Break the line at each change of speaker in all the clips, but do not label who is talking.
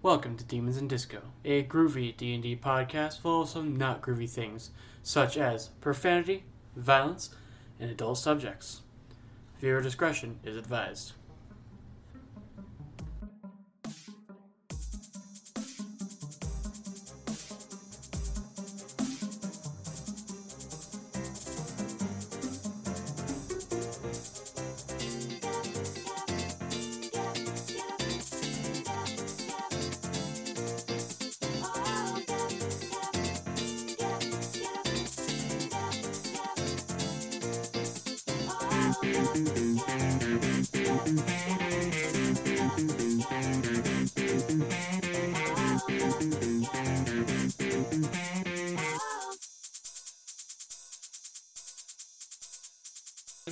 Welcome to Demons and Disco, a groovy D&D podcast full of some not groovy things, such as profanity, violence, and adult subjects. Viewer discretion is advised.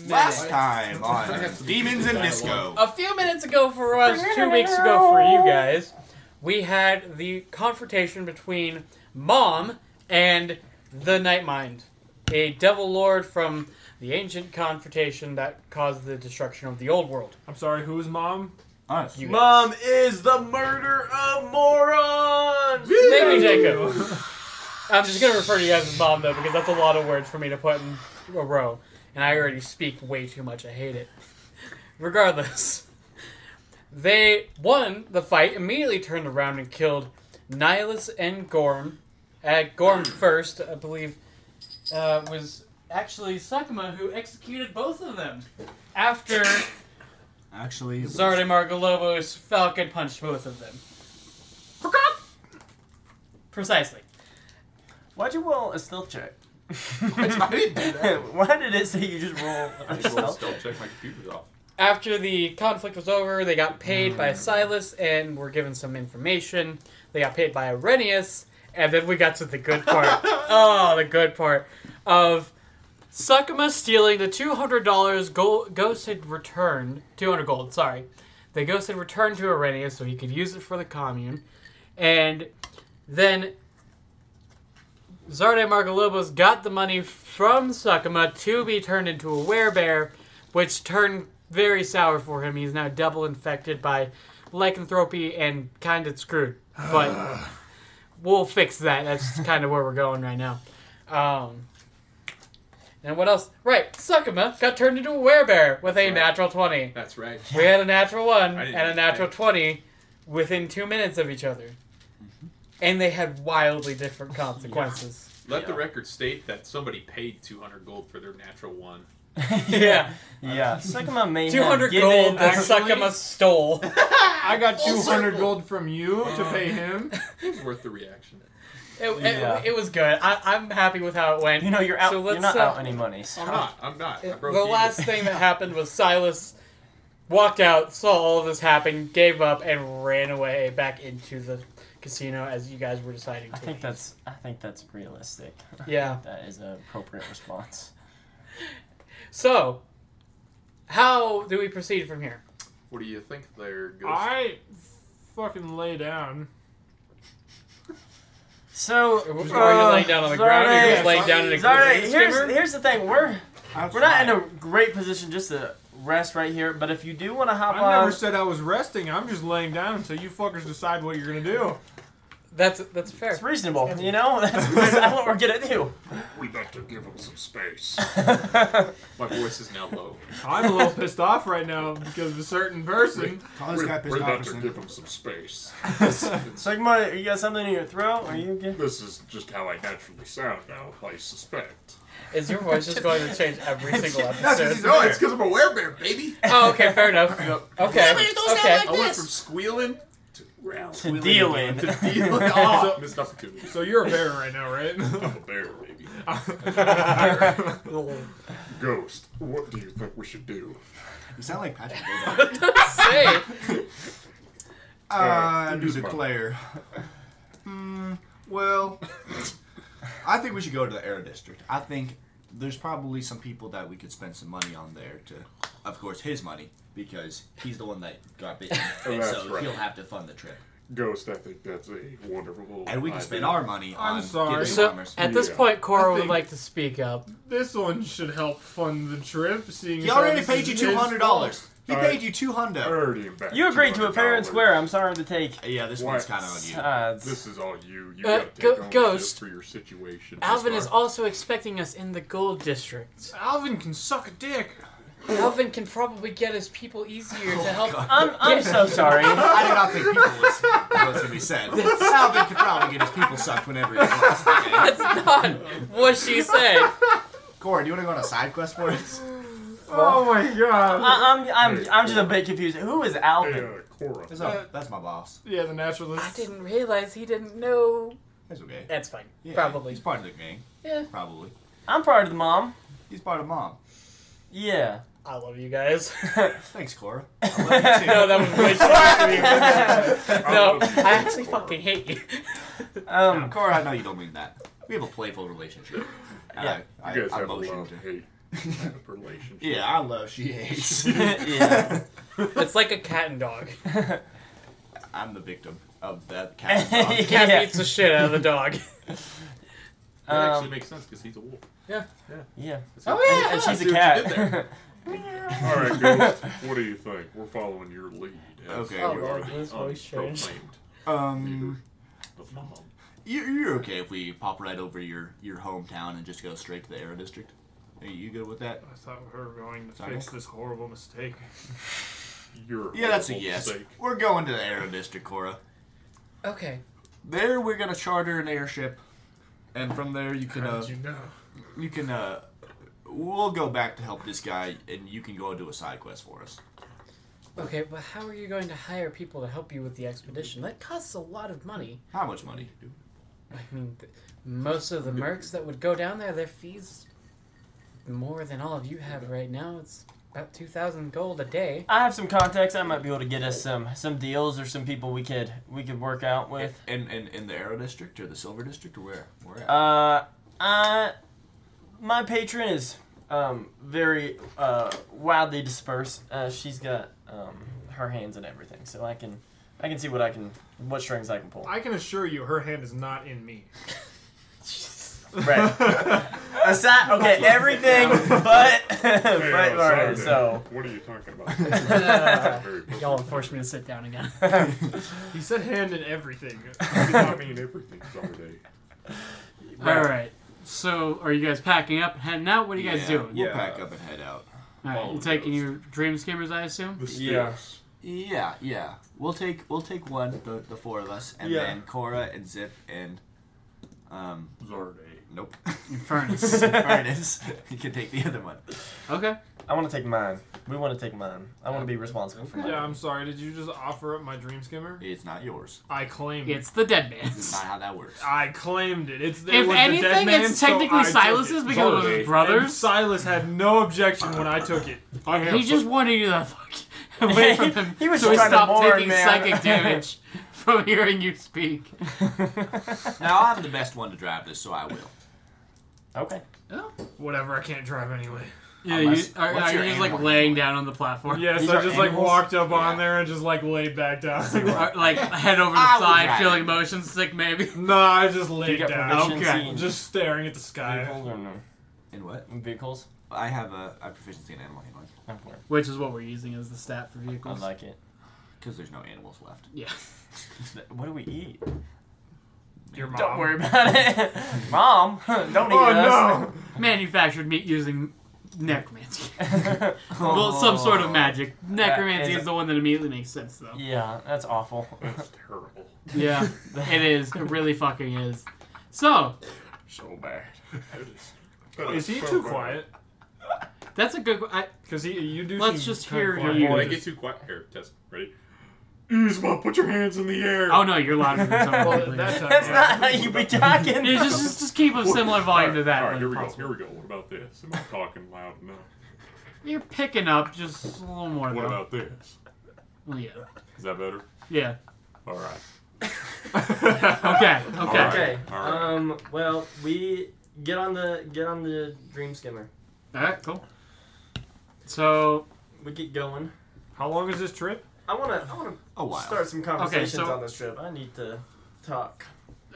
Last time on Demons and Disco.
A few minutes ago for us, two weeks ago for you guys, we had the confrontation between Mom and the Night Mind, a devil lord from the ancient confrontation that caused the destruction of the old world.
I'm sorry, who's mom?
Us.
You guys.
Mom is the murder of morons.
Maybe Jacob. I'm just gonna refer to you guys as Bob though, because that's a lot of words for me to put in a row, and I already speak way too much. I hate it. Regardless, they won the fight, immediately turned around and killed Nihilus and Gorm. Uh, Gorm first, I believe, uh, was actually Sakuma who executed both of them after
Actually, it was-
Zarde Margolobos Falcon punched both of them. Precisely.
Why'd you roll a stealth check?
I didn't do that.
Why did it say you just roll a stealth?
Still check my computer's off.
after the conflict was over, they got paid by Silas and were given some information. They got paid by Arrhenius, and then we got to the good part. oh, the good part of Sakuma stealing the two hundred dollars gold. Ghost had returned two hundred gold. Sorry, the ghost had returned to Arrhenius so he could use it for the commune, and then Zarde Margolobos got the money from Sakuma to be turned into a werebear, which turned very sour for him. He's now double infected by lycanthropy and kind of screwed. But we'll fix that. That's kind of where we're going right now. Um, and what else? Right, Sakuma got turned into a werebear with a natural 20.
That's right.
We had a natural 1
I didn't
and a natural
understand.
20 within two minutes of each other. And they had wildly different consequences.
Let the record state that somebody paid 200 gold for their natural one.
Yeah,
Yeah. Sakuma may have
200
given
gold
the-
that Sakuma stole.
I got
Full
200
circle.
gold from you to pay him.
It was worth the reaction.
It, it-
Yeah.
it, was good. I, I'm happy with how it went.
You know, you're out.
So
you're
let's,
not
uh,
out any money. So.
I'm not. I'm not. I broke
the
even.
last thing that happened was Silas walked out, saw all of this happen, gave up, and ran away back into the casino as you guys were deciding to.
I think that's. I think that's realistic.
Yeah.
That is an appropriate response.
So, how do we proceed from here?
What do you think there, Ghost?
I fucking lay down.
So.
Are you
Uh,
laying down on the ground? Are you just
Zardes.
laying down in a
Zardes,
grenade
here's
skimmer?
here's the thing. We're
I'm
we're not in
fine.
a great position just to rest right here. But if you do want to hop
I
on,
never said I was resting. I'm just laying down until you fuckers decide what you're gonna do.
That's that's fair.
it's reasonable. You know, that's, that's what we're gonna do.
We better give him some space.
My voice is now low.
I'm a little pissed off right now because of a certain person.
Tyler's
we
got pissed
we
off or
better give
something.
him some space.
Sigma, you got something in your throat? Are you good?
This is just how I naturally sound now, I suspect.
Is your voice just going to change every single
That's because he's
episode?
no, it's because I'm a werebear, baby.
Oh, okay, fair enough. Okay, okay.
I went from squealing to round.
To deal in.
To dealing. Ah, missed opportunity.
So you're a bear right now, right?
I'm a bear, baby.
Don't
Ghost, what do you think we should do?
You sound like Patrick. Bateman.
say.
uh, new
Who's Mark?
declare. Hmm. Well, I think we should go to the Air District. I think there's probably some people that we could spend some money on there to, of course, his money because he's the one that got bitten,
Oh,
and
that's
so
right.
he'll have to fund the trip.
Ghost, I think that's a wonderful.
And we can spend
idea.
our money
I'm
on
sorry.
getting
So
farmers.
at this
Yeah.
point, Cora
I
would
think-
like to speak up.
This one should help fund the trip. Seeing
He
as how
already
this
paid
is
you
his
two hundred dollars. He
All right.
paid you two hundred.
Already in back
You agreed to a fair and
$200.
square. I'm sorry to take.
Yeah, this
Why-
one's kind of on you.
Uh,
This is all you. You
Uh,
got to
Go-
take ownership
Ghost.
for your situation.
Alvin
Miss
is also expecting us in the gold district.
Alvin can suck a dick.
Alvin can probably get his people easier to help.
I'm, I'm so sorry.
I do not think people listen to what's gonna be said. Alvin could probably get his people sucked whenever he wants. Okay.
That's not what she said.
Corey, do you want to go on a side quest for us?
Oh my god.
I, I'm, I'm, I'm just a bit confused. Who is
Hey,
Alvin?
uh, Cora.
That's, all- that's my boss.
yeah, the naturalist.
I didn't realize he didn't know.
That's okay.
That's fine.
Yeah,
Probably.
He's part of the gang.
Yeah.
Probably.
I'm part of the mom.
He's part of mom.
Yeah.
I love you guys.
Thanks, Cora. I love you too.
no, that was way too much for me.
I
No,
love you,
I actually
Cora.
fucking hate you.
Um,
Cora, I know you don't mean that. We have a playful relationship.
Yeah.
I, I,
You guys
I
have a
motioned.
love hate kind of relationship.
Yeah, I love she hates.
yeah.
It's like a cat and dog.
I'm the victim of that cat. and dog.
Cat
Yeah.
beats the shit out of the dog.
That actually
Um,
makes sense because he's a wolf.
yeah.
Oh
I
And she's
see
a
what you did
cat.
All right, Ghost. what do you think? We're following your lead. as
Okay,
you
Oh,
we
are.
are the
This voice changed.
unproclaimed
Um,
of mom.
you, you're okay if we pop right over your your hometown and just go straight to the Aero District. Are you good with that?
I thought we were going to
Sorry.
fix this horrible mistake.
You're
Yeah, that's a
horrible
yes.
mistake.
We're going to the Aero District, Cora.
Okay.
There, we're gonna charter an airship, and from there you can
How
uh,
did you know?
you can uh, we'll go back to help this guy, and you can go do a side quest for us.
Okay, but how are you going to hire people to help you with the expedition? That costs a lot of money.
How much money?
I mean, th- most of the mercs that would go down there, their fees more than all of you have right now. It's about 2,000 gold a day.
I have some contacts. I might be able to get us some some deals or some people we could we could work out with.
In in, in the Aero District or the Silver District or where? Where? At?
Uh, uh, my patron is um, very uh, wildly dispersed. Uh, she's got um, her hands and everything, so I can I can see what I can what strings I can pull.
I can assure you, her hand is not in me.
Right. Aside, okay, everything but
Hey,
but
uh,
Lauren,
sorry,
So
What are you talking about? Very perfect.
Y'all will force me to sit down again.
He said hand in everything.
I mean everything Saturday.
All right. So, are you guys packing up and heading out? What are you guys
Yeah,
doing?
We'll
Yeah.
pack up and head out.
All right, you
Follow
taking
those.
your dream skimmers, I assume?
The
Yeah.
steps.
Yeah, yeah. We'll take we'll take one, the, the four of us, and
Yeah.
then Cora and Zip and um
Zarday.
nope.
Furnace.
Ernest. you can take the other one.
okay.
I want to take mine. We want to take mine. I want to be responsible for mine.
yeah, I'm sorry. Did you just offer up my dream skimmer?
It's not yours.
I claimed it.
It's the dead
It's
man's.
not how that works.
I claimed it. It's it
If
was the dead
anything,
man,
it's
so
technically
I took
Silas's
it.
because it was
Totally.
his
And
And
brother's.
Silas had no objection when I took it.
I have
He just wanted you the fuck away from him.
He was
so he
trying to
stopped
mourn,
taking
man.
psychic damage from hearing you speak.
Now I'm the best one to drive this, so I will.
Okay.
Whatever, I can't drive anyway.
Yeah, you,
Unless-
are,
what's
are you
your
just like
animal?
laying down on the platform?
Yes,
These
I
are
just like
animals?
walked up
Yeah.
on there and just like laid back down.
Or, like head over the
I would
side,
rather-
feeling motion sick, maybe.
no, I just
Do you
laid
get
down.
proficiency
okay.
in
Just staring at the sky.
vehicles or no?
In what?
Vehicles?
I have a I have proficiency in animal handling
Okay.
Which is what we're using as the stat for
I
vehicles.
like it.
because there's no animals left.
yeah.
What do we eat?
Your mom.
Don't worry about it. Mom, don't eat
Oh
Manufactured meat using necromancy.
us.
well, some sort
Oh.
of magic. Necromancy
is-
is the one that immediately makes sense, though.
yeah, that's awful.
That's terrible.
Yeah, it is. It really fucking is. So
So bad. That is-
no!
that
Is he
so
too
bad.
quiet?
that's a good. I,
Because he, you do.
Let's
seem
just
kinda
hear
quiet.
you.
When I
Just-
get too quiet, here, test. Ready?
Yzma, put your hands in the air.
oh no, you're louder than someone.
Well,
completely.
that time,
That's
yeah.
not how you be talking.
yeah, just, just just keep a similar volume to that.
All
when
right, here we go.
possible.
Here we go. What about this? Am I talking loud enough?
You're picking up just a little more.
What
though.
about this?
Well, yeah,
Is that better?
yeah.
All right.
Okay, okay.
right.
Okay.
All right.
Um. Well, we get on the get on the dream skimmer.
All right, cool. So
We get going.
How long is this trip?
I wanna I wanna
A while.
start some conversations
so-
on this trip. I need to talk.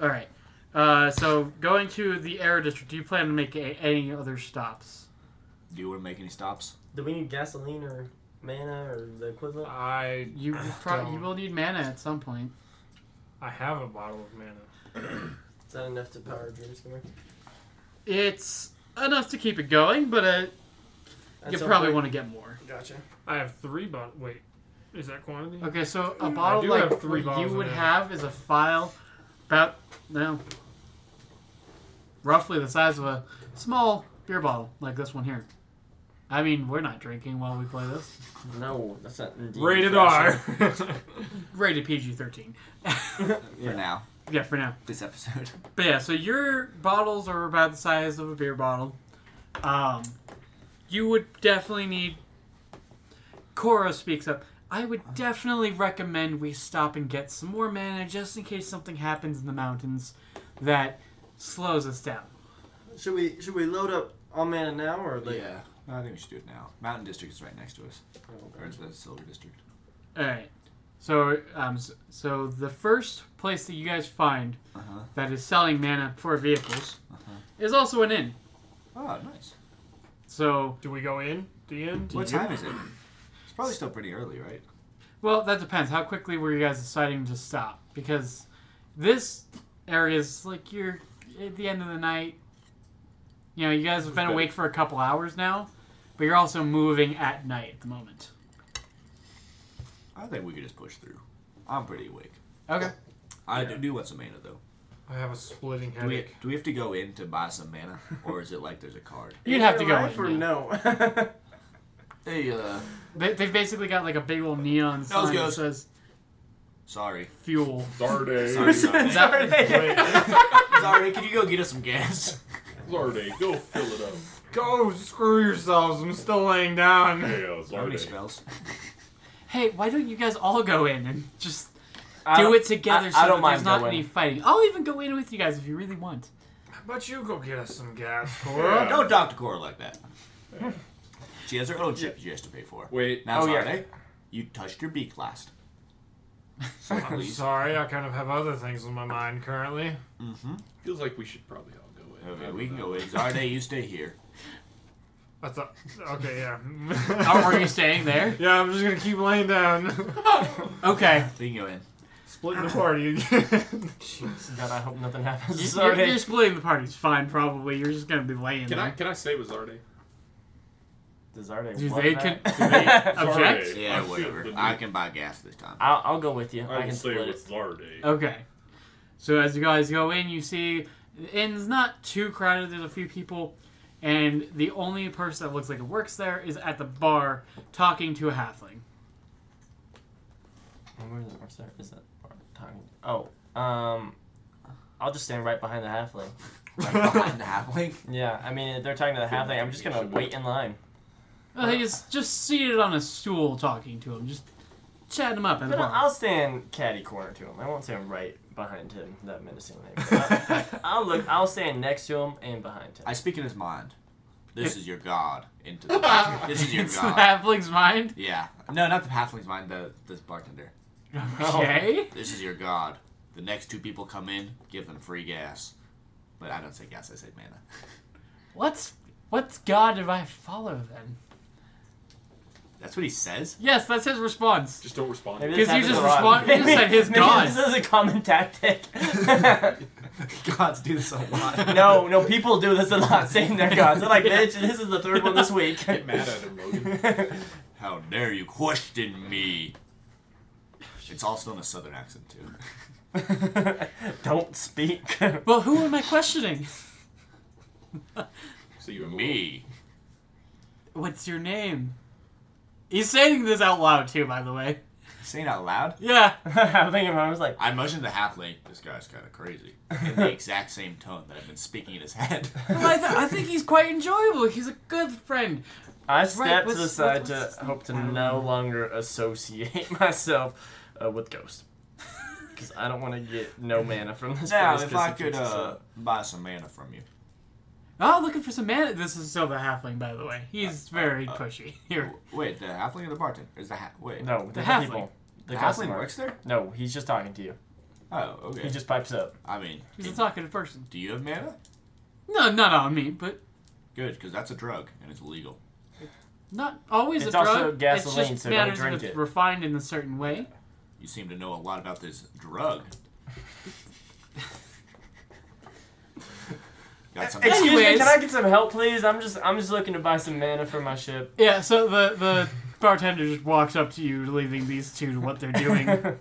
All right. Uh, so going to the Air District, do you plan to make a- any other stops?
Do you want to make any stops?
Do we need gasoline or mana or the equivalent?
I
You pro- you
Don't.
will need mana at some point.
I have a bottle of mana.
Is that enough to power a dream skimmer?
It's enough to keep it going, but uh, you probably want to get more.
to. Gotcha.
I have three bottles. Wait, is that quantity?
Okay, so a bottle
do
like
have three
what you
bottles in
would
there.
have is a file about no, roughly the size of a small beer bottle like this one here. I mean, we're not drinking while we play this.
No, that's not indeed
Rated
fashion.
R.
Rated PG thirteen.
For now,
Yeah, for now.
this episode.
But yeah, so your bottles are about the size of a beer bottle. Um, you would definitely need. Coro speaks up. I would definitely recommend we stop and get some more mana just in case something happens in the mountains that slows us down.
Should we should we load up all mana now or later?
yeah, I think we should do it now. Mountain District is right next to us, or it's
Oh, Okay.
the Silver District.
All right. So um, s- so the first place that you guys find
Uh huh.
that is selling mana for vehicles is also an inn.
Oh, nice.
So
Do we go in? The end?
What time is it? It's probably still pretty early, right?
Well, that depends. How quickly were you guys deciding to stop? Because this area is like you're at the end of the night. You know, you guys have been
Okay.
awake for a couple hours now, but you're also moving at night at the moment.
I think we could just push through. I'm pretty awake.
Okay.
I do, do want some mana though.
I have a splitting
Do we,
headache.
do we have to go in to buy some mana, or is it like there's a card?
You'd have to
Either
go
life
in,
or
yeah.
no.
Hey, uh,
They, they've basically got like a big old neon
That was
sign that
good.
says
sorry.
fuel.
Sorry.
Zarday.
Sorry, they-
sorry, can you go get us some gas?
Zarday, go fill it up.
Go screw yourselves. I'm still laying down.
Yeah,
How many
Zarday.
spells?
Hey, why don't you guys all go in and just
I
do
don't-
it together
I-
so
I don't
that there's
mind
not
going.
any fighting? I'll even go in with you guys if you really want.
But you go get us some gas, Cora.
Yeah.
Don't talk to Cora like that. She has her own ship she has to pay for.
Wait,
Now,
Oh, yeah.
Zarday, you touched your beak last. So
I'm
please.
sorry, I kind of have other things on my mind currently.
Mm-hmm.
feels like we should probably all go in. I
Okay,
don't
we can
know.
go in. Zarday, you stay here.
I thought. Okay, yeah.
Oh, are you staying there?
yeah, I'm just gonna keep laying down.
Okay.
We can go in.
Splitting the party again.
God, I hope nothing happens.
You- You're,
Sorry.
you're splitting the parties fine, probably. You're just gonna be laying
Can I
there.
can I say with Zarday?
Does Zarde
Do
want
they con-
that?
do they- Object?
Zarday. I
Yeah,
feel
whatever.
the
I
need-
can buy gas this time.
I'll, I'll go with you. I,
I
can
will stay
split
with
it.
Zarday.
Okay. So as you guys go in, you see the inn's not too crowded. There's a few people, and the only person that looks like it works there is at the bar talking to a halfling.
Where is it? Where's there? Is that bar? Time- Oh, um, I'll just stand right behind the halfling.
Behind the halfling.
Yeah, I mean, if they're talking to the halfling, I'm just gonna wait in line.
Well, he's just seated on a stool talking to him, just chatting him up at the
But I'll-
bar.
I'll stand caddy corner to him. I won't stand right behind him, that menacing name. I'll, I'll look. I'll stand next to him and behind him.
I speak in his mind. This is your god. Into the this is your
It's the
god.
halfling's mind.
Yeah. No, not the halfling's mind. The this bartender.
Okay.
This is your god. The next two people come in, give them free gas. But I don't say gas. I say mana.
What's what's God do I follow then?
That's what he says.
Yes, that's his response.
Just don't respond.
Maybe
Maybe
this
'Cause you
happens
just
a lot.
respond- you just said his
Maybe
God.
This is a common tactic.
Gods do this a lot.
no, no, people do this a lot, saying their gods. They're like, bitch, this is the third one this week.
Get mad at him, Logan.
How dare you question me? It's also in a southern accent too.
Don't speak.
Well, who am I questioning?
See you in
Me.
What's your name? He's saying this out loud too, by the way.
Saying out loud.
Yeah.
I'm thinking, I was like,
I motioned to Halfling. This guy's kind of crazy. In the exact same tone that I've been speaking in his head.
Well, I, th- I think he's quite enjoyable. He's a good friend.
I stepped
what's-
to the
what's-
side
what's
to
his
hope to
name?
no longer associate myself uh, with Ghost. Because I don't want to get no mana from this
Now,
place.
if
'cause
I
it
could
keeps us
uh,
up.
buy some mana from you,
Oh, looking for some man. This is still the halfling, by the way. He's very pushy. Here.
wait, the halfling or the bartender? Is the ha- wait?
No,
The
the people. the
Aslin
customer.
works there?
No, he's just talking to you.
Oh, okay.
He just pipes up.
I mean,
He's a talkative person.
do you have mana?
No, not on me, but
Good, because that's a drug and it's illegal.
not always
It's
a drug.
also gasoline,
it just
so don't
matters
drink
if it's
it.
refined in a certain way.
You seem to know a lot about this drug. Got some.
Ex-
Excuse me,
Anyways.
can I get some help, please? I'm just I'm just looking to buy some mana for my ship.
Yeah, so the the bartender just walks up to you, leaving these two to what they're doing.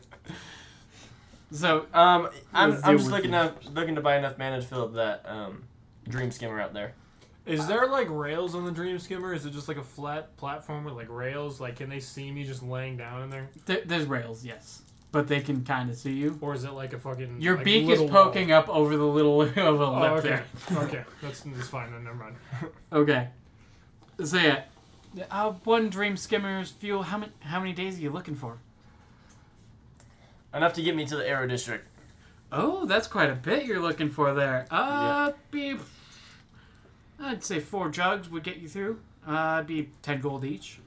so
um, I'm,
Let's deal
I'm just
with
looking
you.
up looking to buy enough mana to fill up that um, dream skimmer out there.
Is there like rails on the Dream Skimmer? Is it just like a flat platform with like rails? Like, can they see me just laying down in there,
th- there's rails, yes, but they can kind of see you.
or is it like a fucking
Your
like,
beak is
little
poking up over the little of a
wall?
lip
Oh, okay,
there.
okay, that's, that's fine. Then never mind.
Okay. So yeah, uh, one dream skimmer's fuel. How many how many days are you looking for?
Enough to get me to the Aero District.
Oh, that's quite a bit you're looking for there. Uh, be, I'd say four jugs would get you through. Uh, be ten gold each.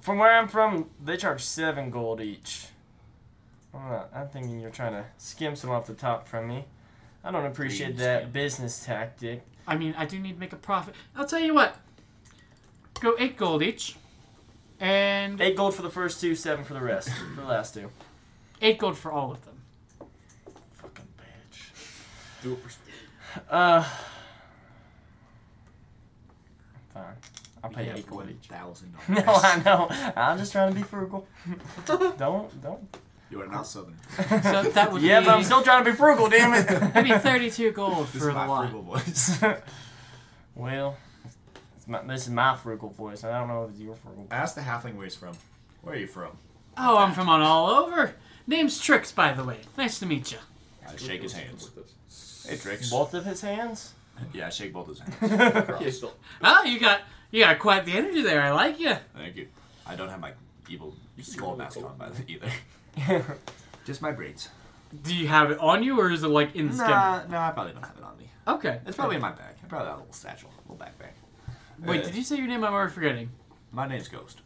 From where I'm from, they charge seven gold each. I'm, not, I'm thinking you're trying to skim some off the top from me. I don't appreciate
Please,
that
skim.
business tactic.
I mean, I do need to make a profit. I'll tell you what. Go eight gold each, and
Eight gold for the first two, seven for the rest, for the last two.
eight gold for all of them.
Fucking bitch.
Do it for speed.
Uh, fine. I'll pay eight gold
one
each.
thousand
No,
dollars.
I know. I'm just trying to be frugal. don't, don't.
You are not southern.
So that would
Yeah,
be
but I'm still trying to be frugal. Damn
that'd be
it.
thirty-two gold
This
for
is
the
my
lot.
frugal voice.
well, it's my, this is my frugal voice. I don't know if it's your frugal.
Ask the halfling where he's from. Where are you from?
Oh, I'm from on all over. Name's Trix, by the way. Nice to meet you.
I shake his hands. Hey, Trix.
Both of his hands.
Yeah, I shake both his hands.
Yeah, still.
Oh, you got you got quite the energy there. I like you.
Thank you. I don't have my evil skull mask on by the, either. Just my braids.
Do you have it on you, or is it like in the skin?
Nah, nah, I probably don't have it on me.
Okay.
It's probably in my bag. I probably have a little satchel, a little backpack.
Wait,
Uh,
did you say your name? I'm already forgetting.
My name's Ghost.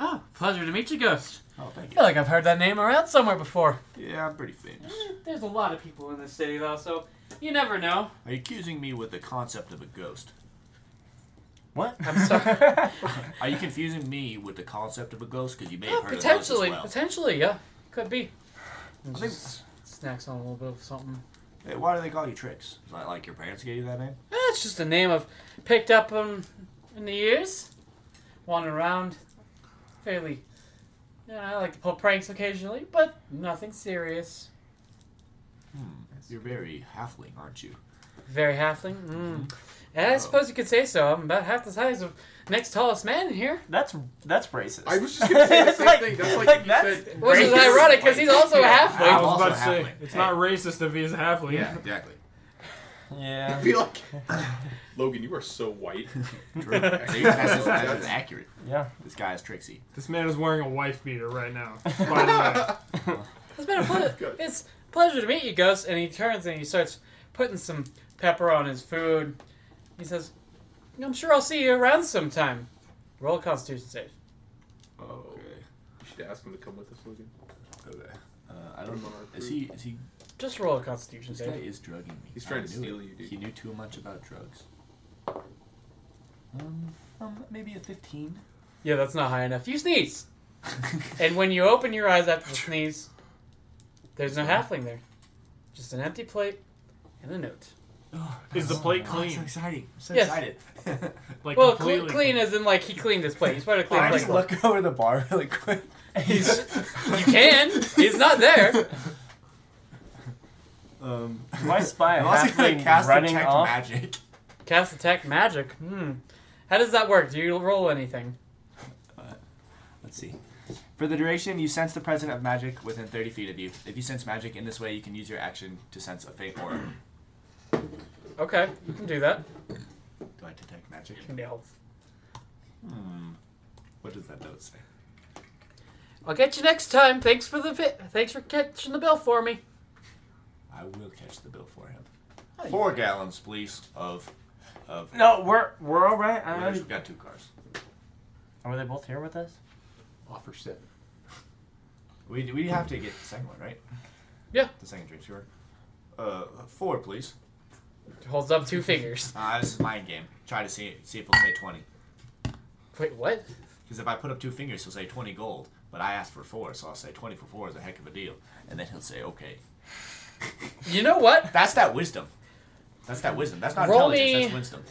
Oh, pleasure to meet you, Ghost.
Oh, thank
I
you.
feel like I've heard that name around somewhere before.
Yeah, I'm pretty famous.
There's a lot of people in this city, though, so you never know.
Are you accusing me with the concept of a ghost?
What?
I'm sorry.
Are you confusing me with the concept of a ghost? Because you may
Yeah,
have heard
Oh, potentially,
of those as
potentially, yeah, could be.
well.
Just snacks on a little bit of something.
Hey, why do they call you Tricks? Is that like your parents gave you that name?
Eh, It's just a name I've picked up um, in the years. Wandering around. Fairly. Yeah, I like to pull pranks occasionally, but nothing serious.
You're very halfling, aren't you?
Very halfling. Mm. Yeah, I suppose you could say so. I'm about half the size of next tallest man in here.
That's that's racist.
I was just gonna say the
It's
same
like-
thing. That's like,
like
you
that's-
said.
Which is
Racist.
ironic because he's also a halfling.
I
I'm
was
also
about to say
halfling.
it's
Hey.
not racist if he's halfling.
exactly.
yeah.
Be like, Logan, you are so white.
True. that's, that's, that's accurate.
Yeah.
This guy is Trixie.
This man is wearing a wife beater right now. By the way.
It's been a ple-
Good.
it's a pleasure to meet you, Ghost. And he turns and he starts putting some pepper on his food. He says, "I'm sure I'll see you around sometime." Roll a Constitution save.
Oh,
Okay.
You should ask him to come with us, Logan.
Okay. Uh, I don't know. Is he? Is he?
Just roll a Constitution
This guy
save.
is drugging me.
He's
I
trying to
knew
steal
it.
you, dude.
He knew too much about drugs. Um, um maybe a fifteen.
Yeah, that's not high enough. You sneeze, and when you open your eyes after the sneeze, there's no halfling there. Just an empty plate and a note.
Is the plate
Oh, it's
clean?
exciting. I'm so
Yes.
excited.
Like
well, clean,
completely
clean as in like he cleaned his plate. He's probably a clean
I
plate.
just look over the bar really quick.
He's, you can. He's not there.
Um,
Do I spy a
I'm also gonna
halfling
cast
running
detect
off?
magic.
Cast attack magic. Hmm. How does that work? Do you roll anything?
Let's see. For the duration, you sense the presence of magic within 30 feet of you. If you sense magic in this way, you can use your action to sense a faint aura.
Okay, you can do that.
Do I detect magic?
No.
What does that note say?
I'll get you next time. Thanks for the vi- thanks for catching the bill for me.
I will catch the bill for him.
Oh, you-
Four gallons, please, of of.
No, we're we're all right. I
Well,
already,
We've got two cars.
were they both here with us?
Offer seven.
We, we have to get the second one, right?
Yeah.
The second dream skewer. Uh, four, please.
Holds up two fingers.
Uh, this is mind game. Try to see see if he'll say twenty.
Wait, what?
Because if I put up two fingers, he'll say twenty gold. But I asked for four, so I'll say twenty for four is a heck of a deal. And then he'll say, okay.
You know what?
That's that wisdom. That's that wisdom. That's not
Roll
intelligence.
me-
That's wisdom.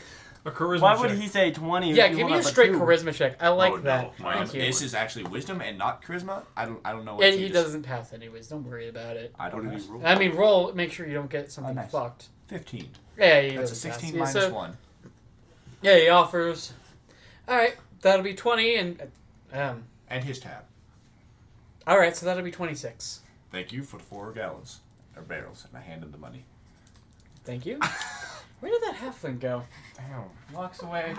A charisma
Why would
check.
he say twenty? if
Yeah,
you
give
hold
me a
up
straight
two?
charisma check. I like
Oh, no.
that.
Mine
Thank
is-
you.
This is actually wisdom and not charisma. I don't I don't know what.
And he
you just-
doesn't pass anyways. Don't worry about it.
I don't
What
know.
did he roll?
I mean, roll. Make sure you don't get something
nice.
fucked.
Fifteen.
Yeah, he
That's a
doesn't pass.
sixteen
Yeah,
minus
so-
one.
Yeah, he offers. All right, that'll be twenty, and um,
And his tab.
all right, so that'll be twenty-six.
Thank you for the four gallons or barrels, and I hand him the money.
Thank you. Where did that halfling go?
Damn.
Walks away.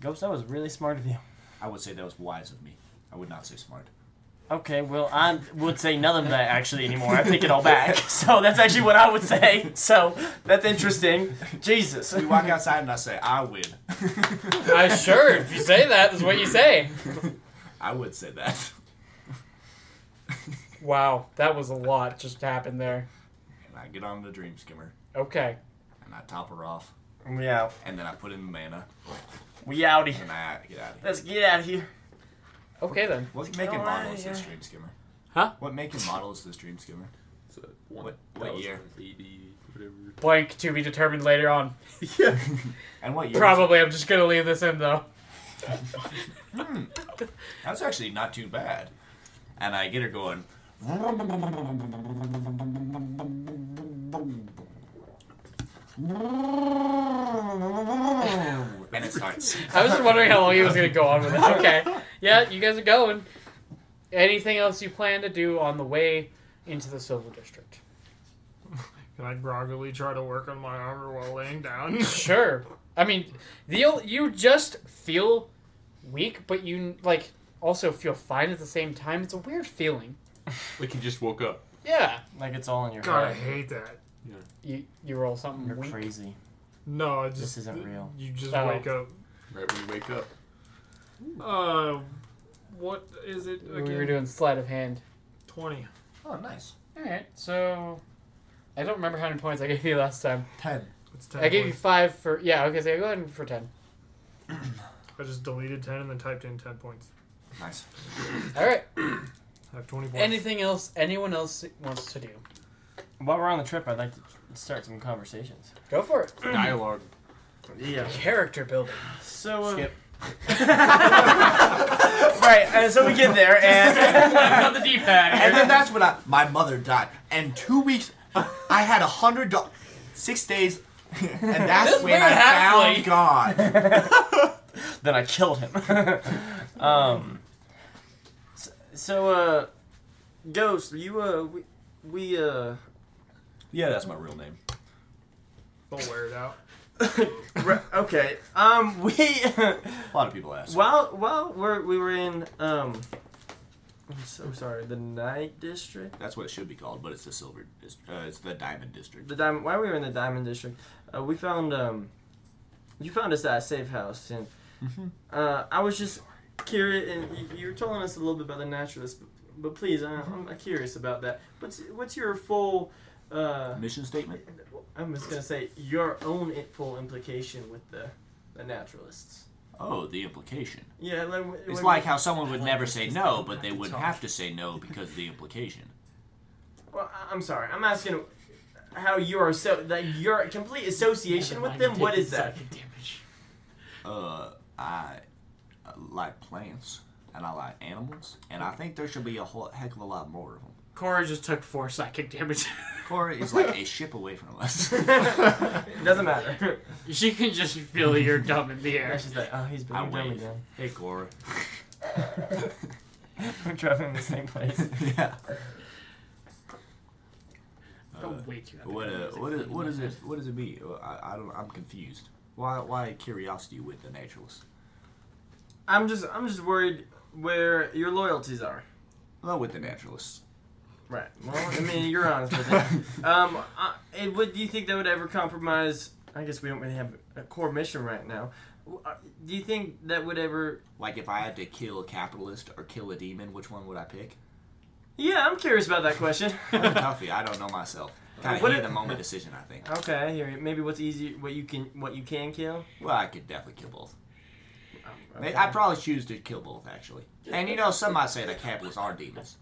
Ghost, that was really smart of you.
I would say that was wise of me. I would not say smart.
Okay, well, I would say none of that actually anymore. I take it all back. So that's actually what I would say. So that's interesting. Jesus.
We walk outside and I say, I win.
I sure. If you say that, is what you say.
I would say that.
Wow, that was a lot just happened there.
And I get on the dream skimmer
Okay.
and I top her off.
We out.
And then I put in the mana
We outie.
and I get out of here.
Let's get out of here.
Okay then.
What make and
Go outta
model is this
here.
dream skimmer?
Huh?
What make and model is this dream skimmer?
It's a one
What- what year?
eighty whatever.
Blank to be determined later on.
Yeah.
And what year? was
Probably. I'm just gonna leave this in though.
it? That's actually not too bad. And I get her going. And it starts.
I was just wondering how long he was gonna go on with it. Okay. Yeah, you guys are going. Anything else you plan to do on the way into the Silver District?
Can I groggily try to work on my armor while laying down?
Sure. I mean, the ol- you just feel weak, but you like also feel fine at the same time. It's a weird feeling.
Like he just woke up.
Yeah.
Like it's all in your
God, I
head.
hate that.
You you roll something
You're
weak.
crazy.
No, I just
This isn't real.
You just
Oh.
wake up.
Right when you wake up.
Uh, what is it
We
again?
were doing sleight of hand.
Twenty.
Oh, nice.
All right. So I don't remember how many points I gave you last time.
Ten.
It's ten.
I gave you
points.
five for yeah. Okay, so go ahead and for ten.
I just deleted ten and then typed in ten points.
Nice.
All right.
I have twenty points.
Anything else? Anyone else wants to do?
While we're on the trip, I'd like to start some conversations.
Go for it.
Dialogue.
Yeah.
Character building.
So. Uh,
Skip.
right, and so we get there, and.
the
And
D-pad.
then that's when I, my mother died. And two weeks, I had a hundred, do- six days, and that's
This
when
weird halfling.
I found God.
then I killed him. um, so, so, uh, Ghost, you, uh, we, we uh,
Yeah, that's my real name.
Don't wear it out.
re- okay, um, we,
A lot of people ask.
while, while we're, we were in, um, I'm so sorry, the Night District?
That's what it should be called, but it's the silver. District. Uh, it's the diamond district.
The diamond, while we were in the Diamond District, uh, we found, um, you found us at a safe house, and,
Mm-hmm.
uh, I was just curious, and you, you were telling us a little bit about the naturalist, but, but please, I,
Mm-hmm.
I'm curious about that. What's, what's your full, uh,
Mission statement.
I'm just gonna say your own i- full implication with the, the naturalists.
Oh, the implication.
Yeah, like, w-
It's
when-
like how someone would never say no, but they wouldn't have to say no because of the implication.
Well, I- I'm sorry. I'm asking how you are so like your complete association with them. What is that?
Uh, I uh, like plants and I like animals, and I think there should be a whole heck of a lot more of them.
Cora just took four psychic damage.
Cora is like a ship away from us.
it doesn't matter.
she can just feel you're dumb in the
That's just like, oh, he's
I
being dumb
wave.
again.
hey, Cora.
We're driving in the same place.
yeah.
Go way too epic.
What uh, what is what is it what does it be? Uh, I, I don't I'm confused. Why why curiosity with the naturalist?
I'm just I'm just worried where your loyalties are.
No, with the naturalists.
Right. Well, I mean, you're honest with it. Um, I, it would do you think that would ever compromise? I guess we don't really have a core mission right now. uh, do you think that would ever?
Like if I had to kill a capitalist or kill a demon, which one would I pick?
Yeah, I'm curious about that question.
I'm toughy. I don't know myself. Kind
What
of heat
if-
the moment decision, I think.
okay, I hear you. Maybe what's easy, what you can, what you can kill.
Well, I could definitely kill both.
Oh,
I mean,
Okay.
I'd probably choose to kill both, actually. And you know, some might say that capitalists are demons.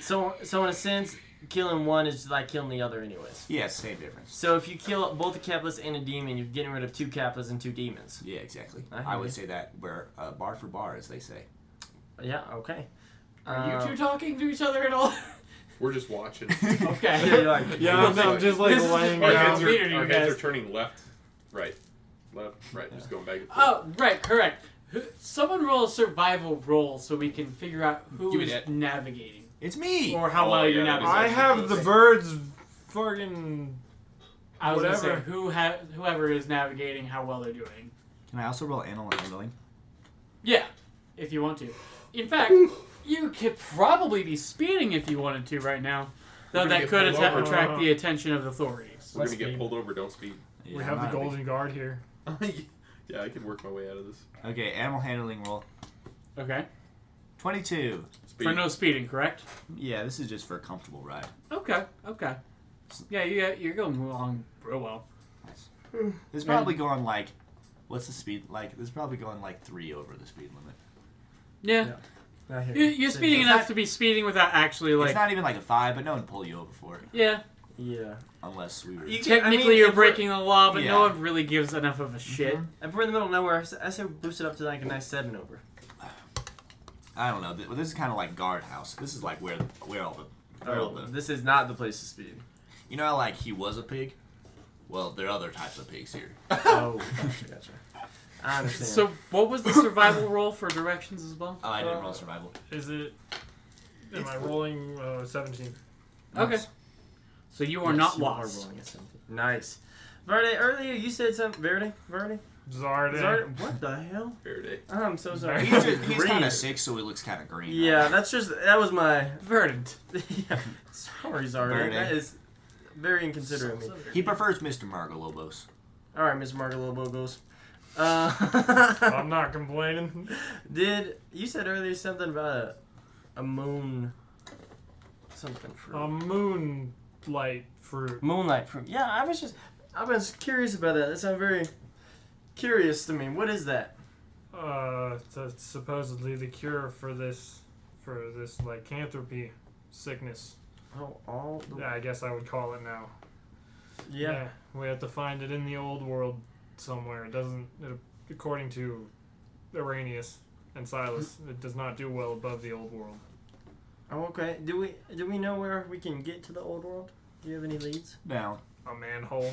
So, so in a sense, killing one is like killing the other, anyways.
Yeah, it's the same difference.
So if you kill both a capitalist and a demon, you're getting rid of two capitalists and two demons.
Yeah, exactly.
I hear
I, would
you.
say that we're uh, bar for bar, as they say.
Yeah. Okay.
Are
Uh,
you two talking to each other at all?
We're just watching.
okay.
Yeah, you're like-
Yeah, I'm, I'm just like
This is just
laying
like
our
Yeah.
down.
heads,
it's- Peter,
are,
you
our heads
guys-
are turning left, right, left, right. Just going back and forth.
Oh, right, correct. Who- Someone roll a survival roll so we can figure out who
Give me
is
that.
navigating
It's me.
or how
Oh,
well you're
yeah, that is
navigating.
I have the birds fucking.
I was gonna
whatever.
say who ha- whoever is navigating how well they're doing.
Can I also roll animal handling?
Yeah, if you want to. In fact, you could probably be speeding if you wanted to right now, though
We're gonna
that
get
could
pulled
atta-
over.
attract the attention of the authorities.
We're
let's
gonna get
be-
pulled over. Don't speed.
we
Yeah,
have
I'm
the
not a big-
golden guard here.
yeah, I can work my way out of this.
Okay, animal handling roll.
Okay,
22.
Speed.
for no speeding, correct?
Yeah, this is just for a comfortable ride.
Okay, okay. Yeah, you, you're going along real well.
This is
Man.
probably going like, what's the speed like? This is probably going like three over the speed limit.
Yeah,
Yeah. I hear
You, you're speeding
you.
enough to be speeding without actually like.
it's not even like a five, but no one pull you over for it
yeah,
Yeah.
unless we were.
You can- I
technically
mean,
you're
if we're-
breaking the law, but no
Yeah.
one really gives enough of a shit.
If we're in the middle of nowhere, I say- I say boost it up to like a nice seven over.
I don't know. th- Well, this is kind of like guardhouse. This is like where where all the where all the
Oh, This is not the place to speed.
you know how, like he was a pig. Well, there are other types of pigs here.
Oh, gotcha, gotcha. I understand.
So, what was the survival roll for directions as well?
Oh, I didn't roll survival.
Is it? Am
It's
I
the-
rolling uh, seventeen?
Okay.
Nice.
So you
Yes,
are not
you
lost.
rolling a 17. nice. Verde, earlier you said something. Verde, Verde,
Zardan.
Zardan. What the hell?
Fair day.
Oh, I'm so sorry.
He's, just- he's
Green.
kind of sick, so he looks kind of green.
Yeah, that's just that was my.
Verdant.
yeah. Sorry, Zardan.
Verde.
That is very inconsiderate of me.
He prefers Mr. Margolobos.
All right, Miss Margalobo goes. Uh,
I'm not complaining.
did you said earlier something about a, a moon, something fruit?
A moonlight fruit.
Moonlight fruit. Yeah, I was just, I was curious about that. That sounded very curious to me. What is that?
Uh, that's supposedly the cure for this, for this lycanthropy sickness.
Oh, all the
Yeah, I guess I would call it now.
yeah.
we have to find it in the old world somewhere. It doesn't, it, according to Arrhenius and Silas, it does not do well above the old world.
Oh, okay. Do we do we know where we can get to the old world? Do you have any leads?
Now
A manhole.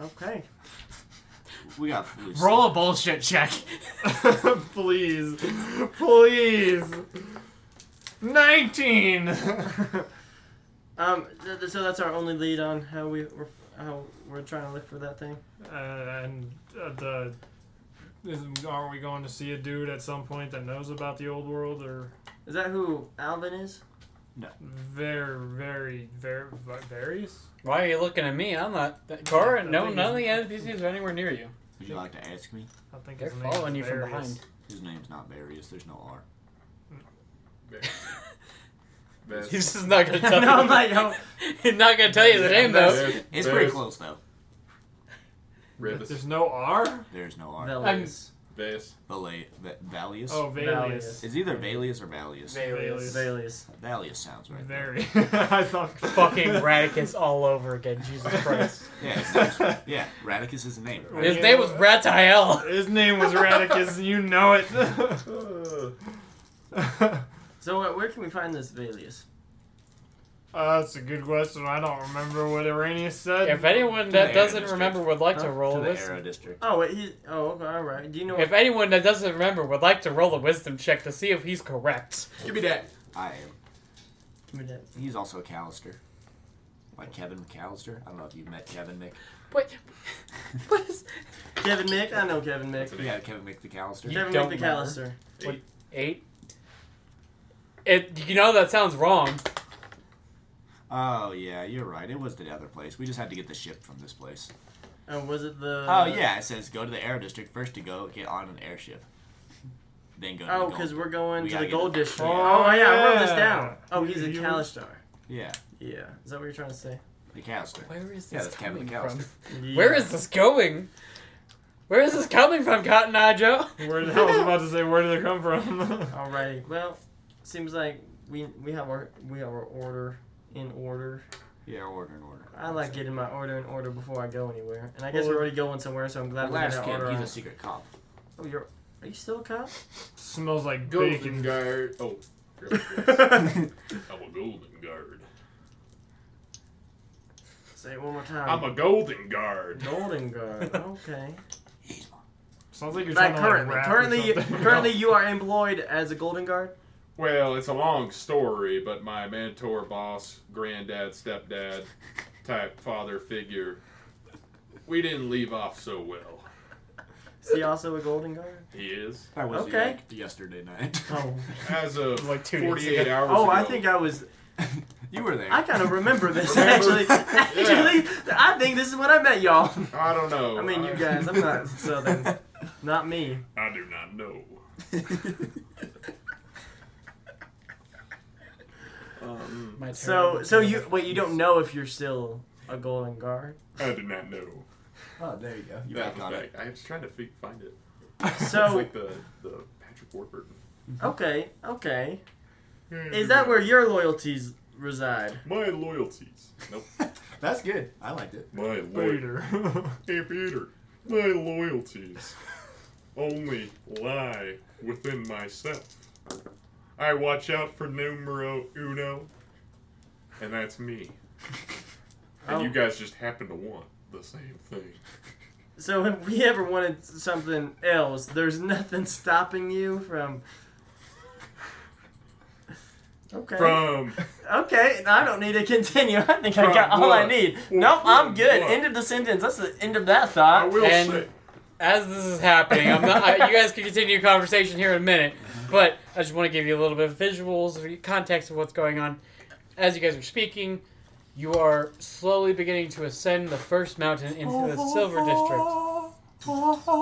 Okay.
we got loose.
Roll a bullshit check.
please, please. Nineteen.
Um. Th- th- so that's our only lead on how we we're, how we're trying to look for that thing.
and uh, the. Is, aren't we going to see a dude at some point that knows about the old world or
Is that who Alvin is?
very, very, very, various?
Why are you looking at me? I'm not. That, Cora,
That
no,
thing
none of the NPCs are anywhere near you.
Would you like to ask me?
I think
They're
his name is
following you from
Various.
behind.
His name's not Various. There's no R.
Best.
He's just not gonna
no,
tell
I'm
you.
like, oh,
He's not gonna tell you the name though.
Best.
It's pretty
Best.
close though.
Rivas.
There's no R.
There's no R.
Valius.
Best.
Vala- Va- Valius.
Oh, Valius.
Valius.
It's either Valius or Valius.
Valius.
Valius.
Valius sounds right. though.
Very. I thought
Fucking Radicus all over again. Jesus Christ.
Yeah, his name's- yeah. Radicus is a name.
Right.
His name was Ratiel.
His name was Radicus, and you know it. uh,
So uh, where can we find this Valius?
that's a good question. I don't remember what Arrhenius said.
If anyone
the
that doesn't
District.
remember would like to
Huh?
roll
To
a
the
wisdom,
Arrow District.
Oh, wait, he. Oh, okay, all right. Do you know?
if anyone that doesn't remember would like to roll a wisdom check to see if he's correct.
Give me that.
I am.
Give me that.
He's also a Callister. Like Kevin McAllister. I don't know if you've met Kevin Mc.
What? What is
Kevin Mick, I know Kevin Mick.
Yeah, Kevin Mc the Callister.
You
Kevin
don't
Mick
know her.
McAllister.
eight? It. You know that sounds wrong.
Oh yeah, you're right. It was the other place. We just had to get the ship from this place.
Uh, was it the?
Oh yeah, it says go to the air district first to go get on an airship. Then go. To
Oh,
the
because
gold.
we're going
We
to
gotta
the
get
gold
the-
district.
Oh,
Oh, yeah, I wrote this
yeah.
down. Oh, he's a
You-
Calistar.
yeah,
Yeah, is that what you're trying to say?
the Callister.
Where is
Yeah,
this
that's
coming
Captain
from?
McAllister.
Where is this going? Where is this coming from, Cotton Eye Joe?
Where the hell I was about to say? Where did it come from?
Alrighty. Well, seems like we we have our we have our order in order.
Yeah, order in order.
I like getting my order in order before I go anywhere, and I guess
Well,
we're already going somewhere, so I'm glad we got
Last
our
kid,
order.
he's a
on.
secret cop.
Oh, you're are you still a cop?
Smells like
Golden
bacon.
guard. Oh,
That's
I'm a golden guard.
Say it one more time.
I'm a golden guard.
golden guard. Okay.
Sounds like you're trying
Like
to
currently,
like, rap or
currently,
something.
currently, you are employed as a golden guard.
Well, it's a long story, but my mentor, boss, granddad, stepdad type father figure, we didn't leave off so well.
Is he also a golden guard?
He is.
That was
Okay.
like yesterday night.
Oh,
As of
Like two days
48
ago.
hours
oh,
ago.
I think I was.
you were there.
I kind of remember this
Remember?
actually. Actually, I think this is when I met y'all.
I don't know.
I mean, you guys. I'm not southern. Not me.
I do not know.
Um,
My turn.
So, so you wait. You don't know if you're still a golden guard.
I do not know.
oh, there you go. You
That
back
was
on it.
back. I was trying to fi- find it. It's
So,
like the, the Patrick Warburton.
okay, okay.
Hmm.
Is that where your loyalties reside?
My loyalties. Nope.
That's good. I liked it.
My
Peter.
loyalties. Hey, Peter. My loyalties only lie within myself. I watch out for numero uno, and that's me. And you
Oh.
guys just happen to want the same thing.
So, if we ever wanted something else, there's nothing stopping you from. Okay.
From
Okay, I don't need to continue. I think I
From
got all I
what?
need.
Well,
Nope, I'm
from
good.
what?
End of the sentence. That's the end of that
I
thought.
will
And-
say,
as this is happening, I'm not, I, you guys can continue your conversation here in a minute, but I just want to give you a little bit of visuals, of context of what's going on. As you guys are speaking, you are slowly beginning to ascend the first mountain into the Silver District.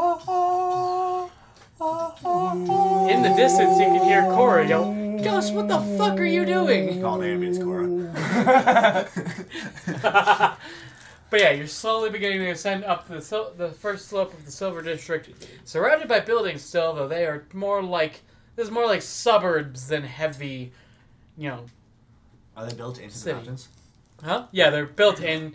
In the distance, you can hear Cora yell, Gus, what the fuck are you doing?
Call the ambulance, Cora.
but yeah, you're slowly beginning to ascend up the, sil- the first slope of the Silver District, surrounded by buildings still, though they are more like this is more like suburbs than heavy, you know,
Are they built into the
City.
mountains?
huh? Yeah, they're built in.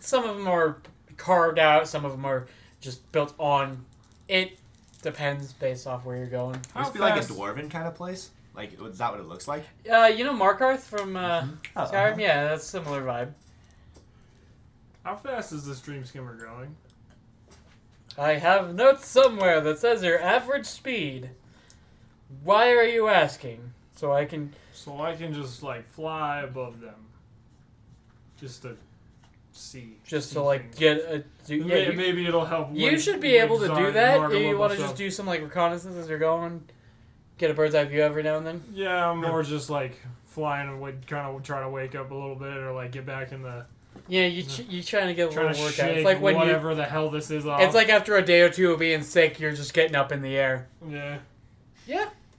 Some of them are carved out. Some of them are just built on. It depends based off where you're going.
Must be like a dwarven kind of place. Like, is that what it looks like?
Uh, you know Markarth from uh,
Oh,
Skyrim.
uh-huh.
Yeah, that's similar vibe.
How fast is this dream skimmer going?
I have notes somewhere that says your average speed. Why are you asking? So I can.
So I can just like fly above them, just to see.
just
see
to like
things.
get a do,
And
yeah,
may-
you,
maybe it'll help.
you
when
should be
we
able to do
design
that
Marvel
if you
up
want to
and
just
stuff.
do some like reconnaissance as you're going get a bird's eye view every now and then
Yeah, I'm more just like flying and would kind of try to wake up a little bit or like get back in the
yeah you ch- you trying to get a
trying to
little workout
shake
it's like when you
whatever the hell this is off.
it's like after a day or two of being sick you're just getting up in the air
yeah,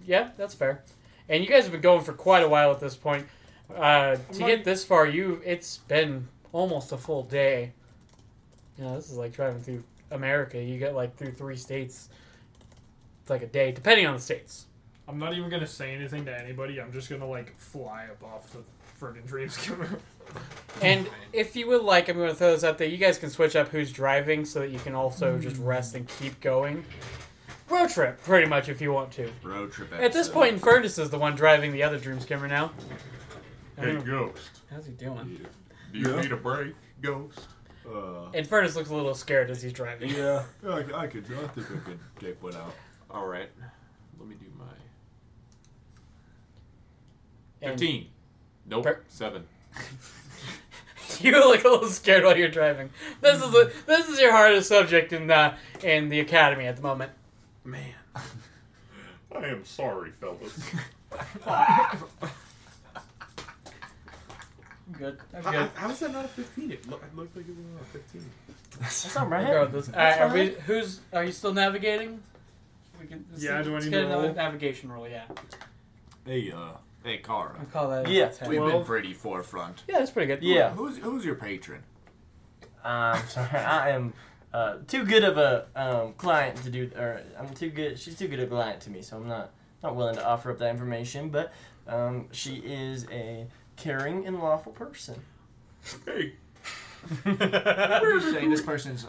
yeah that's fair and you guys have been going for quite a while at this point uh, to
not-
get this far you it's been almost a full day you know this is like driving through america you get like through three states it's like a day depending on the states
I'm not even gonna say anything to anybody. I'm just gonna like fly up off the friggin' dream skimmer.
And if you would like, I'm going to throw this out there. You guys can switch up who's driving so that you can also just rest and keep going. Road trip, pretty much, if you want to.
Road trip.
At this
episode.
point, Infernus is the one driving the other Dream Skimmer now. I
hey,
don't know-
Ghost.
How's he doing?
Do you
Yeah.
need a break, Ghost?
Uh,
Infernus looks a little scared as he's driving.
yeah, I, I could. I think I could take one out.
All right. Let me do my.
And
15. Nope.
Per-
7.
You look a little scared while you're driving. This is the this is your hardest subject in the in the academy at the moment.
Man.
I am sorry, fellas.
good. I'm
How,
good.
how is that not a 15? It, look, it looked like it was not a 15.
That's all
We'll
right.
go with this. All right, are we? Who's? Are you still navigating? We can. let's-
Yeah, do I
let's
need
get
to
another
roll?
navigation roll? Yeah,
Hey, uh, hey, Cara.
I'll call that. a
Yeah.
10.
We've been
Twelve.
pretty forefront.
Yeah, that's pretty good.
Yeah.
Who's who's your patron?
Uh, I'm sorry. I am uh, too good of a um, client to do, or I'm too good. She's too good a client to me, so I'm not not willing to offer up that information. But um, she is a caring and lawful person.
Hey,
Are you saying this person's,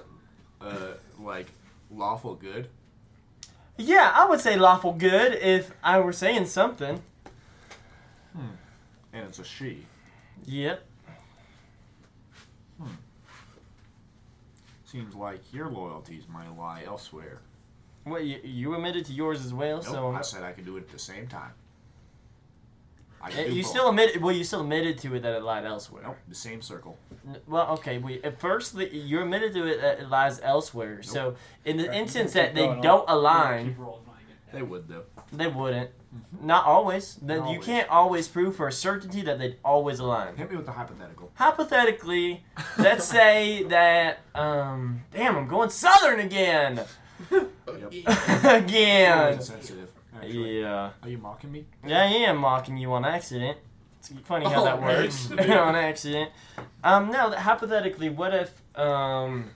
uh, like, lawful good?
Yeah, I would say lawful good if I were saying something.
And it's a she.
Yep.
Seems like your loyalties might lie elsewhere.
Well, you, you admitted to yours as well,
Nope,
so
I said I could do it at the same time. I
Eh,
can do
you
both.
still admitted. Well, you still admitted to it that it lied elsewhere.
Nope, the same circle.
N- Well, okay. We at first the, you admitted to it that it lies elsewhere. So in the
All right, you
instance
can
that
keep
they
going. I'll-
don't
I'll
align.
keep rolling when I get that.
They would, though.
They wouldn't. Not always. That
Not
you
always.
can't always prove for a certainty that they'd always align.
Hit me with the hypothetical.
Hypothetically, let's say that um damn, I'm going southern again.
Yep.
again.
Insensitive. Actually.
Yeah.
Are you mocking me?
Yeah, I am mocking you on accident. It's funny how
Oh,
that
man.
works. on accident. Um, no, th- hypothetically, what if, um,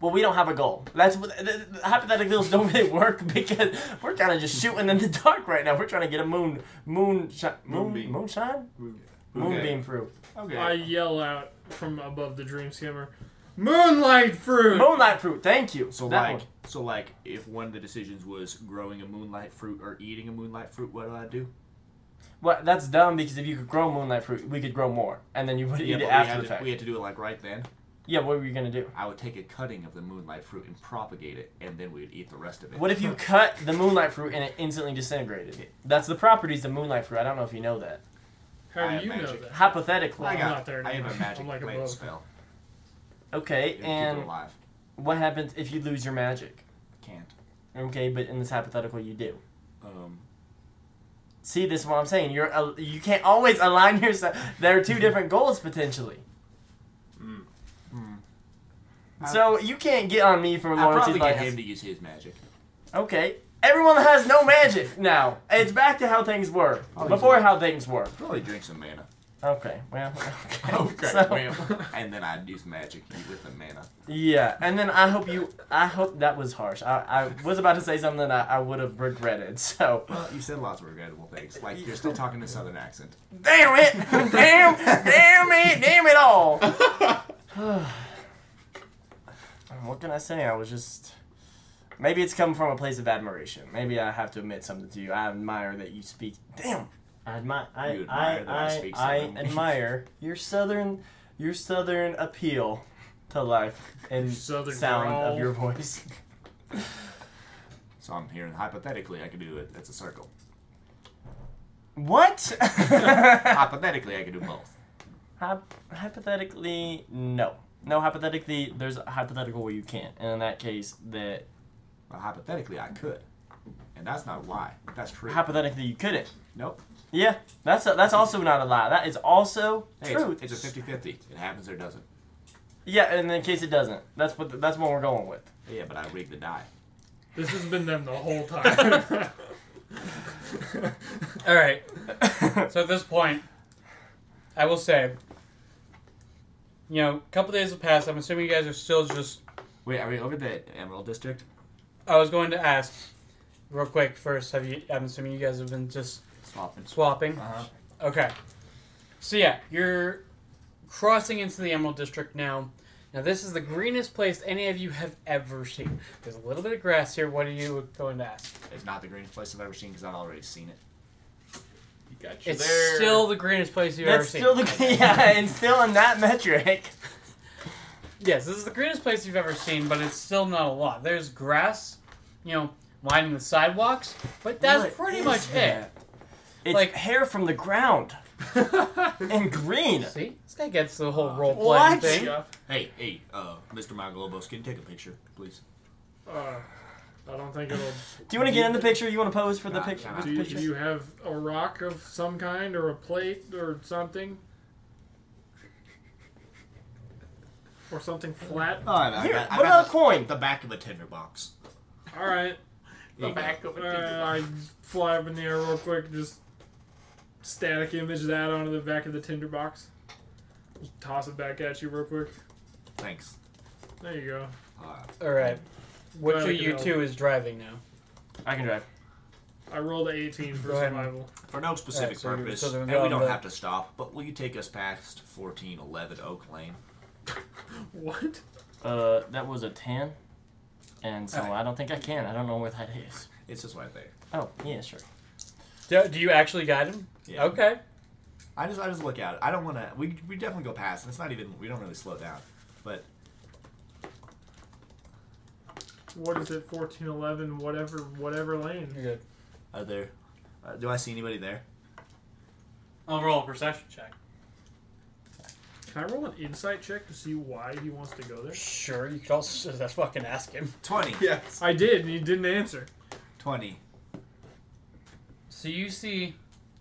well, we don't have a goal. That's what, th- th- hypotheticals don't really work because we're kind of just shooting in the dark right now. We're trying to get a moon, moon, shi- moon
Moonbeam.
moonshine? Moonbeam fruit.
Okay.
I yell out from above the dream skimmer, "Moonlight fruit!"
Moonlight fruit, thank you.
So
that
like,
one.
so like, if one of the decisions was growing a moonlight fruit or eating a moonlight fruit, what do I do?
Well, that's dumb because if you could grow moonlight fruit, we could grow more. And then you would eat
but
it
we,
after
had
the
to,
fact.
we had to do it like right then.
yeah, what were you going to do?
I would take a cutting of the moonlight fruit and propagate it, and then we would eat the rest of it.
What if you cut the moonlight fruit and it instantly disintegrated? That's the properties of moonlight fruit. I don't know if you know that.
How
I
do
have
you know
magic.
that?
Hypothetically.
I
I'm
got,
not there
I have
anymore.
a magic
I'm like
blade
above.
spell.
Okay,
You gotta keep it
and
alive.
what happens if you lose your magic?
Can't.
Okay, but in this hypothetical, you do.
Um,
See, this is what I'm saying. You're uh, you can't always align yourself. There
Mm-hmm.
are two different goals potentially.
Mm.
hmm.
So you can't get on me for
I'd
loyalty
probably
like
get
this.
him to use his magic.
Okay, everyone has no magic now. It's back to how things were
Oh,
before
easy.
how things were.
Probably drink some mana,
Okay, well, okay.
Okay,
so-
well. and then I'd use magic with the mana.
Yeah, and then I hope you. I hope that was harsh. I, I was about to say something that I, I would have regretted. So
Well, Uh, you said lots of regrettable things. Like you're still talking in a southern accent.
damn it, damn, damn it, damn it all. what can I say? I was just. Maybe it's coming from a place of admiration. Maybe I have to admit something to you. I admire that you speak. Damn. I admire. I
You
I
admire that I
I,
speak
I
Southern.
admire your southern your southern appeal to life and
Southern
sound
growl.
of your voice.
So I'm hearing hypothetically I could do it. That's a circle.
What?
Hypothetically I could do both.
Hyp- hypothetically, no. No, hypothetically, there's a hypothetical where you can't. And in that case, that
But hypothetically I could, and that's not a lie. That's true.
hypothetically you couldn't.
nope.
Yeah, that's that's also not a lie. That is also
Hey,
truth.
It's, it's a 50-50. It happens or doesn't.
yeah, and in case it doesn't, that's what that's what we're going with.
Yeah, but I rigged the die.
This has been them the whole time.
All right. So at this point, I will say, you know, a couple days have passed. I'm assuming you guys are still just.
Wait, are we over the Emerald District?
I was going to ask, real quick. First, have you? I'm assuming you guys have been just
Swapping.
swapping.
Uh-huh.
Okay. So yeah, you're crossing into the Emerald District now. Now this is the greenest place any of you have ever seen. There's a little bit of grass here. What are you going to ask?
It's not the greenest place I've ever seen because I've already seen it.
he got you
It's
there.
still the greenest place you've ever
that's
seen.
still the yeah, and still in that metric.
Yes, this is the greenest place you've ever seen, but it's still not a lot. There's grass, you know, lining the sidewalks, but that's
What
pretty
is
much
that? It's
Like-
like hair from the ground and green.
it. See, this guy gets the whole role playing
What?
thing.
Yeah.
Hey, hey, uh, Mr. Maglobo, can you take a picture, please?
uh, I don't think it'll.
Do you want to get in the picture? You want to pose for the
Nah,
picture?
nah.
Do you, do you have a rock of some kind or a plate or something? or something flat.
Oh, I, I
Here,
got, I
what
got
about a coin?
the back of a tinderbox.
All right,
The back of
uh, I fly up in the air real quick, and just static image that onto the back of the tinderbox. Just toss it back at you real quick.
Thanks.
There you go.
Alright.
All right. Which
Well,
of
you
you
know.
two is driving now?
I can drive.
I rolled an 18 for
Go ahead.
survival.
For no specific
Alright, so you're-
purpose,
so they're
and
going
we don't
back.
have to stop, but will you take us past 1411 Oak Lane?
What?
Uh, that was a ten, and so
Alright.
I don't think I can. I don't know where that is.
It's just right there.
Oh, yeah, sure.
Do, do you actually guide him?
Yeah.
Okay.
I just I just look at it. I don't want to. We, we definitely go past, and it's not even. We don't really slow down. But
What is it? 1411, whatever, whatever lane.
You're good.
are there? Uh, do I see anybody there?
I'll roll a perception check.
Can I roll an insight check to see why he wants to go there?
Sure, you could also just fucking ask him.
20.
Yes.
I did, and he didn't answer.
20.
So you see,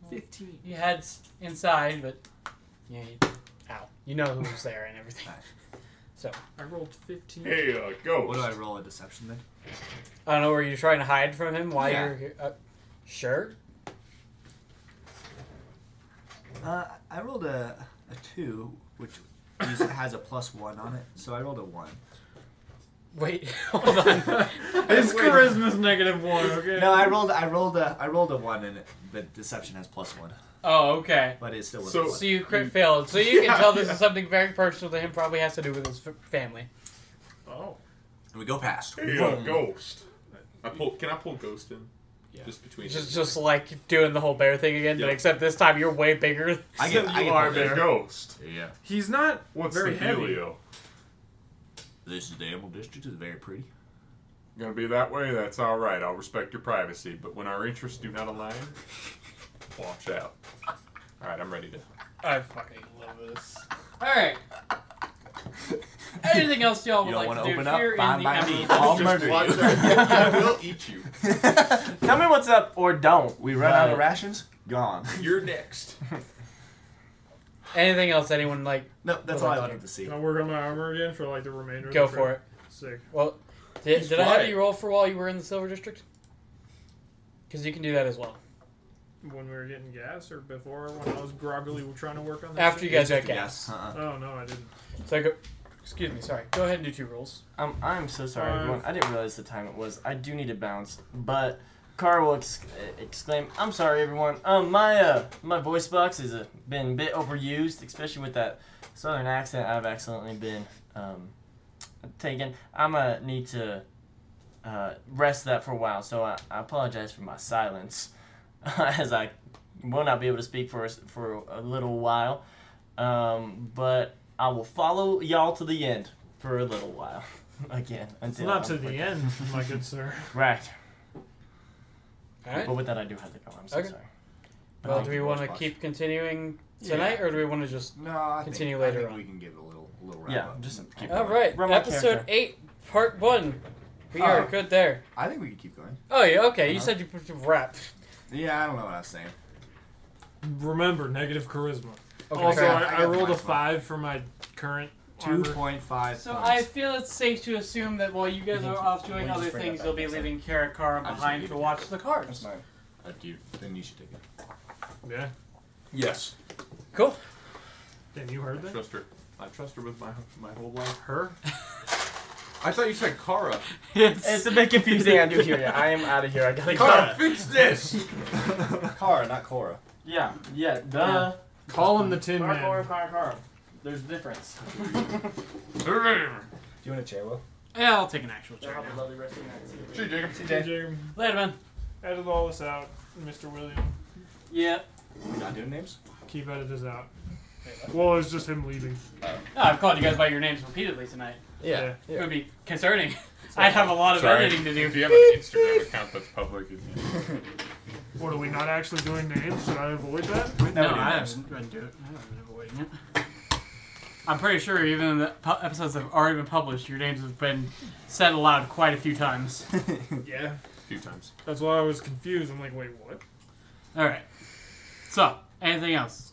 15.
he heads inside, but yeah, you, ow, you know who's there and everything. So
I rolled 15.
Hey, uh, ghost.
What do I roll a deception then?
I don't know. Were you trying to hide from him while
Yeah.
you're here? Uh, sure.
Uh, I rolled a, a 2, which is- has a plus 1 on it, so I rolled a 1.
Wait, hold on.
His charisma's negative one, okay?
No, I rolled I rolled a I rolled a 1 and it, the deception has plus 1,
oh, okay.
but it's still
So-
so,
So you
Mm.
crit failed. So you
Yeah,
can tell this
yeah.
is something very personal to him. Probably has to do with his f- family.
Oh.
And we go past.
Hey, uh, ghost.
I pull. Can I pull ghost in?
Yeah.
Just between.
Just, just like doing the whole bear thing again,
Yeah.
but except this time you're way bigger.
I
So
get- I
you
get
are
the
Hey,
bigger.
ghost.
Yeah.
He's not
What's
very
the
heavy.
dealio?
This is the Emerald District. It's very pretty.
Gonna be that way? That's all right. I'll respect your privacy, but when our interests do not align, watch out. All right, I'm ready to.
I fucking love this. All right. Anything else y'all would
You don't
like
want
to
to
do
open up?
here in
Fine
the
by me.
Emerald-
I'll
Just
murder
watch
you.
out. I will eat you.
Tell me what's up or don't.
We run out
Right.
of rations? Uh, Gone.
You're next.
Anything else anyone like?
No, that's
Well,
all I
that's
wanted
okay.
to see.
Can I work on my armor again for like the remainder
Go
of the trip?
for it.
Sick.
Well, did,
He's
did I have
flying.
you roll for while you were in the Silver District? Because you can do that as well.
When we were getting gas or before when I was groggily trying to work on that?
After
shit?
you guys got gas.
Yes. Uh-uh.
Oh, no, I didn't.
So go. Excuse me. Sorry. Go ahead and do two rolls.
Um, I'm so sorry,
Five.
everyone. I didn't realize the time it was. I do need to bounce, but Car will ex- exclaim, "I'm sorry, everyone. Um, my uh, my voice box has uh, been a bit overused, especially with that southern accent I've accidentally been um taken. I'm gonna need to uh, rest that for a while, so I, I apologize for my silence, as I will not be able to speak for us for a little while. Um, but I will follow y'all to the end for a little while." Again,
It's
until
not
I'm
to the
freaking-
end, my good sir.
Right.
All right.
But with that, I do have to go. I'm so
Okay.
sorry. But
Well,
thank
do we
you.
want to
Xbox.
keep continuing tonight, or do we want to just?
No, I
Continue
think,
later
I think
on.
we can give it a little, a little wrap
Yeah,
up.
just-
keep
All
going.
right.
Run my
Episode
character.
eight, part one. We are
Oh.
good there.
I think we can keep going.
Oh yeah. Okay. You
Uh-huh.
said you put the wrap.
Yeah, I don't know what I was saying.
Remember, negative charisma.
Okay.
also,
crap. I
I, I
got
rolled a
mine.
five for my current
Two
armor.
point five.
So
points.
I feel it's safe to assume that while you guys are off doing
We'll just
other
bring
things,
that
you'll
back
be
next time.
leaving Kara Karam
I'm just
behind to
leaving it.
watch the cards.
mine. Uh, do you, then you should take it.
Yeah.
Yes.
Cool.
Damn, you heard
I
that?
trust her. I trust her with my my whole life.
Her?
I thought you said Kara.
It's a bit confusing. I do hear you. I am out of here. I gotta
Kara,
go.
fix this.
Kara, not Cora.
Yeah, yeah, duh.
Call him the Tin
Car, car,
Man.
car, car. There's a difference.
Do you want a chair, Will?
Yeah, I'll take an actual
So
check.
have a
now.
lovely rest of your night. See you.
Gee, Jacob.
DJ,
Later, man.
edit all this out, Mr. William.
Yeah.
We not doing names?
Keep editors out. Well, it's just him leaving.
No, Oh, I've called you guys by your names repeatedly tonight.
Yeah.
It would be concerning. I'd have a lot of
Sorry.
editing to do.
If you have an Instagram account that's public, you can
What are we not actually doing names? Should I avoid that?
No,
do
I
names.
haven't been do it. I haven't been avoiding it. I'm pretty sure even in the pu- episodes that have already been published, your names have been said aloud quite a few times.
Yeah.
a few times.
That's why I was confused. I'm like, wait, what?
All right. So, anything else?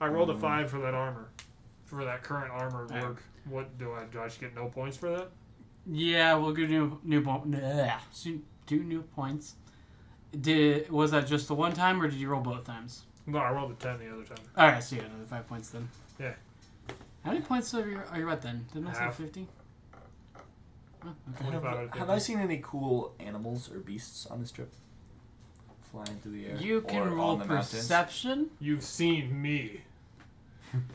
Mm.
I rolled a five for that armor. for that current armor
Alright.
work. What do I? Do I just get no points for that?
Yeah, we'll do new new po- bleh, so- do new points. Did was that just the one time, or did you roll both times?
No, I rolled a ten the other time.
All right, so you got another five points then.
Yeah.
How many points are you, are you at then? Didn't I say
Half.
fifty? Oh, okay.
Twenty-five out of
Have,
fifty.
have I seen any cool animals or beasts on this trip? Flying through the air.
You can
or
roll
on the mountains?
perception.
You've seen me.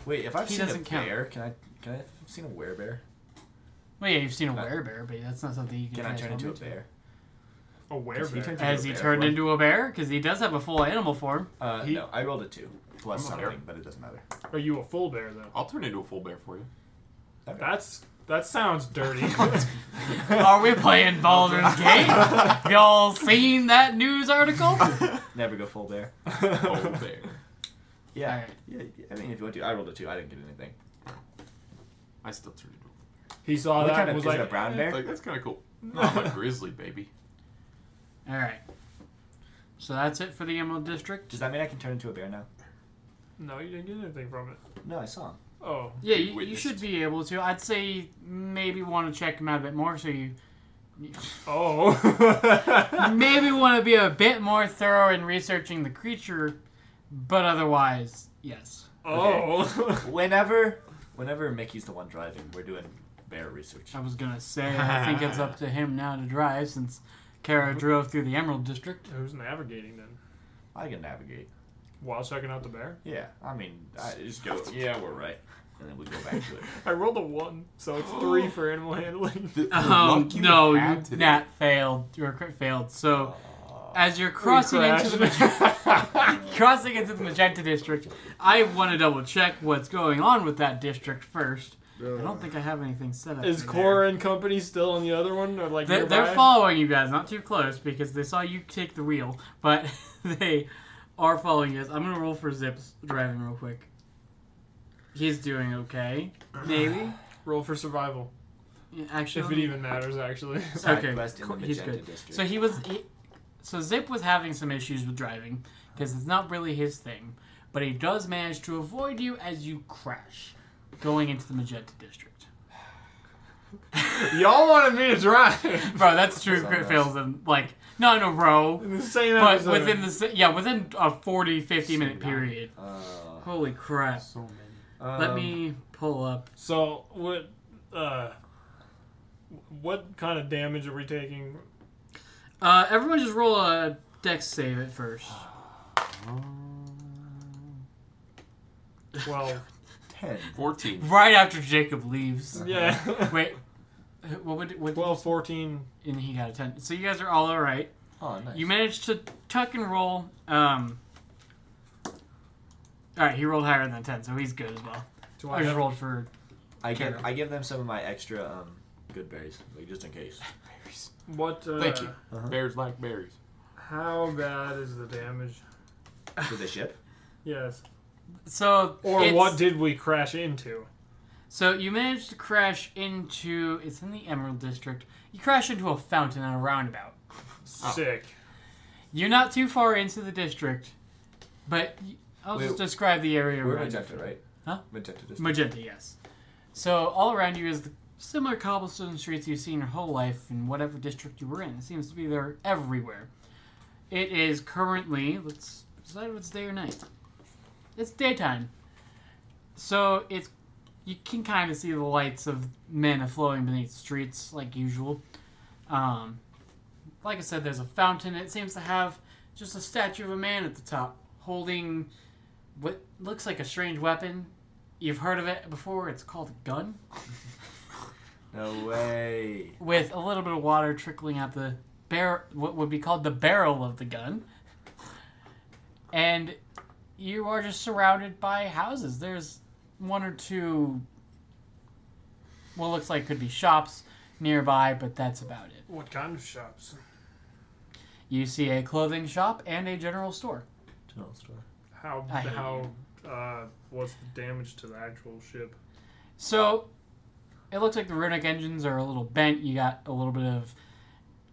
Wait, if I've
He
seen a
doesn't count.
bear, can I? Can I? If I've seen a werebear,
Well, yeah, you've seen a
Uh,
werebear, but that's not something you can.
can I turn
transform
into a bear?
A werebear.
turn-
Has
into a
he
bear
turned
form?
into a bear? Because he does have a full animal form.
Uh,
He-
no, I rolled a two plus
I'm a
something,
bear.
but it doesn't matter.
Are you a full bear though?
I'll turn into a full bear for you.
That's that sounds dirty.
Are we playing Baldur's Gate? Y'all seen that news article?
Never go full bear.
Full bear.
Yeah,
Alright.
yeah. I mean, if you want to, I rolled a two. I didn't get anything.
I still turn into. a
he saw
What
that
kind
and
of
was
is
like,
it a brown
Bear.
bear?
Like that's kind of cool. No, I'm a grizzly baby.
All right. So that's it for the Emerald District.
Does that mean I can turn into a bear now?
no, you didn't get anything from it.
No, I saw him.
Oh,
Yeah,
be
you, you
witnessed.
should be able to. I'd say maybe want to check him out a bit more, so you
oh.
maybe want to be a bit more thorough in researching the creature, but otherwise, yes.
Oh.
Whenever, whenever Mickey's the one driving, we're doing bear research.
I was gonna say I think it's up to him now to drive since Kara drove through the Emerald District.
Who's navigating then?
I can navigate.
While checking out the bear?
Yeah, I mean, I just go. Yeah, we're right, and then we go back to it.
I rolled a one, so it's three for animal handling.
The, the
Um,
luck you
no,
had
you
today.
Nat failed. Your crit failed. So as you're crossing into the crossing into the magenta district, I want to double check what's going on with that district first. I don't think I have anything set up.
Is
for
Cora and company still on the other one? Or like
They're, they're
nearby?
following you guys, not too close because they saw you take the wheel, but they are following you guys. I'm gonna roll for Zips driving real quick. He's doing okay, maybe.
Roll for survival.
Yeah, Actually,
If it even matters, actually.
Side
Okay,
quest in
cool,
the
he's
Magenta
good.
District.
so he was, he, so Zip was having some issues with driving because it's not really his thing, but he does manage to avoid you as you crash, going into the magenta district.
Y'all wanted me to drive
Bro, that's true. Crit
nice.
fails and like not in a row.
in the same
but
episode.
within the si- yeah within a 40 50 minute period
Uh,
holy crap
So many.
let
um,
me pull up
So what? Uh, what kind of damage are we taking?
uh, everyone just roll a dex save at first
Twelve.
Ten.
Fourteen.
right after jacob leaves
yeah.
wait what would what
12, 14.
and he got a 10 so you guys are all all right
Oh, nice.
you managed to tuck and roll um all right he rolled higher than 10 so he's good as well
Do
i
I
just
have,
rolled for
I give I give them some of my extra um good berries, like just in case.
what? Uh,
Thank you.
Uh-huh.
Bears like berries.
How bad is the damage?
For the ship.
Yes.
so
Or
it's-
what did we crash into?
So you managed to crash into it's in the Emerald District. You crash into a fountain on a roundabout.
Sick.
You're not too far into the district, but y- I'll just
Wait,
describe the area
We're
around
magenta, right?
Huh?
Magenta District.
Magenta, yes. So all around you is the similar cobblestone streets you've seen your whole life in whatever district you were in. It seems to be there everywhere. It is currently let's decide if it's day or night. It's daytime. So it's you can kind of see the lights of men flowing beneath streets like usual. Um, like I said, there's a fountain. It seems to have just a statue of a man at the top holding what looks like a strange weapon You've heard of it before. It's called a gun
no way.
with a little bit of water trickling out the bar- what would be called the barrel of the gun. And you are just surrounded by houses. There's one or two what looks like could be shops nearby, but that's about it.
What kind of shops?
You see a clothing shop and a general store.
General store.
How?
I hate
how? Uh, what's the damage to the actual ship?
So it looks like the runic engines are a little bent. You got a little bit of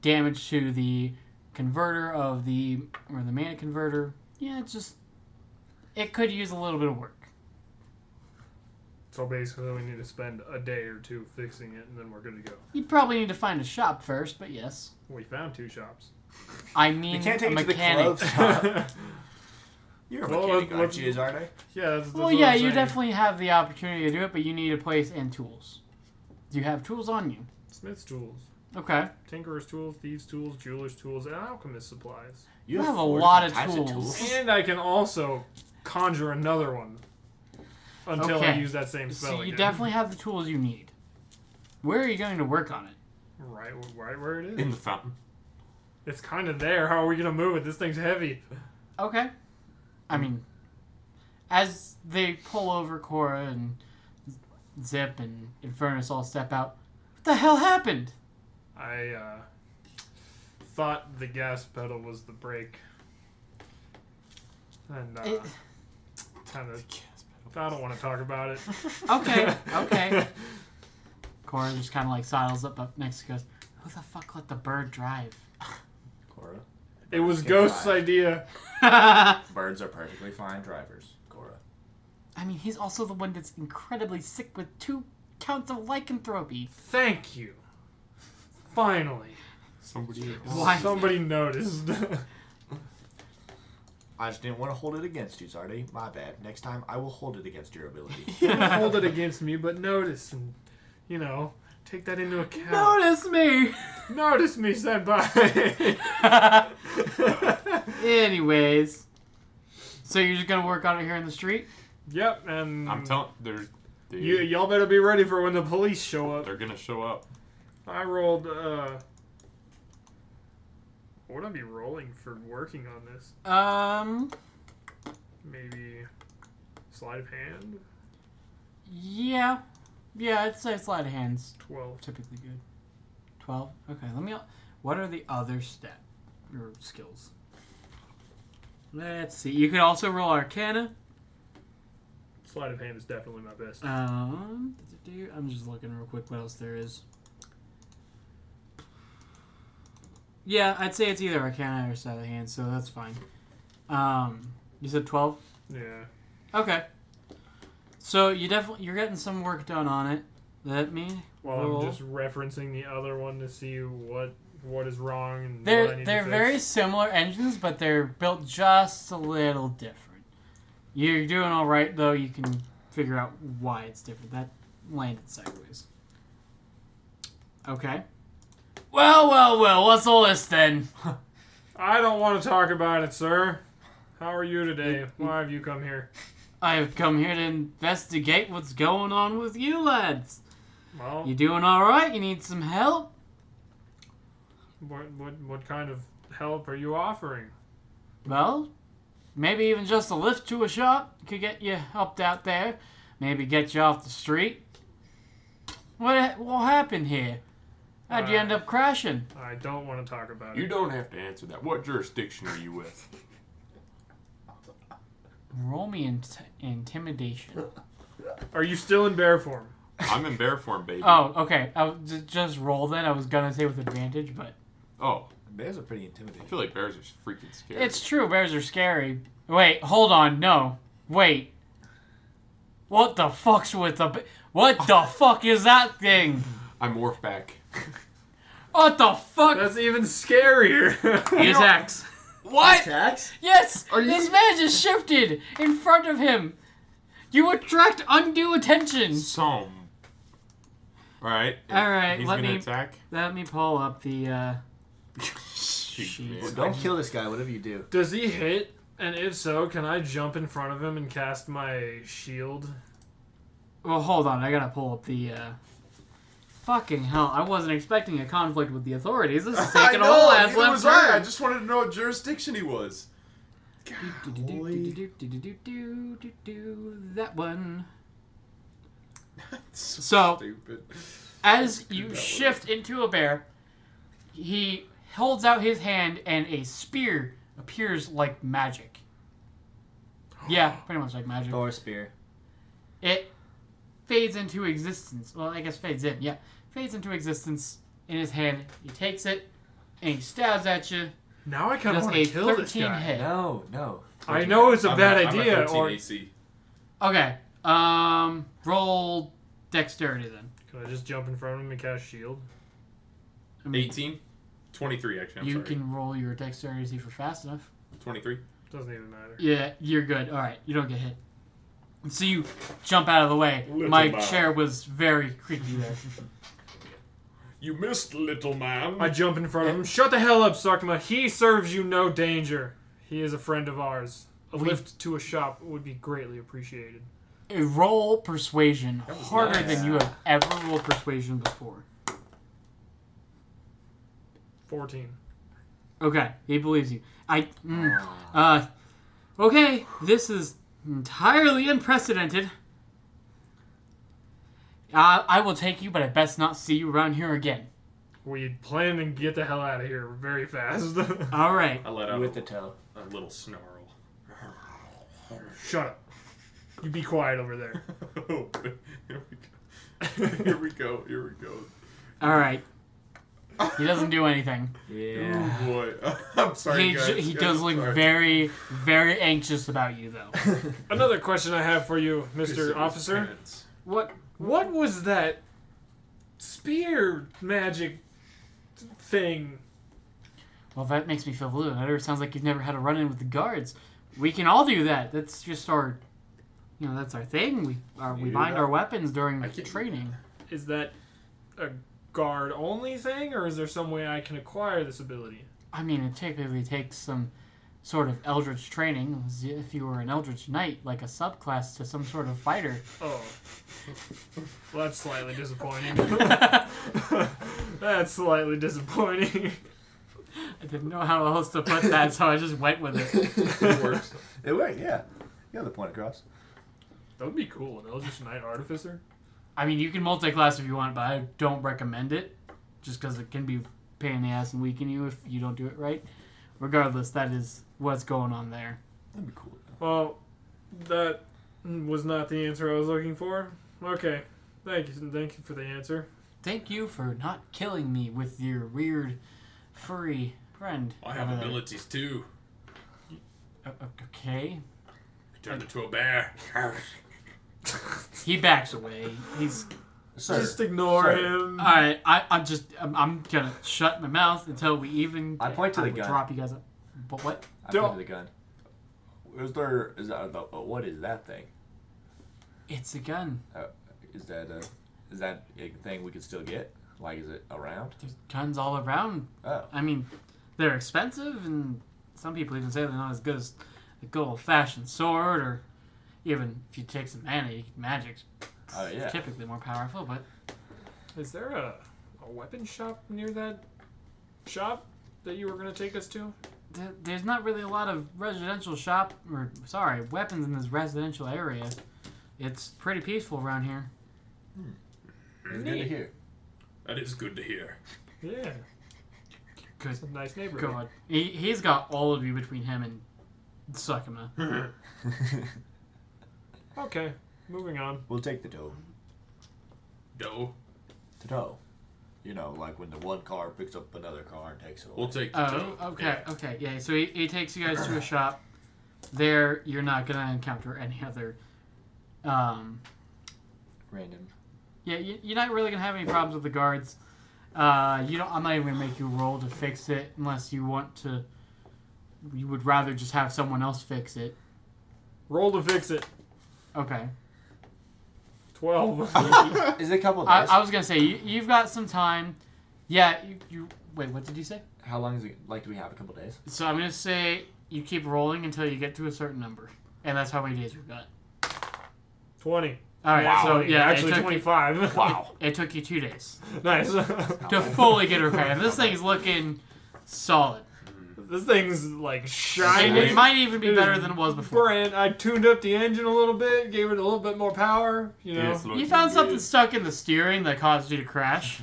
damage to the converter of the or the mana converter. Yeah, it's just it could use a little bit of work.
So basically, we need to spend a day or two fixing it, and then we're good to go.
You'd probably need to find a shop first, but yes.
We found two shops.
I mean,
You can't take
a
it to the
mechanic.
clothes shop. You're a
Well,
mechanic,
what-
aren't
what-
you, Zarde?
Yeah, that's, that's
well,
what
yeah,
I'm
you
saying.
definitely have the opportunity to do it, but you need a place and tools. Do you have tools on you?
Smith's tools,
Okay.
tinkerer's tools, thieves' tools, jeweler's tools, and alchemist supplies.
You
have a
four
lot
different
of
types
tools.
And I can also conjure another one until I
Okay.
use that same spell
So you
again.
definitely have the tools you need. Where are you going to work on it?
right, right where it is.
In the fountain.
It's kind of there. How are we gonna move it? This thing's heavy.
Okay. I mean, as they pull over Cora and Zip and Infernus all step out, what the hell happened?
I uh, thought the gas pedal was the brake, and uh,
It-
kind of. I don't want to talk about it.
Okay, okay. Cora just kind of like sidles up, up next to goes, Who the fuck let the bird drive?
Cora.
It was
Okay,
Ghost's
fine.
idea.
I
Birds are perfectly fine drivers, Cora.
mean, he's also the one that's incredibly sick with two counts of lycanthropy.
Thank you. Finally,
Somebody.
Why?
somebody noticed.
I just didn't want to hold it against you, Zarde. My bad. Next time, I will hold it against your ability.
Hold it against me, but notice and you know take that into account.
Notice me!
Notice me, senpai.
Anyways. So you're just gonna work on it here in the street?
yep, and
I'm telling. They're. Dude,
you, y'all better be ready for when the police show up.
they're gonna show up.
I rolled. uh... What would I be rolling for working on this?
Um,
Maybe sleight of hand.
yeah. Yeah, I'd say sleight of hands.
Twelve.
typically good. Twelve. Okay. Let me. What are the other stat or skills? Let's see. You could also roll Arcana.
Sleight of hand is definitely my best.
Um, I'm just looking real quick what else there is. Yeah, I'd say it's either Arcana or Sleight of Hand, so that's fine. Um, you said twelve.
Yeah.
Okay. So you definitely you're getting some work done on it. Let me.
Well,
roll.
I'm just referencing the other one to see what what is wrong and what I
They're
need
they're
to fix.
very similar engines, but they're built just a little different. You're doing all right though. You can figure out why it's different. That landed sideways. Okay. Well, well, well. What's all this then?
I don't want to talk about it, sir. How are you today? Why have you come here?
I have come here to investigate what's going on with you lads.
Well,
You doing all right? You need some help?
what what what kind of help are you offering?
Well, maybe even just a lift to a shop could get you helped out there. Maybe get you off the street. What what happened here? How'd you end up crashing?
I don't want to talk about
You
it.
don't have to answer that. What jurisdiction are you with?
Roll me int- intimidation.
Are you still in bear form?
I'm in bear form, baby.
Oh, okay. I w- ju- just roll then. I was gonna say with advantage, but
Oh,
Bears are pretty
I
intimidating.
feel like bears are freaking scary.
it's true. Bears are scary. Wait, hold on. No, wait. What the fuck's with the? Ba- what the fuck is that thing?
I'm Worf back.
What the fuck?
That's even scarier.
Use axe. What?
Tax?
Yes!
you-
this man just shifted in front of him! You attract undue attention!
Some. Alright. if
Alright,
He's
let
gonna
me-
attack.
Let me pull up the, uh.
Shoot,
Jeez.
man.
Don't kill this guy, whatever you do.
Does he hit? And if so, can I jump in front of him and cast my shield?
Well, hold on, I gotta pull up the, uh. Fucking hell, I wasn't expecting a conflict with the authorities. This is taking a whole ass
neither
left
was I. I
turn.
just wanted to know what jurisdiction he was.
That one. So-
stupid.
As you shift into a bear, he holds out his hand and a spear appears like magic. Yeah, pretty much like magic.
Thor spear.
It fades into existence. Well, I guess fades in, yeah. Fades into existence in his hand. He takes it and he stabs at you.
Now I kind of
Does
want
a
to kill this
13
guy.
hit.
No, no.
I know it's a
I'm
bad
I'm
idea,
13
or
AC.
Okay, Um, roll dexterity then.
Can I just jump in front of him and cast shield?
I mean,
18? 23, actually. I'm
you
sorry.
can roll your dexterity for fast enough.
23.
Doesn't even matter.
Yeah, you're good. All right, you don't get hit. So you jump out of the way.
Little
My
man.
chair was very creaky there.
You missed, little man.
I jump in front of him. Shut the hell up, Sarkma. He serves you no danger. He is a friend of ours. A
We-
lift to a shop would be greatly appreciated.
A roll persuasion
was
harder
nice.
than you have ever rolled persuasion before.
14.
Okay, he believes you. I. Mm, uh, okay, this is entirely unprecedented. Uh, I will take you, but I best not see you around here again.
We plan and get the hell out of here very fast.
All right.
I let out
with the
a,
toe.
a little snarl.
Shut up. You be quiet over there.
Oh, here we go. Here we go. Here we go.
All right. He doesn't do anything.
Yeah.
Oh, boy. I'm sorry,
He,
guys.
j- he
Guys,
does
I'm
look
sorry.
very, very anxious about you, though.
Another question I have for you,
This is
Mr. Officer.
tense.
What?
What was that spear magic thing?
Well, that makes me feel a little better. It sounds like you've never had a run-in with the guards. We can all do that. That's just our, you know, that's our thing. We our, we
You do
bind
that?
our weapons during
I can't-
training.
Is that a guard only thing, or is there some way I can acquire this ability?
I mean, it typically takes some sort of eldritch training. as If you were an eldritch knight, like a subclass to some sort of fighter.
Oh. Well, that's slightly disappointing. that's slightly disappointing.
I didn't know how else to put that, so I just went with it.
It works.
It worked, yeah. You got the point across.
That would be cool. An Eldritch Knight Artificer?
I mean, you can multi-class if you want, but I don't recommend it, just because it can be a pain in the ass and weaken you if you don't do it right. Regardless, that is what's going on there.
That'd be cool.
Well, that was not the answer I was looking for. Okay. Thank you. Thank you for the answer.
Thank you for not killing me with your weird furry friend.
I have
over there.
abilities too.
O- o- Okay.
Turned into a bear.
He backs away. He's
Sir,
Just ignore
Sir.
him.
all right. I, I'm just. I'm, I'm gonna shut my mouth until we even.
I point to the
will
gun.
Drop you guys up. But what?
I
Don't-
pointed the gun. Is there? Is that? uh, What is that thing?
It's a gun.
Uh, is that a? Is that a thing we could still get? Like, is it around?
There's guns all around.
Oh,
I mean, they're expensive, and some people even say they're not as good as a good old fashioned sword, or even if you take some mana, magic's
oh yeah.
typically more powerful. But
Is there a, a weapon shop near that shop that you were going to take us to?
th- there's not really a lot of residential shop, or sorry, weapons in this residential area. It's pretty peaceful around here.
It's good to hear.
That is good to hear.
Yeah.
Good
It's a nice neighborhood.
God, he, he's got all of you between him and Sakuma.
Okay. Moving on.
We'll take the toe.
No,
The toe. You know, like when the one car picks up another car and takes it away.
we'll take the
Oh,
toe.
okay, okay, yeah. So he, he takes you guys to a shop. There, you're not gonna encounter any other. Um,
Random.
Yeah, you, you're not really gonna have any problems with the guards. Uh, you don't. I'm not even gonna make you roll to fix it unless you want to. You would rather just have someone else fix it.
Roll to fix it.
Okay.
12.
Is it a couple of
I,
days?
I was gonna say you, you've got some time. Yeah. You, you wait. What did you say?
How long is it? Like, do we have a couple of days?
So I'm gonna say you keep rolling until you get to a certain number, and that's how many days you've got.
20.
All right.
Wow.
So yeah,
actually
it took
25.
Wow. It, it took you two days
nice.
to fully get repaired. This thing's looking solid.
this thing's like
And
shiny.
it might even be
It is
better than it was before.
Brand, I tuned up the engine a little bit, gave it a little bit more power. You know,
It's looking
You found
good.
something stuck in the steering that caused you to crash.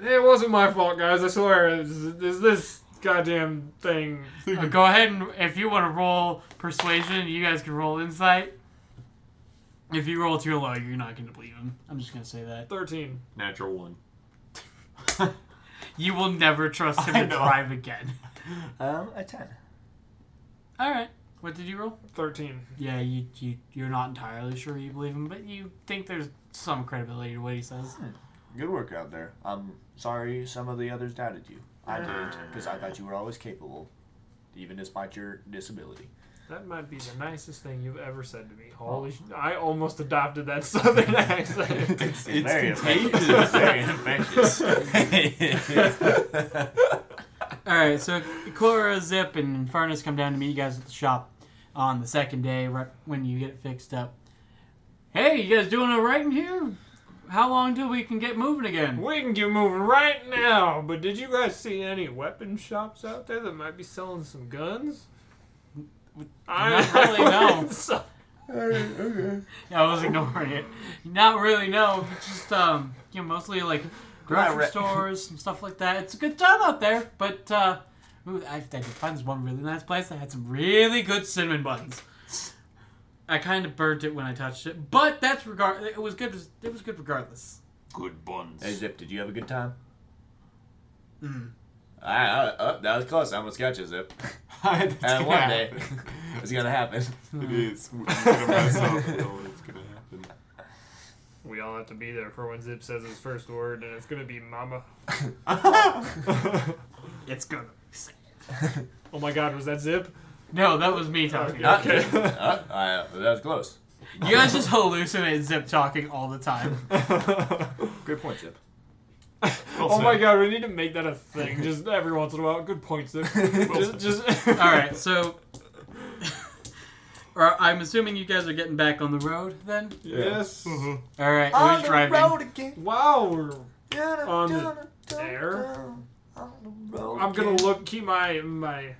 it wasn't my fault, guys. I swear, it's, it's this goddamn thing.
Uh, go ahead and if you want to roll persuasion, you guys can roll insight. If you roll too low, you're not going to believe him. I'm just going to say that.
Thirteen.
Natural one.
You will never trust him
I
to
know.
drive again.
Um, a ten.
All right. What did you roll?
Thirteen.
Yeah, you, you you're not entirely sure you believe him, but you think there's some credibility to what he says.
Good work out there. I'm sorry some of the others doubted you. I did, because I thought you were always capable, even despite your disability.
That might be the nicest thing you've ever said to me.
Oh.
Holy! Sh- I almost adopted that southern accent.
It's,
very
contagious. It's very infectious.
All right, so Cora, Zip, and Infernus come down to meet you guys at the shop on the second day, right when you get it fixed up. Hey, you guys doing all right in here? How long till we can get moving again?
we can get moving right now. But did you guys see any weapon shops out there that might be selling some guns?
Not really, no.
So-
I was ignoring it. Not really, no. It's Just um, you know, mostly like grocery
re-
stores and stuff like that. It's a good time out there, but uh, ooh, I, I did find this one really nice place that had some really good cinnamon buns. I kind of burnt it when I touched it, but that's regard. It was good. It was good regardless.
Good buns.
hey, Zip, did you have a good time?
Mm.
I, I, uh, that was close. I almost got you, Zip.
That's
And
gonna
one day,
happen.
it's going to happen.
Hmm.
It is. We're gonna mess up. though. It's gonna happen.
we all have to be there for when Zip says his first word, and it's gonna be "mama."
it's gonna.
Oh my God, was that Zip?
No, that was me talking.
Okay.
Uh, I, uh, that was close.
You guys just hallucinate Zip talking all the time.
Great point, Zip.
Oh my god, we need to make that a thing. Just every once in a while. Good point, Zip. just, just
All right, so. Or I'm assuming you guys are getting back on the road then.
Yes.
All right, who's driving?
again.
Wow. we're- On the air?
air.
I'm gonna look. Keep my my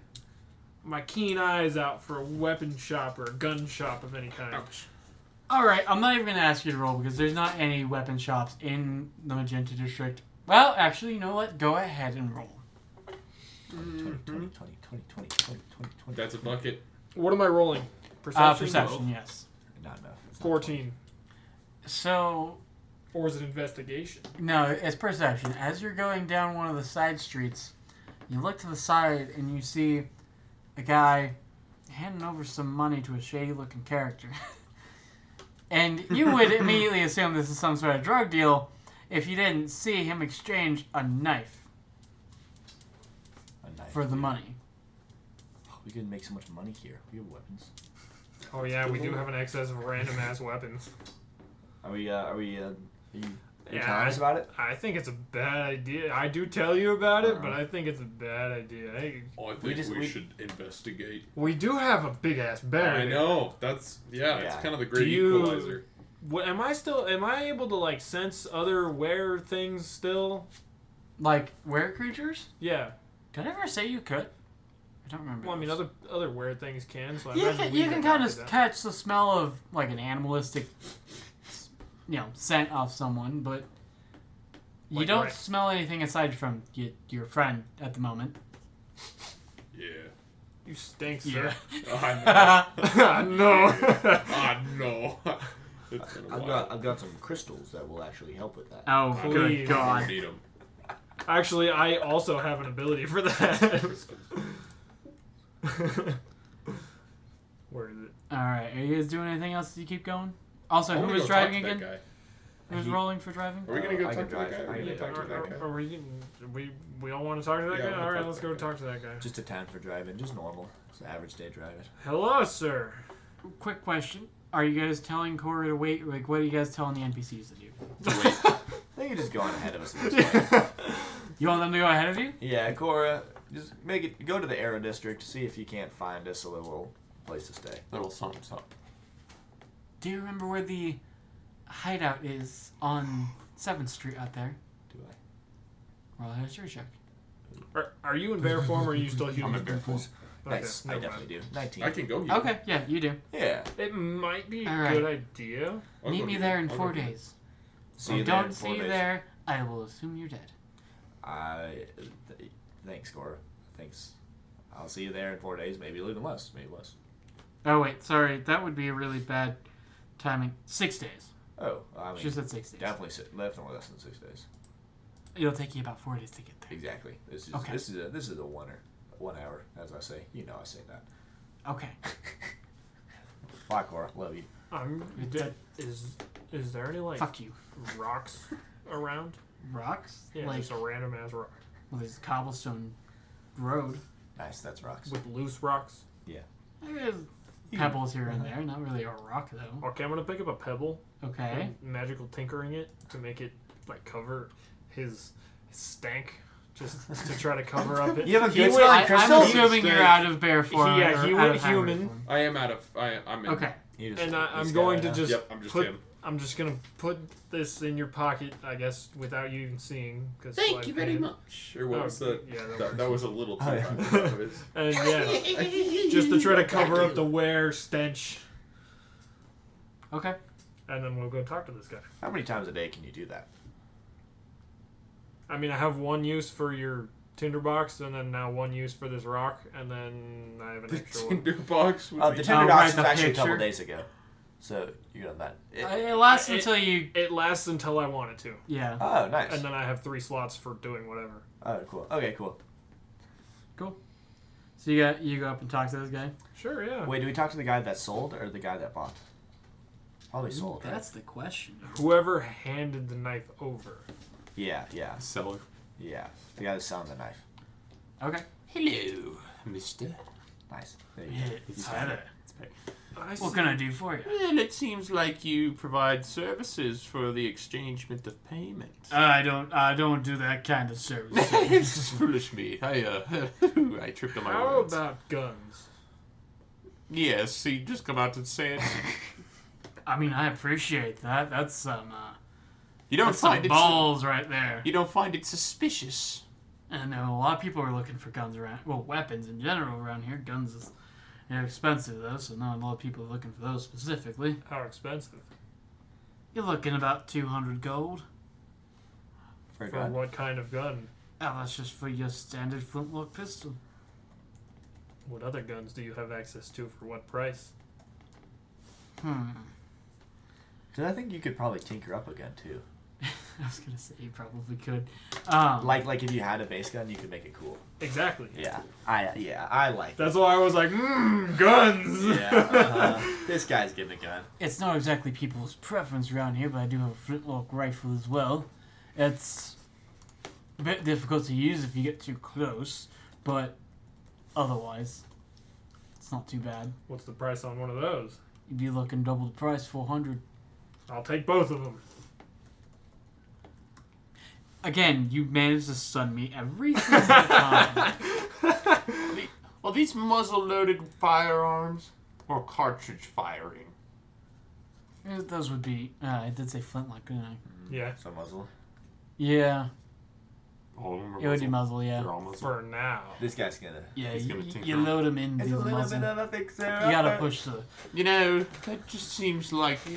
my keen eyes out for a weapon shop or a gun shop of any kind.
All right, I'm not even gonna ask you to roll because there's not any weapon shops in the Magenta District. Well, actually, you know what? Go ahead and roll.
20, 20, 20, 20, 20, 20, 20.
That's a bucket.
What am I rolling? Perception.
Uh, perception, yes.
Not enough. It's not
Fourteen.
So
Or is it investigation?
no, it's perception. As you're going down one of the side streets, you look to the side and you see a guy handing over some money to a shady-looking character. and you would immediately assume this is some sort of drug deal if you didn't see him exchange a knife
a knife.
for the money.
We could make so much money here. We have weapons.
Oh yeah, we do have an excess of random ass weapons.
Are we? Uh, are we? Uh, are you you
Yeah,
telling us about it?
I think it's a bad idea. I do tell you about it, but
Uh-huh.
I think it's a bad idea. I,
I think
We
we,
just- we-
should investigate.
we do have a big ass bear.
I know. That's yeah. It's
Yeah.
kind of the great
Do you-
equalizer.
What, am I still? Am I able to like sense other wear things still?
Like were creatures?
Yeah.
Did I ever say you could? I don't remember.
Well, I mean,
this.
other other wear things can. So I
you
imagine
can
we
you can
could
kind
do
of
that.
catch the smell of like an animalistic, you know, scent off someone, but you
Like
don't
right-
smell anything aside from y your friend at the moment.
Yeah.
You stink, sir.
I
no.
know. I know. It's been a
I've
while.
got I've got some crystals that will actually help with that.
oh,
Please.
good
We
God!
Need 'em.
Actually, I also have an ability for that. Where is it?
All right, are you guys doing anything else? Do you keep going? Also,
I
who
wanna
was
go talk
driving
to that
again?
guy.
Who's
He-
rolling for driving?
Are we gonna go talk
I can
to that
drive.
guy?
I
Are we
can
gonna
drive.
talk to
to that guy.
Are, are we, getting- we we all want to talk to that guy.
Yeah, we
All right,
talked
let's
to
go
that guy.
talk to that guy.
Just a time for driving, just normal. It's an average day driving.
Hello, sir.
Quick question: Are you guys telling Cora to wait? Like, what are you guys telling the NPCs to do?
I think you're just going ahead of us.
You want them to go ahead of you?
yeah, Cora, just make it. Go to the Arrow District. See if you can't find us a little place to stay.
Little something, something.
Do you remember where the hideout is on Seventh Street out there?
Do I?
Roll a history check.
Are, are you in bear form or are you still human?
I'm in bear form.
Okay,
Nice. I
never
definitely do. Nineteen.
I can go. Get
Okay, yeah, you do.
Yeah.
mind. It might be a
All right.
good idea.
I'll
Meet
go
me
get
there
it.
in
I'll
four
go get it.
days.
See
So
you there
don't
in four
see you
days.
there. I will assume you're dead.
I th- thanks, Cora. Thanks. I'll see you there in four days. Maybe even less. Maybe less.
Oh wait, sorry, that would be a really bad timing. Six days.
Oh, I mean,
She said six days.
definitely si- definitely less than six days.
It'll take you about four days to get there.
Exactly. This is
Okay.
this is a this is a oneer, one hour, as I say. You know, I say that.
Okay.
Bye, Cora. Love you.
I'm.
It's
d- is is there any like
Fuck you.
rocks around?
Rocks?
Yeah,
like,
just a random ass rock
well, there's a cobblestone road.
Nice. That's rocks.
with loose rocks.
There's pebbles here and there. Not really a rock, though.
Okay, I'm gonna pick up a pebble
Okay.
and magical tinkering it to make it like cover his stank, just to try to cover up it.
You have a good
Wait,
smelling
I,
crystal.
am assuming you're out of bear form.
yeah,
or
human-
out of hybrid
human.
form.
I am out of. I, I'm in.
Okay.
You just-
And I, I'm
this
going
guy
to
right
just
Yep, I'm just
put.
him.
I'm just gonna put this in your pocket, I guess, without you even seeing. Cause sleight of hand.
Sure, what
Oh,
was that?
yeah, that
that, that was a little too
Oh, yeah.
high. That was-
And yeah, just to try to cover up the wear stench,
Okay.
and then we'll go talk to this guy.
now. How many times a day can you do that?
I mean, I have one use for your tinderbox, and then now one use for this rock, and then I have an
The
extra one.
tinderbox was
Uh, the
Oh,
tender
right,
box
the
was actually a
picture.
couple days ago, so you got that. It-
Uh, It lasts
it-
until you.
It lasts until I want it to,
Yeah.
oh, nice.
uh,
and then I have three slots for doing whatever.
oh, cool. Okay, cool.
So you got you go up and talk to this guy.
Sure, yeah.
Wait, do we talk to the guy that sold or the guy that bought? Probably sold. Right?
the question.
Whoever handed the knife over.
Yeah, yeah,
Seller.
yeah. The guy that selling the knife.
Okay.
Hello, mister.
Nice. There you go.
It's better.
I
What can I do for you?
Well, it seems like you provide services for the exchangement of payment.
Uh,
Uh,
I don't. I don't do that kind of service.
this is foolish me. I, uh, I tripped on my
How
words.
about guns?
Yes, see, just come out and say it.
I mean, I appreciate that. That's some. Uh,
You don't
that's some
find it. su-
balls right there.
you don't find it suspicious.
And I know a lot of people are looking for guns around. Well, weapons in general around here. Guns is they're expensive though, so not a lot of people are looking for those specifically.
How expensive?
You're looking about two hundred gold.
For a
For
gun?
what kind of gun?
Oh, that's just for your standard flintlock pistol.
What other guns do you have access to for what price?
Hmm.
'Cause I think you could probably tinker up a gun too.
I was gonna say you probably could. Um,
Like, like if you had a base gun, you could make it cool.
Exactly.
Yeah,
Ah,
I yeah, I like.
That's why I was like, mmm, guns!
Yeah, uh-huh. this guy's getting a gun.
it's not exactly people's preference around here, but I do have a flintlock rifle as well. It's a bit difficult to use if you get too close, but otherwise, it's not too bad.
What's the price on one of those?
You'd be looking double the price, 400.
I'll take both of them.
Again, you manage to stun me every single time.
Are these muzzle-loaded firearms or cartridge firing?
Eh, Those would be. Uh, I did say flintlock, didn't I?
Yeah,
So muzzle.
Yeah,
All of them are
it would be
muzzle.
muzzle, yeah.
They're all muzzle.
for now.
This guy's gonna.
Yeah,
He's
you,
gonna tinker.
you load them in, do the muzzle. You
of a fixer.
gotta push the.
You know, that just seems like a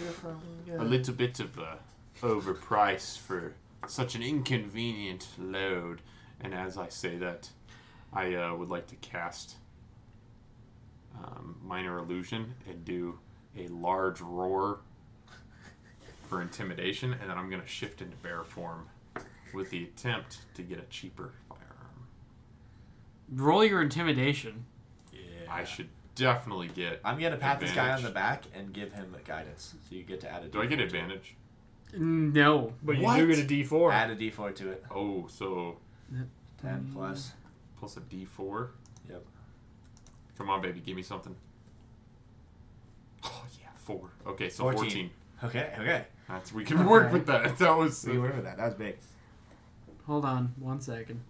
little bit of a overprice for such an inconvenient load. And as I say that, I uh, would like to cast um, minor illusion and do a large roar for intimidation, and then I'm going to shift into bear form with the attempt to get a cheaper firearm.
Roll your intimidation.
Yeah.
I should definitely get.
I'm gonna pat this guy
Advantage.
on the back and give him a guidance. So you get to add a.
Do I get
D4 to it.
advantage?
No.
But you
What?
do get a D4.
Add a D4 to it.
Oh, so
Ten plus.
plus a d4.
Yep.
Come on, baby, give me something. Oh yeah, four. Okay, so
14.
fourteen.
Okay. Okay.
That's we can work
Alright.
with that. That was uh,
We were with that. That was big.
Hold on one second.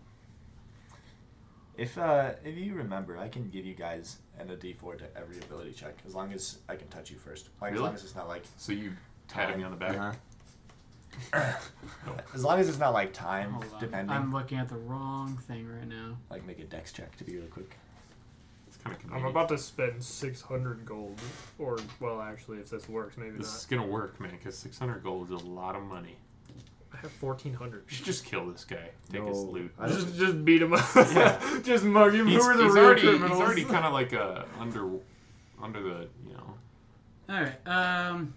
If uh, if you remember, I can give you guys an a D4 to every ability check as long as I can touch you first. Like as
Really?
long as it's not like
so you patted me on the back.
as long as it's not like time
Hold on.
depending.
I'm looking at the wrong thing right now.
Like make a dex check to be real quick.
It's kind of
I'm
convenient.
about to spend 600 gold. Or, well, actually, if this works, maybe
This is gonna work, man. Cause six hundred gold is a lot of money.
not. I have 1,400.
You should just kill this guy. Take his loot.
I don't-
Just, just beat him up.
Yeah.
just mug him.
He's,
Who are the
he's
real
already he's
criminals?
already kind of like a under under the you know.
All right. Um.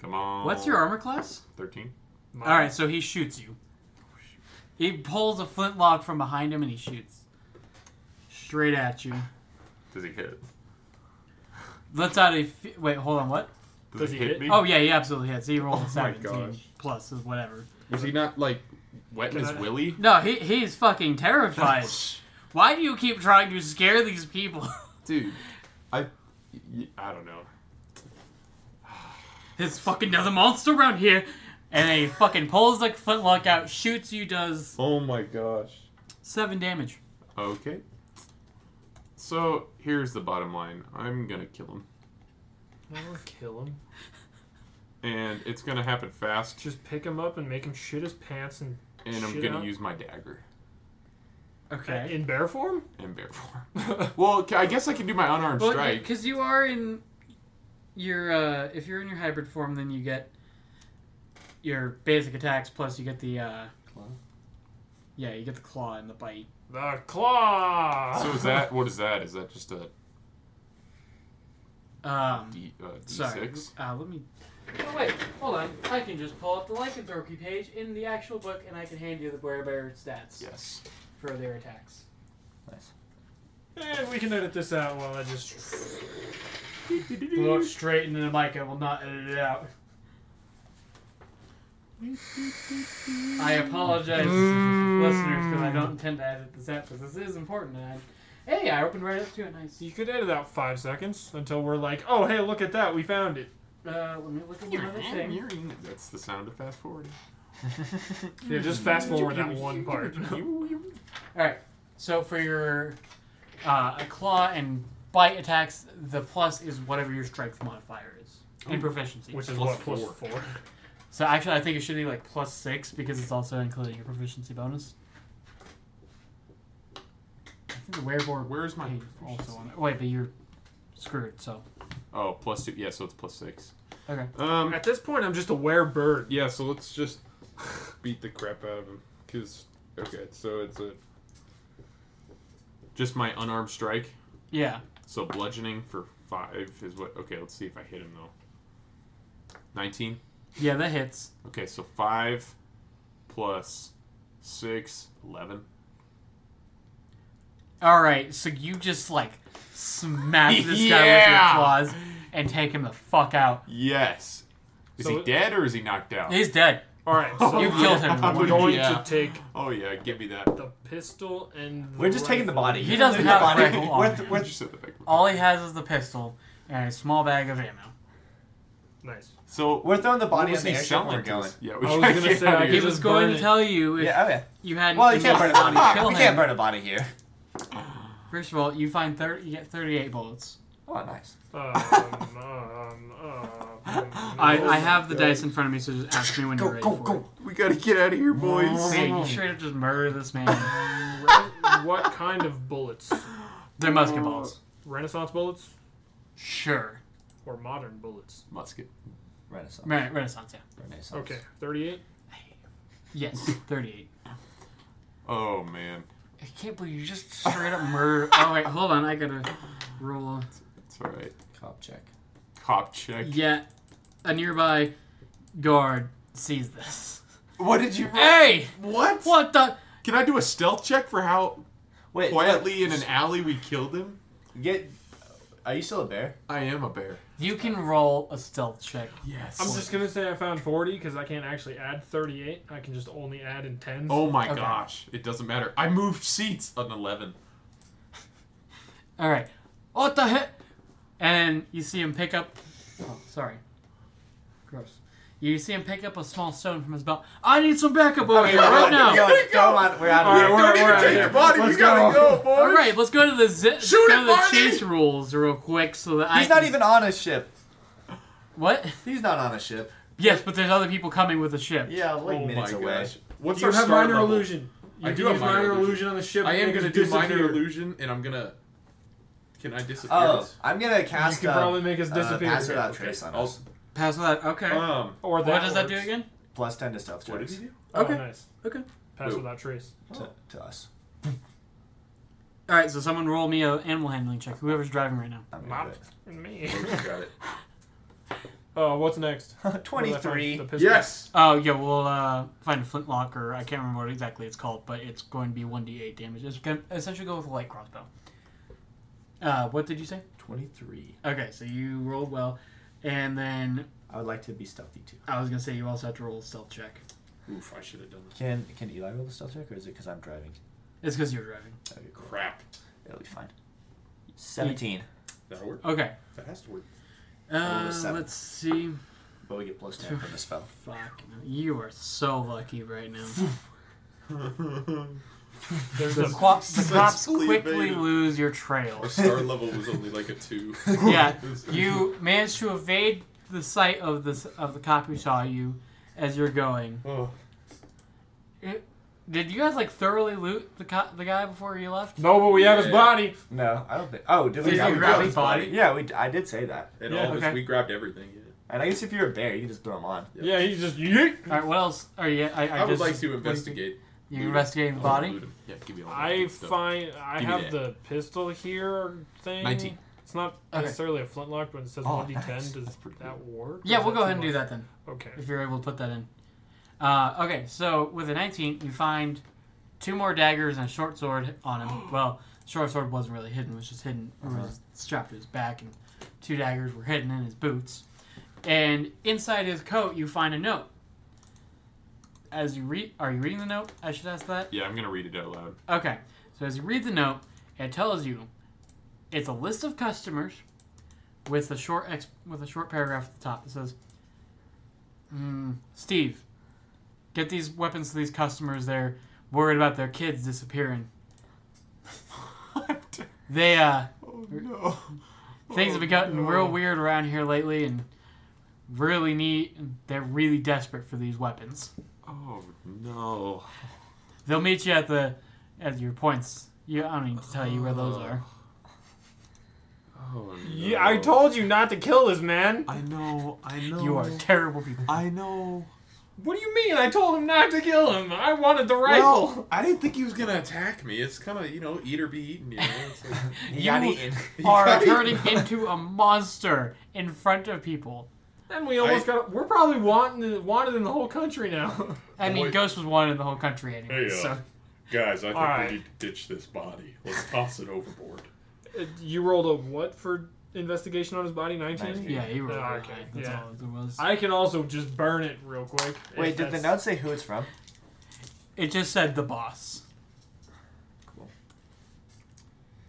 Come on.
What's your armor class?
thirteen?
Mine.
All right. So he shoots you. He pulls a flintlock from behind him and he shoots straight at you.
Does he hit?
Let's add a. F- wait, hold on. What?
Does,
Does
it
he
hit
hit?
me?
Oh yeah, he absolutely hits. He rolled
Oh
a
my
seventeen
gosh.
plus is whatever.
Was he not like wetting
Can
his
I-
willy?
No, he he's fucking terrified. Why do you keep trying to scare these people?
Dude, I, y- I don't know.
There's fucking another monster around here, and he fucking pulls the flintlock out, shoots you, does
Oh my gosh.
seven damage.
Okay. So here's the bottom line. I'm gonna kill him,
I'll kill him.
and it's gonna happen fast.
Just pick him up and make him shit his pants and
and I'm
shit
gonna
out.
use my dagger
in bear form.
in bear form. well, ca- I guess I can do my unarmed
Well,
strike.
because you are in your uh, if you're in your hybrid form, then you get your basic attacks plus you get the uh,
Claw?
Yeah, you get the claw and the bite.
The claw.
So is that what is that? Is that just a
Um,
D uh,
sorry,
D6?
uh, let me. Oh wait, hold on. I can just pull up the lycanthropy page in the actual book, and I can hand you the bear stats
Yes.
for their attacks.
Nice.
And we can edit this out while I just.
Look straight into the mic. I will not edit it out. I apologize, listeners, because I don't intend to edit this out because this is important. And I, hey, I opened right up to it. Nice.
You could edit out five seconds until we're like, oh hey, look at that, we found it.
Uh, let me look at another thing.
That's the sound of fast forwarding.
Yeah, just fast forward that one part.
All right. So for your uh, claw and bite attacks, the plus is whatever your strength modifier is and proficiency.
Oh. Which is
Plus
what plus
four.
four.
so actually, I think it should be like plus six because it's also including your proficiency bonus. I think the wearboard
Where's my
page is also on it. Wait, but you're screwed. So
Oh, plus two. Yeah, so it's plus six.
okay.
Um.
At this point, I'm just a were bird.
Yeah. So let's just beat the crap out of him. Cause okay, so it's a just my unarmed strike.
Yeah.
So bludgeoning for five is what? Okay, let's see if I hit him though. Nineteen.
Yeah, that hits.
Okay, so five plus six, eleven.
All right. So you just like smash this guy
Yeah.
with your claws and take him the fuck out.
Yes. Is
So-
he dead or is he knocked out?
He's dead.
All right, so
You killed him in
I'm
one
going
Yeah.
to take
Oh yeah, give me that.
the pistol and. The
We're just taking the
rifle.
body.
He doesn't
The oh,
have
body.
a rifle on
We're-
him.
Oh, You
we're-
just said the back of my-
All he has is the pistol and a small bag of ammo.
Nice.
So
We're throwing the
what
body
was
on the
he
airship. and We're
selling? to
going.
us? Yeah, we
I was
gotta
gonna
get
say,
out of
I
here.
You
He
could-
was
just
going
burn
to
it.
tell you if
Yeah. Oh yeah.
you had.
Well, you can't burn a body.
Kill
Here. You can't
him.
burn a body here.
First of all, you find thirty. You get thirty-eight bullets.
Oh, nice.
Um, um, um,
I, I have the
uh,
dice in front of me, so just ask me when you're ready for
We gotta get out of here,
it.
Oh,
boys.
Man, you straight up just murder this man.
Re- what kind of bullets?
They're musket balls.
Renaissance bullets
Sure.
or modern bullets?
Musket.
Renaissance.
Right, Renaissance. Yeah.
Renaissance.
Okay, 38.
Yes, thirty-eight.
Oh man.
I can't believe you just straight up murder. Oh wait, hold on. I gotta roll.
It's alright.
Cop check.
Cop check.
Yeah, a nearby guard sees this.
What did you
Hey,
What?
what the?
Can I do a stealth check for how
Wait.
quietly in an alley we killed him?
Get.
Are you still a bear?
I am a bear.
You can roll a stealth check.
Yes.
I'm just gonna say I found 40 because I can't actually add 38. I can just only add in tens.
Oh my
Okay.
gosh. It doesn't matter. I moved seats on 11.
All right. What the heck? And you see him pick up. Oh, sorry. Gross. You see him pick up a small stone from his belt. I need some backup over here right now.
Yo, don't mind- We're out of
All right,
here.
we're- Don't even take your
body.
Let's gotta go.
boy.
All right, let's go to the zi-
Shoot
go
it,
to the
Barney!
chase rules real quick so that I.
He's not
can-
even on a ship.
What?
He's not on a ship.
Yes, but there's other people coming with the ship.
Yeah, like
Oh my
minutes away.
gosh. What's
you
our
have
star
minor
level?
illusion. You
I
can
do have
use
minor illusion.
on the ship.
I am
going
gonna
to
do minor
illusion.
illusion, and I'm gonna. Can I disappear?
Oh,
this?
I'm gonna
You
cast.
can
uh,
probably make us
uh,
disappear.
Pass without
Okay.
trace on
I'll-
us.
Pass that. Okay.
Um.
Or that
what does that do
works.
again?
Plus ten to stealth
What did
checks
he do?
Oh,
Okay.
nice.
Okay.
Pass
Wait.
without trace.
to, to us.
All right, so someone roll me an animal handling check. Whoever's driving right now.
I'm
Mop
gonna
and me.
Got it.
Oh, what's next?
do it.
The
Twenty-three.
pistol.
Yes.
Oh yeah, we'll uh, find a flintlock or I can't remember what exactly it's called, but it's going to be one d8 damage. It's going to essentially go with a light crossbow. Uh, what did you say?
23.
Okay, so you rolled well, and then
I would like to be stealthy too.
I was gonna say you also have to roll a stealth check.
Oof, I should have done this.
Can can Eli roll the stealth check, or is it because I'm driving?
It's because you're driving.
Okay, cool.
Crap.
It'll be fine. 17.
That'll work.
Okay.
That has to work.
rolled a
Uh,
seven.
let's see.
But we get plus 10 from the spell.
Fuck. You are so lucky right now.
There's
The,
a
clo- the cops
Successfully
quickly
evaded.
lose your trail.
Our star level was only like a two.
yeah, you manage to evade the sight of the of the cop who saw you as you're going.
Oh.
Did you guys like thoroughly loot the co- the guy before you left?
No, but we have his
Yeah.
body.
No, I don't think. Oh, did
Did
we
you
yeah, we
grab
grabbed
his body?
Yeah, we, I did say that.
And
Yeah,
all of us,
okay.
we grabbed everything. Yeah.
And I guess if you're a bear, you can just throw them on.
Yeah, he's just. Yeet.
All right, what else are you? I, I,
I, would
just-
like to investigate.
You investigating the
I'll
body?
loot 'em. Yeah, give me all that
I
good stuff.
find I
Give me
have the pistol here thing.
19.
It's not
Okay.
necessarily a flintlock, but it says
Oh,
one d ten.
nice.
Does
That's pretty
that work?
Yeah,
Is
we'll
that
go
too
ahead and do
much?
that then.
Okay.
if you're able to put that in. Uh, okay, so with a 19, you find two more daggers and a short sword on him. well, the short sword wasn't really hidden; it was just hidden, it was strapped to his back, and two daggers were hidden in his boots. And inside his coat, you find a note. As you read, are you reading the note? I should ask that.
Yeah, I'm gonna read it out loud.
Okay, so as you read the note, it tells you it's a list of customers with a short ex- with a short paragraph at the top that says, mm, "Steve, get these weapons to these customers. They're worried about their kids disappearing. They uh,
Oh no.
things have been gotten
no.
real weird around here lately, and really need. They're really desperate for these weapons.
Oh no.
They'll meet you at the at your points. You, I don't need to tell you where those are."
Oh no.
Yeah, I told you not to kill this man.
I know. I know.
You are terrible people.
I know.
What do you mean? I told him not to kill him. I wanted the rifle.
Well, I didn't think he was gonna attack me. It's kind of you know eat or be eaten. You know, it's like,
You,
got
eaten.
are
Right.
turning into a monster in front of people.
and we almost
I-
got. We're probably wanted wanted in the whole country now.
I mean,
Wait.
Ghost was wanted in the whole country anyway.
Hey, uh,
so
guys, I think
Alright.
we need to ditch this body. Let's toss it overboard.
Uh, you rolled a what for investigation on his body? Nineteen.
Nineteen.
yeah, you were
uh,
right.
okay,
That's
yeah.
all there was.
I can also just burn it real quick. if
Wait, did the
that's-
note say who it's from?
it just said the boss.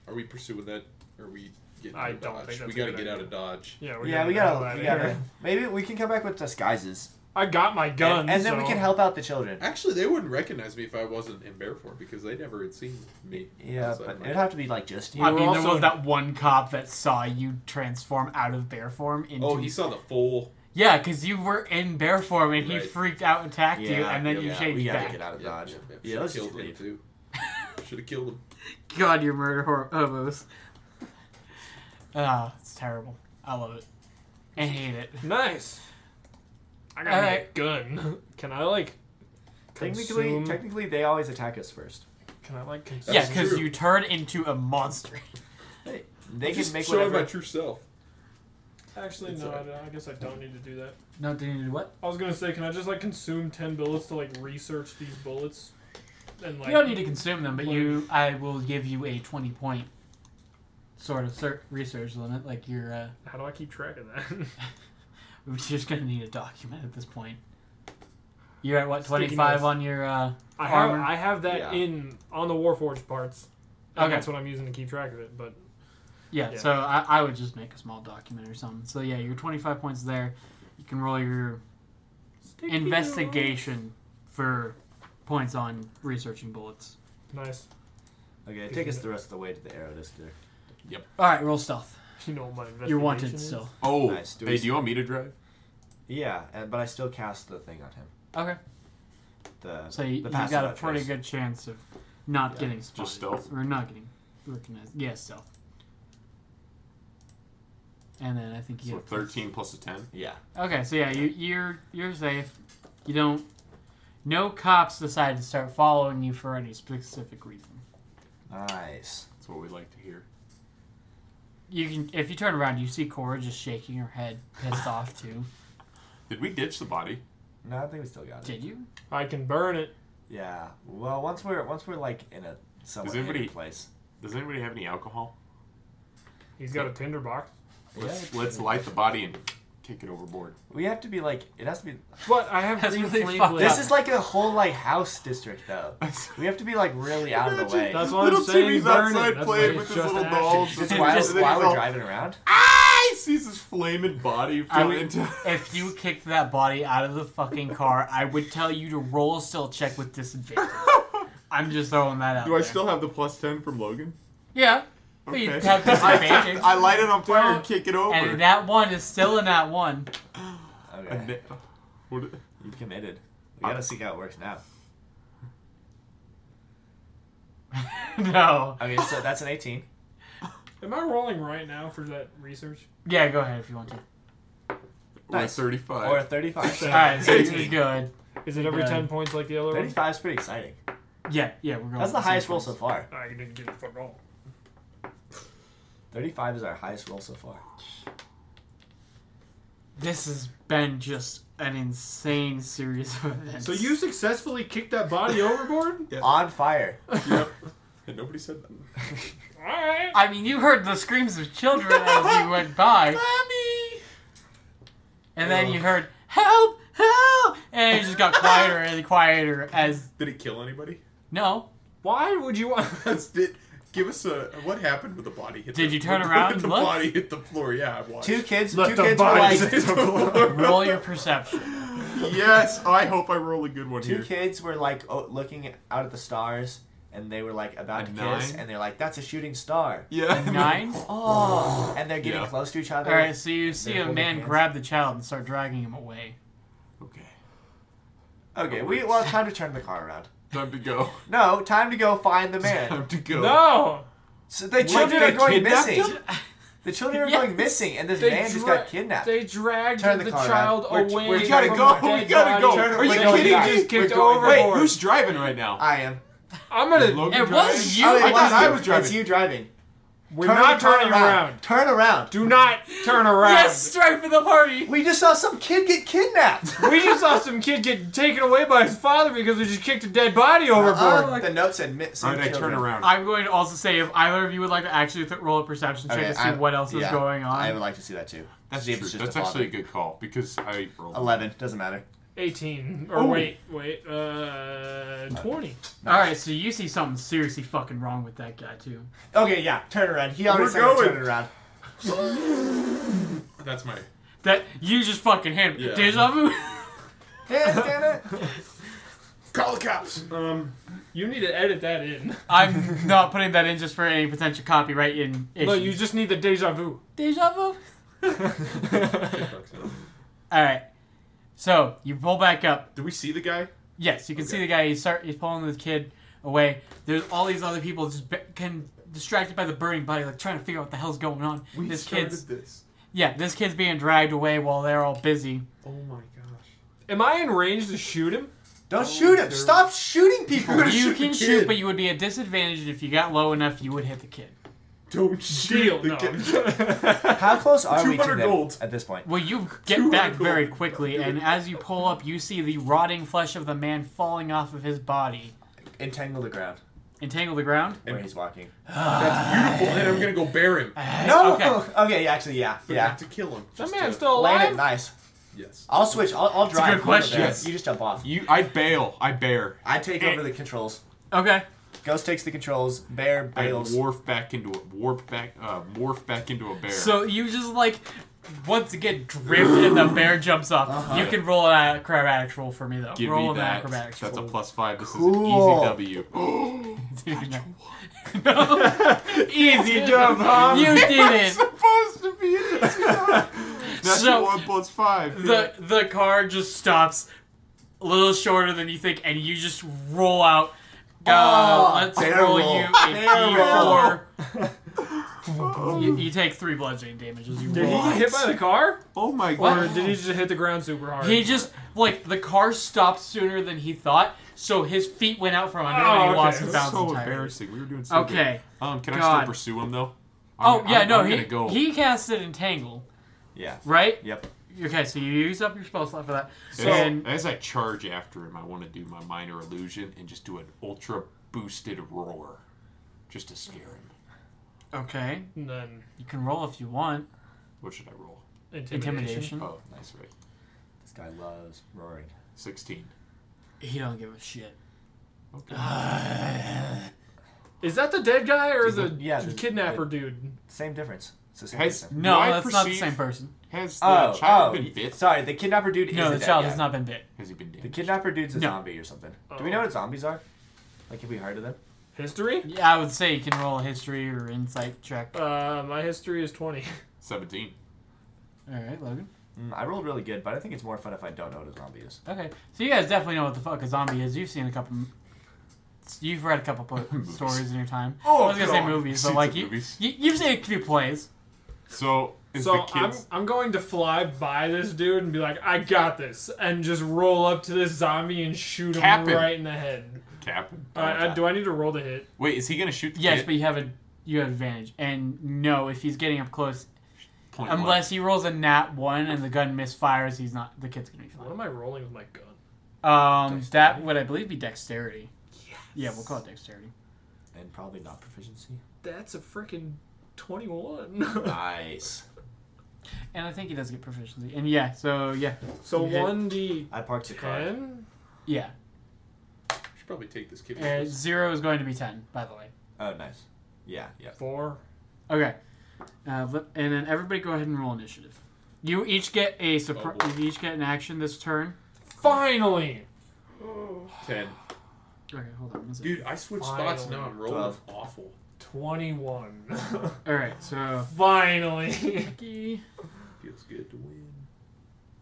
Are we pursuing that? Are we getting?
I
out of
don't
dodge?
think that's
we
a
gotta
good
get
idea.
out of dodge.
Yeah, we're
yeah, we
gotta get
gotta, we
out of
gotta.
here.
Maybe we can come back with disguises,
I got my gun,
and, and then we
so-
can help out the children.
Actually, they wouldn't recognize me if I wasn't in bear form because they never had seen me.
Yeah,
outside
but
my-
it'd have to be like just you.
I
were
mean, there
also-
was that one cop that saw you transform out of bear form into.
oh, he saw the full.
yeah, because you were in bear form and he
Right.
freaked out, and attacked you, and then you
we
changed
gotta
back.
get out of dodge.
Yeah, yeah,
Yeah,
yeah.
let's
should have
just
killed him
leave.
too. Should have killed him.
God, your murder hor- hobos. Ah, it's terrible. I love it. I hate it.
Nice. I got
All
my
right.
gun. Can I like
Technically,
consume-
technically, they always attack us first.
Can I like consume?
Yeah,
That's
'cause yeah, because
true.
you turn into a monster.
They, they can
Just
make
showing my
whatever.
true self.
Actually,
It's
no.
all
I, don't- I guess I don't need to do that.
No, do you need to what?
I was gonna say, can I just like consume ten bullets to like research these bullets? And like,
you don't need to consume them, but you, I will give you a twenty point sort of cer research limit. Like you're, uh,
how do I keep track of that?
we're just gonna need a document at this point. You're at what
Sticky
twenty five
notes.
on your. Uh,
I have
Armor.
I have that
Yeah.
in on the Warforged parts. And
Okay.
that's what I'm using to keep track of it. But
yeah,
Yeah.
so I, I would just make a small document or something. So yeah, your twenty five points there. You can roll your investigation for points on researching bullets.
Nice.
Okay, take us the rest of the way to the arrow district.
All right, roll stealth.
You know what my investigation.
You're wanted
is?
still.
Oh,
Nice, do we
hey,
see-
do you want me to drive?
Yeah, and, but I still cast the thing on him.
Okay,
The
so you,
the
you
passive
got a
that
pretty
choice.
good chance of not
Yeah,
getting spotted.
just stealth.
or not getting recognized. Yeah, stealth. And then I think you.
So thirteen plus a ten.
Yeah,
Okay, so yeah, you, you're you're safe. You don't. No cops decide to start following you for any specific reason.
nice.
That's what we like to hear.
You can if you turn around, you see Cora just shaking her head, pissed off too.
Did we ditch the body?
No, I think we still got it.
Did you?
I can burn it.
Yeah. Well, once we're once we're like in a somewhat
Does anybody-
hidden place.
Does anybody have any alcohol?
He's got a tinder box.
Let's,
Yeah.
let's light the body and kick it overboard.
We have to be like it has to be.
But I have
That's
green
really
flame
fucked
blade.
up.
This is like a whole like house district though. We have to be like really out of the way.
That's what
little
I'm saying.
Timmy's
burn it.
outside
That's
playing
why
with
it's
his
just
little
ashes.
dolls.
Just
And
while,
then he's
while we're
all,
driving around.
Ah! He sees his flaming body
I
fall
would-
into.
if you kicked that body out of the fucking car, I would tell you to roll a still check with disadvantage. I'm just throwing that out.
Do I
there.
still have the plus ten from Logan?
Yeah. But
Okay.
you have disadvantage.
I light it on fire
Well,
and kick it over.
and that one is still in that one.
A
Okay.
na- what-
You committed. We gotta see how it works now.
no.
Okay, so that's an 18.
Am I rolling right now for that research?
Yeah, go ahead if you want to.
Or a
Nice.
thirty-five.
Or a 35.
Alright, so you're
18.
good.
Is it every
Yeah.
ten points like the other one?
35 is pretty exciting.
Yeah, yeah, we're going.
That's
with
the
same
highest roll so
points.
far.
I Ah, didn't get it fuck all.
35 is our highest roll so far.
This has been just an insane series of events.
So you successfully kicked that body overboard?
On fire.
Yep. And nobody said that.
Alright.
I mean, you heard the screams of children as you went by,
Mommy.
and then you heard "help, help," and it just got quieter and quieter as
Did it kill anybody?
no.
Why would you want
That's did. Give us a what happened when the body hit.
Did
the,
you turn
when
around
The,
and look?
body hit the floor. Yeah, I watched.
Two kids,
Let
two
the
kids were
bodies
like
Hit the floor.
Roll your perception.
yes, I hope I roll a good one
two
here.
kids were like oh, looking out at the stars and they were like about
A
to kiss
nine?
and they're like that's a shooting star.
Yeah.
Nine.
Oh, and they're getting
Yeah.
close to each other.
All right, so you see
They're
a
holding
man
hands.
grab the child and start dragging him away.
Okay.
Okay, we well time to turn the car around.
Time to go.
No, time to go find the man.
Time to go.
No!
So the children
they
are going
kidnapped
missing. The children are
Yes.
going missing, and this
They
man just
dra-
got kidnapped.
They dragged
Turn
the,
the car
child
around. We're-
away.
we're-
We gotta
from
go.
the
We
dead
gotta
body.
go.
Turn it
Are you
We're going
kidding
back.
me?
Just kicked
We're going
overboard.
back. Wait, who's driving right now?
I am.
I'm gonna.
Logan
It was
driving?
you.
Oh,
I
it
thought
was
I
you.
was driving.
It's you driving.
We're
Turn-
not
turn
turning around.
Turn around.
Do not turn around.
Yes, strike for the party.
We just saw some kid get kidnapped.
We just saw some kid get taken away by his father because we just kicked a dead body overboard.
Uh, the note said missing
All right, I turn
children.
around.
I'm going to also say if either of you would like to actually th- roll a perception check
Okay,
to see
I-
what else is
yeah,
going on.
I would like to see that too.
That's
See if
true.
it's just
That's
a
actually a
father.
good call because I rolled.
eleven. Doesn't matter.
18. Or
Ooh.
wait, wait, uh, 20.
All right, so you see something seriously fucking wrong with that guy too.
Okay, yeah, turn around. He already
We're
said to
going.
turn around.
Oh.
That's my.
That you just fucking hit
Yeah.
deja vu.
Yeah, damn it.
Call the cops.
Um, you need to edit that in.
I'm not putting that in just for any potential copyright in issues.
No, you just need the deja vu.
deja vu. All right, so you pull back up.
Do we see the guy?
Yes, you can see the guy. He's start. He's pulling this kid away. There's all these other people just be- can distracted by the burning body, like trying to figure out what the hell's going on.
We
this
started
kid's
this.
yeah, this kid's being dragged away while they're all busy.
Oh my gosh.
Am I in range to shoot him?
Don't
Oh,
shoot him. Stop shooting people.
You're gonna
You
shoot the
can
kid.
shoot, but you would be at disadvantage and if you got low enough. You would hit the kid.
Don't shoot
Deal.
the
No.
kid.
How close are we to
200
them
gold.
at this point?
Well, you get
200
back very
gold.
quickly, and as you pull up, you see the rotting flesh of the man falling off of his body,
Entangle the ground
entangle the ground.
where he's walking.
That's beautiful. And I'm gonna go bear him.
No.
Okay.
Okay. yeah, actually, yeah,
But
yeah.
not to kill him.
That
Just
man's
to-
still
Land it
alive.
nice.
Yes.
I'll switch. I'll, I'll drive.
good question.
Yes.
Yes.
You just jump off.
You. I bail. I bear.
I take over the controls.
Okay.
Ghost takes the controls. Bear
I
bails.
warp back into a warp back uh warp back into a bear.
So you just like once again drift, and the bear jumps off.
Uh-huh.
You can roll an acrobatics roll for me though.
give
roll
me
an
that.
acrobatics
That's a
roll.
plus five. This
Cool.
is an easy W.
Easy
job, huh?
You
Um,
did it.
supposed to be an easy job. That's
So,
one plus five.
The the car just stops a little shorter than you think, and you just roll out. Uh,
Oh,
let's
bear
roll
roll.
you
Bear
a D4. you, you take three bludgeoning damage as you
Did he
roll.
get hit by the car?
oh my
Or
god.
did he just hit the ground super hard?
He just like the car stopped sooner than he thought, so his feet went out from under him
Oh,
and he
okay.
lost his
That's
balance
so
entirely.
embarrassing. We were doing so
Okay.
good. Um, can I
God.
still pursue him though?
Oh
I'm-
yeah,
I'm-
no,
I'm
he
gonna go.
he casted entangle,
yeah.
right?
Yep.
Okay, so you use up your spell slot for that.
As,
and
as I charge after him, I want to do my minor illusion and just do an ultra boosted roar, just to scare him.
Okay.
And then
You can roll if you want.
What should I roll?
intimidation.
Intimidation.
Oh, nice, right.
This guy loves roaring.
16.
He don't give a shit.
Okay.
Ah,
Uh,
Is that the dead guy or
Does
the
it- yeah, does it-
kidnapper dude?
Same difference. It's the same
Has,
person.
No,
do I
that's not the
perceive-
same person.
Has the
Oh,
child
oh,
been bit?
sorry. The kidnapper dude.
No,
is
the
a dead
child
guy.
has not been bit.
Has he been damaged?
The kidnapper dude's a
No.
zombie or something. Do
Oh.
we know what zombies are? Like, have we heard of them?
History?
Yeah, I would say you can roll a history or insight check.
Uh, my history is twenty.
17.
All right, Logan.
Mm, I rolled really good, but I think it's more fun if I don't know what a zombie is.
Okay, so you guys definitely know what the fuck a zombie is. You've seen a couple. You've read a couple po- stories in your time.
Oh,
I was gonna say
God.
movies, but
Seen
like
some
you,
movies.
you, you've seen a few plays.
So, is the
so I'm,
kid's.
I'm going to fly by this dude and be like, I got this, and just roll up to this zombie and shoot him
Cap him.
right in the head.
Captain.
Uh, uh, do I need to roll to hit?
Wait, is he going to shoot the
Yes,
kid?
but you have a you have advantage. And no, if he's getting up close,
Point one.
unless he rolls a nat one and the gun misfires, he's not. The kid's gonna be
What am I rolling with my gun?
fine. Um, that would I believe be dexterity. Yeah, we'll call it dexterity.
And probably not proficiency.
That's a freaking twenty-one.
Nice.
And I think he does get proficiency. And yeah, so yeah,
so
You hit.
one d
I parked the car.
ten.
yeah.
should probably take this kid. with
Uh,
us.
zero is going to be ten, by the way.
Oh, nice. Yeah, yeah.
Four.
Okay. Uh, let- and then everybody go ahead and roll initiative. You each get a surprise.
Oh, boy.
you each get an action this turn.
Finally.
Ten.
Okay, hold on. one second.
Dude, I switched spots
Finally.
now. I'm rolling
Twelve.
awful.
21.
All right, so
Finally.
Becky,
Feels good to win.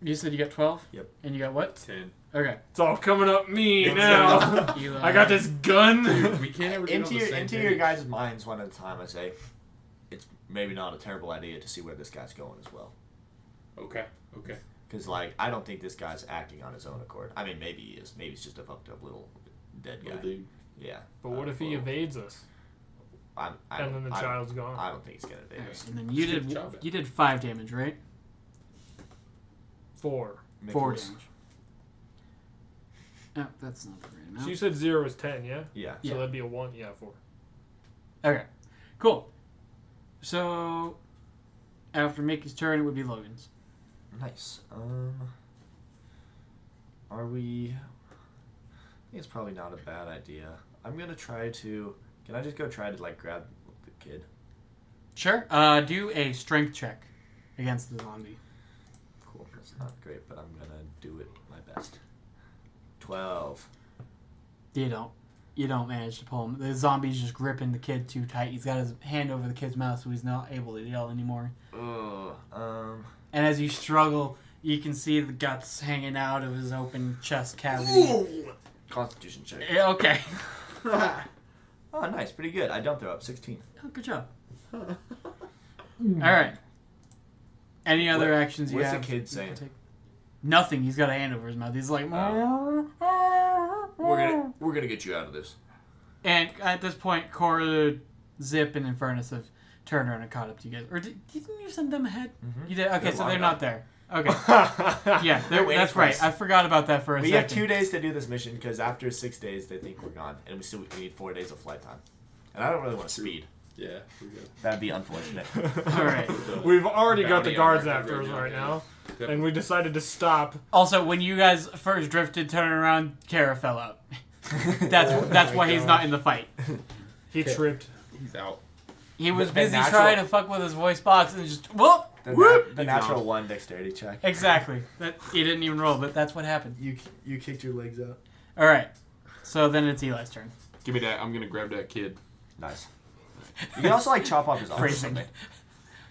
you said you got twelve.
Yep.
And you got what?
Ten.
Okay.
It's all coming up me
It's
now.
Eli.
I got this gun.
We can't ever get
Into
on the
your,
same
into
page.
your guys' minds one at a time, I say. It's maybe not a terrible idea to see where this guy's going as well.
Okay. Okay.
Because, like, I don't think this guy's acting on his own accord. I mean, maybe he is. Maybe he's just a fucked up little dead guy.
Well, dude.
Yeah.
but what if he
Well,
evades us?
I'm, I
And
don't-
then the
I don't-
child's gone.
I don't think he's gonna do
All
this.
right, and then you
Just
did
keep chopping.
you did five damage, right?
Four.
Four
Nicholas-
damage. Oh, that's not the right
So you
amount.
said zero is ten, yeah?
Yeah.
Yeah.
So that'd be a one. Yeah, four.
Okay, cool. So after Mickey's turn, it would be Logan's.
Nice. Um, are we? I think it's probably not a bad idea. I'm gonna try to. Can I just go try to like grab the kid?
Sure. Uh, do a strength check against the zombie.
Cool. That's not great, but I'm gonna do it my best. Twelve.
You don't. You don't manage to pull him. The zombie's just gripping the kid too tight. He's got his hand over the kid's mouth, so he's not able to yell anymore.
Ugh. Um.
And as you struggle, you can see the guts hanging out of his open chest cavity.
Constitution check.
Yeah, Okay.
Oh, nice. Pretty good. I don't throw up. Sixteen.
Oh, good job. All right. Any other
What-
actions you
what's the
have?
kid
you can
saying? Oh.
take? Nothing. He's got a hand over his mouth. He's like,
We're gonna we're gonna get you out of this.
and at this point, Cora, Zip, and Infernus have turned around and caught up to you guys. Or did, didn't you send them ahead? You did. Okay,
Mm-hmm. They're
so they're
long
not there. Okay. Yeah,
They're
they're,
waiting
that's
for
right.
us.
I forgot about that for a
We
second.
have two days to do this mission because after six days they think we're gone, and we still we need four days of flight time. And I don't really want to speed.
Yeah. We got
That'd be unfortunate.
All right.
We've already got
Bounty
the
on
guards
record
after
right
us
now,
right
yeah.
now,
Yep.
and we decided to stop.
Also, when you guys first drifted, turning around, Kara fell out. That's that's why he's not in the fight.
He tripped.
He's out.
He was
The- the
busy
natural-
trying to fuck with his voice box and just whoop.
The,
Whoop!
nat- the natural one dexterity check.
Exactly. That he didn't even roll, but that's what happened.
You you kicked your legs out.
All right. So then it's Eli's turn.
Give me that. I'm going to grab that kid.
Nice. You can also like chop off his arm. or
Phrasing.
something.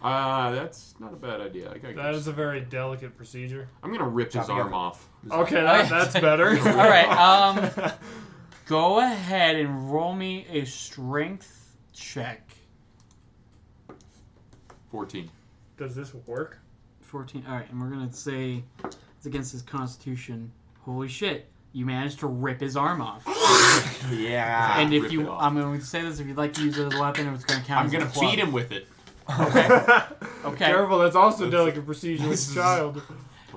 Uh, that's not a bad idea. I got
That is a very delicate procedure.
I'm going to rip his
Chopping
arm
up.
off.
Okay, that, that's better.
All right. Um, go ahead and roll me a strength check.
14.
Does this work?
Fourteen. All right, and we're gonna say it's against his constitution. Holy shit! You managed to rip his arm off.
Yeah.
Ah. and if
rip it
you,
off.
I'm going to say this. If you'd like to use it as a weapon, it's going to count.
I'm
as
going
a
to
club.
feed him with it.
Okay.
Careful, that's also a
That's-
delicate procedure with
this is-
child.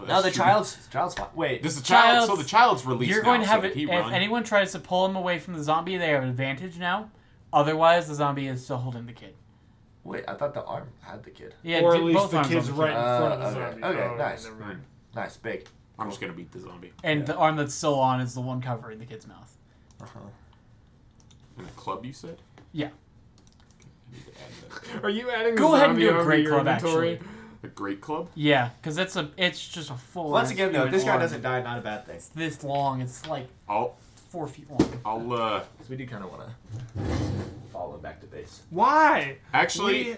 no, the child's child's fine. Wait.
This is a child, so
Child's-
the child's released.
You're
now,
going to have
so
it.
He
If
run.
anyone tries to pull him away from the zombie, they have an advantage now. Otherwise, the zombie is still holding the kid.
Wait, I thought the arm had the kid.
Yeah,
or at
d-
least
both
the
arms
kid's
on
right in front
Uh,
of the
okay,
zombie.
okay,
oh,
nice.
Never mind.
Nice, big.
I'm just gonna beat the zombie.
And the arm that's still on is the one covering the kid's mouth.
Uh-huh.
In the club, you said.
Yeah.
I need to add that.
Are you adding
Go
the
ahead and do
zombie
a
over
great
your
club,
inventory?
actually.
A great club.
Yeah, because it's a it's just a full.
Once again, though, if
human
this guy
arm.
doesn't die, not a bad thing.
It's this long. It's like
I'll
four feet long.
I'll uh
Because we do kind of want to follow him back to base.
Why?
actually.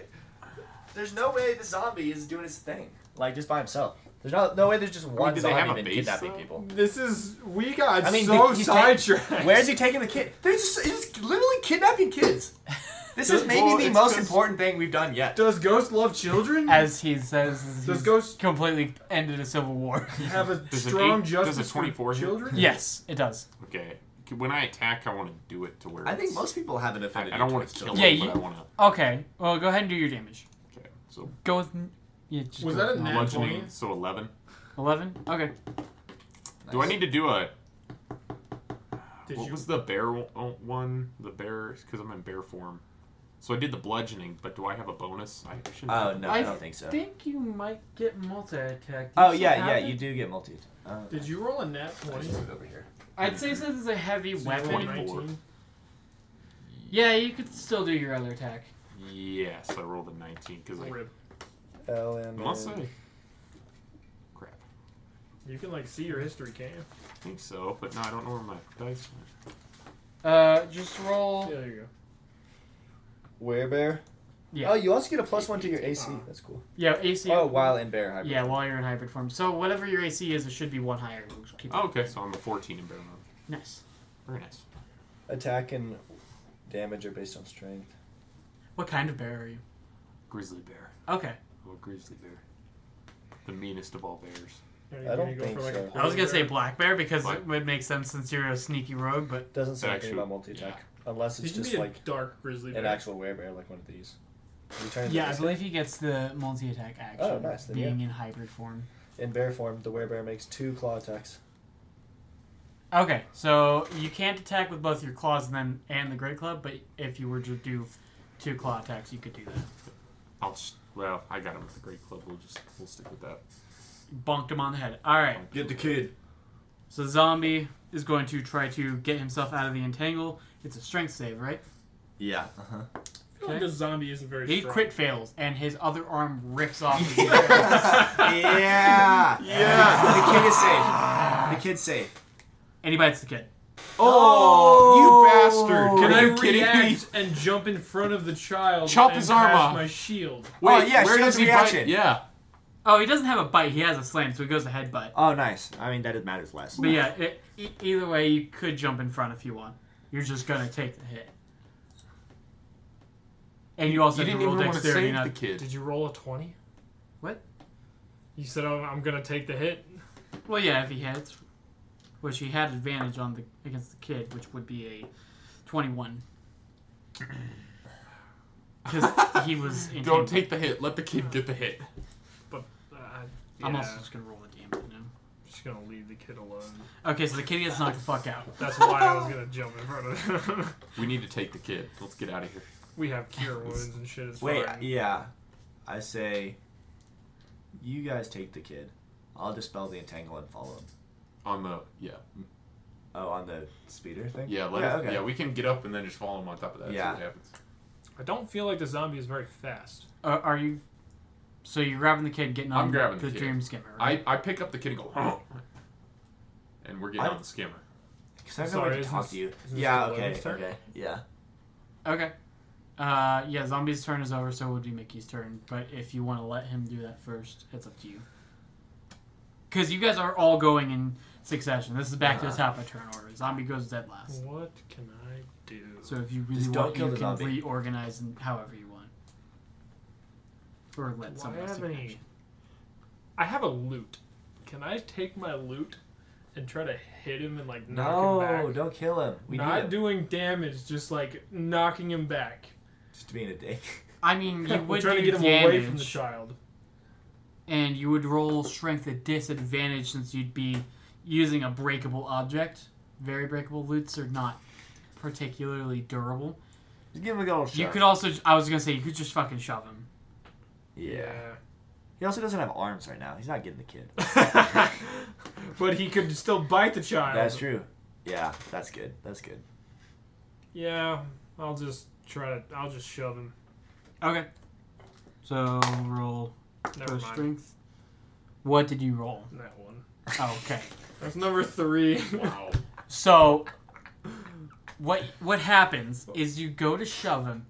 there's no way the zombie is doing his thing, like just by himself. There's no, no way there's just one
do they have
zombie
a base,
been kidnapping
though?
people.
This is we got
I mean,
so
the- he's
sidetracked.
taking- Where's he taking the kid? There's just, he's literally kidnapping kids. This is maybe
Well,
the
it's
most
just-
important thing we've done yet.
Does Ghost love children?
As he says, as
Does
he's
Ghost-
completely ended a civil war.
have a
Does an
strong
eight- does a
justice for
24 hit?
children?
yes, it does.
Okay. When I attack, I want to do it to where
I think
it's-
most people have an
I,
affinity.
I don't want
towards
to kill
children.
Yeah,
it,
you-
but I want to.
Okay, well, go ahead and do your damage.
Okay. So
Go with. n- Yeah, just
Was
go
that
with
a
nine.
nat-
bludgeoning.
20?
So eleven.
eleven? Okay.
Do I
Nice.
need to do a?
Did
what
you-
was the bear o- one? The bear, because I'm in bear form. So I did the bludgeoning, but do I have a bonus? I shouldn't.
Uh,
Oh no, I,
I
don't think so.
think you might get multi attack.
oh yeah, yeah, you do get multi. Oh,
Did you roll a nat twenty?
over here?
I'd say since it's a heavy
rolled
weapon.
a nine.
Yeah, you could still do your other attack.
Yes, I rolled a nineteen because I
Rip.
unless I. Crap.
You can like see your history, can't you?
I think so, but no, I don't know where my dice went.
Uh, just roll.
Yeah, there you go.
Where bear?
Yeah.
Oh, you also get a plus one to your AC. That's cool.
Yeah, AC.
Oh, while in bear hybrid.
Yeah, while you're in hybrid form. So whatever your AC is, it should be one higher. We'll just keep it.
Oh, okay, so I'm a fourteen in bear mode.
Nice.
Very nice.
Attack and damage are based on strength.
What kind of bear are you?
Grizzly bear.
Okay.
Oh, grizzly bear. The meanest of all bears.
Are you
I
gonna
don't
go
think
for, like, a
so.
I was gonna say
polar-
black bear because
Black-
it would make sense since you're a sneaky rogue, but
Doesn't say
Actually,
anything about multi attack unless
He
it's
can
just
be a
like
dark grizzly.
an
bear.
actual werebear, like one of these. You turn
yeah, I
this-
believe he gets the multi attack action.
Oh, nice, then
being in hybrid form.
in bear form, the werebear makes two claw attacks.
Okay, so you can't attack with both your claws and then and the great club, but if you were to do two claw attacks, you could do that.
I'll just, well, I got him with the great club. We'll just we'll stick with that.
Bonked him on the head. All right.
Get the kid.
So the zombie is going to try to get himself out of the entangle. It's a strength save, right?
Yeah. Uh-huh.
I feel like
Okay.
this zombie isn't very
He
strong.
crit fails, and his other arm rips off. His hand.
yeah. Yeah. The kid is safe. The kid's safe.
and he bites the kid.
Oh, you bastard!
Can
Are you
I
kidding me?
react and jump in front of the child?
Chop
and
his arm
crash
off.
My shield.
Wait,
Oh, yeah,
where
she
does
has
he
reaction.
bite? Yeah.
Oh, he doesn't have a bite. He has a slam, so he goes a headbutt.
Oh, nice. I mean, that it matters less.
But yeah, it, e- either way, you could jump in front if you want. You're just gonna take the hit. And you also
You
have
didn't
to roll
even want to
dexterity.
save the
Not,
kid.
Did you roll a twenty?
What?
You said I'm, I'm gonna take the hit.
well, yeah, if he hits, which he had advantage on the against the kid, which would be a twenty-one. Because he was.
Don't
entangled.
take the hit. Let the kid get the hit.
Uh,
I'm
yeah,
also just gonna roll the damage now.
just gonna leave the kid alone.
Okay, so the kid gets knocked the fuck out. Uh,
That's why I was gonna jump in front of him.
We need to take the kid. Let's get out of here.
we have cure wounds and shit. It's
Wait,
fine.
yeah. I say, you guys take the kid. I'll dispel the entangle and follow him.
On the yeah
Oh, on the speeder thing?
yeah let
yeah,
us-
okay.
yeah we can get up and then just follow him on top of that. see
Yeah.
what happens.
I don't feel like the zombie is very fast.
Are, are you? So you're grabbing the kid, getting on
I'm grabbing the
the,
kid.
dream skimmer. Right?
I I pick up the kid and go. "Huh." And we're getting
I-
on the skimmer.
Because I have no
Sorry,
way to
isn't
talk
this-
to you.
isn't this
Yeah,
the
okay,
load's turn?
okay. Yeah.
Okay. Uh, yeah, zombie's turn is over, so it would be Mickey's turn. But if you want to let him do that first, it's up to you. Because you guys are all going in succession. This is back to the top of turn order. Zombie goes dead last.
What can I do?
So if you really
Just don't
want,
kill
you
the
can
zombie.
reorganize and however you want, or let
Do I
someone else
have
take
any-
action.
I have a loot. Can I take my loot and try to hit him and like knock him back?
No, don't kill him. We
Not
need him.
doing damage, just like knocking him back.
Just being a dick.
I mean, you
We're
would
trying to
do
get him away from the
damage,
child.
and you would roll strength at disadvantage since you'd be using a breakable object. Very breakable loots are not particularly durable.
Just give him a good old shot.
You could also. I was gonna say you could just fucking shove him.
Yeah. He also doesn't have arms right now. He's not getting the kid.
but he could still bite the child.
That's true. Yeah, that's good. That's good.
Yeah, I'll just try to. I'll just shove him.
Okay. So roll
Never
for
mind.
strength. What did you roll?
That one.
Oh, okay.
That's number three.
Wow.
So what what happens is you go to shove him.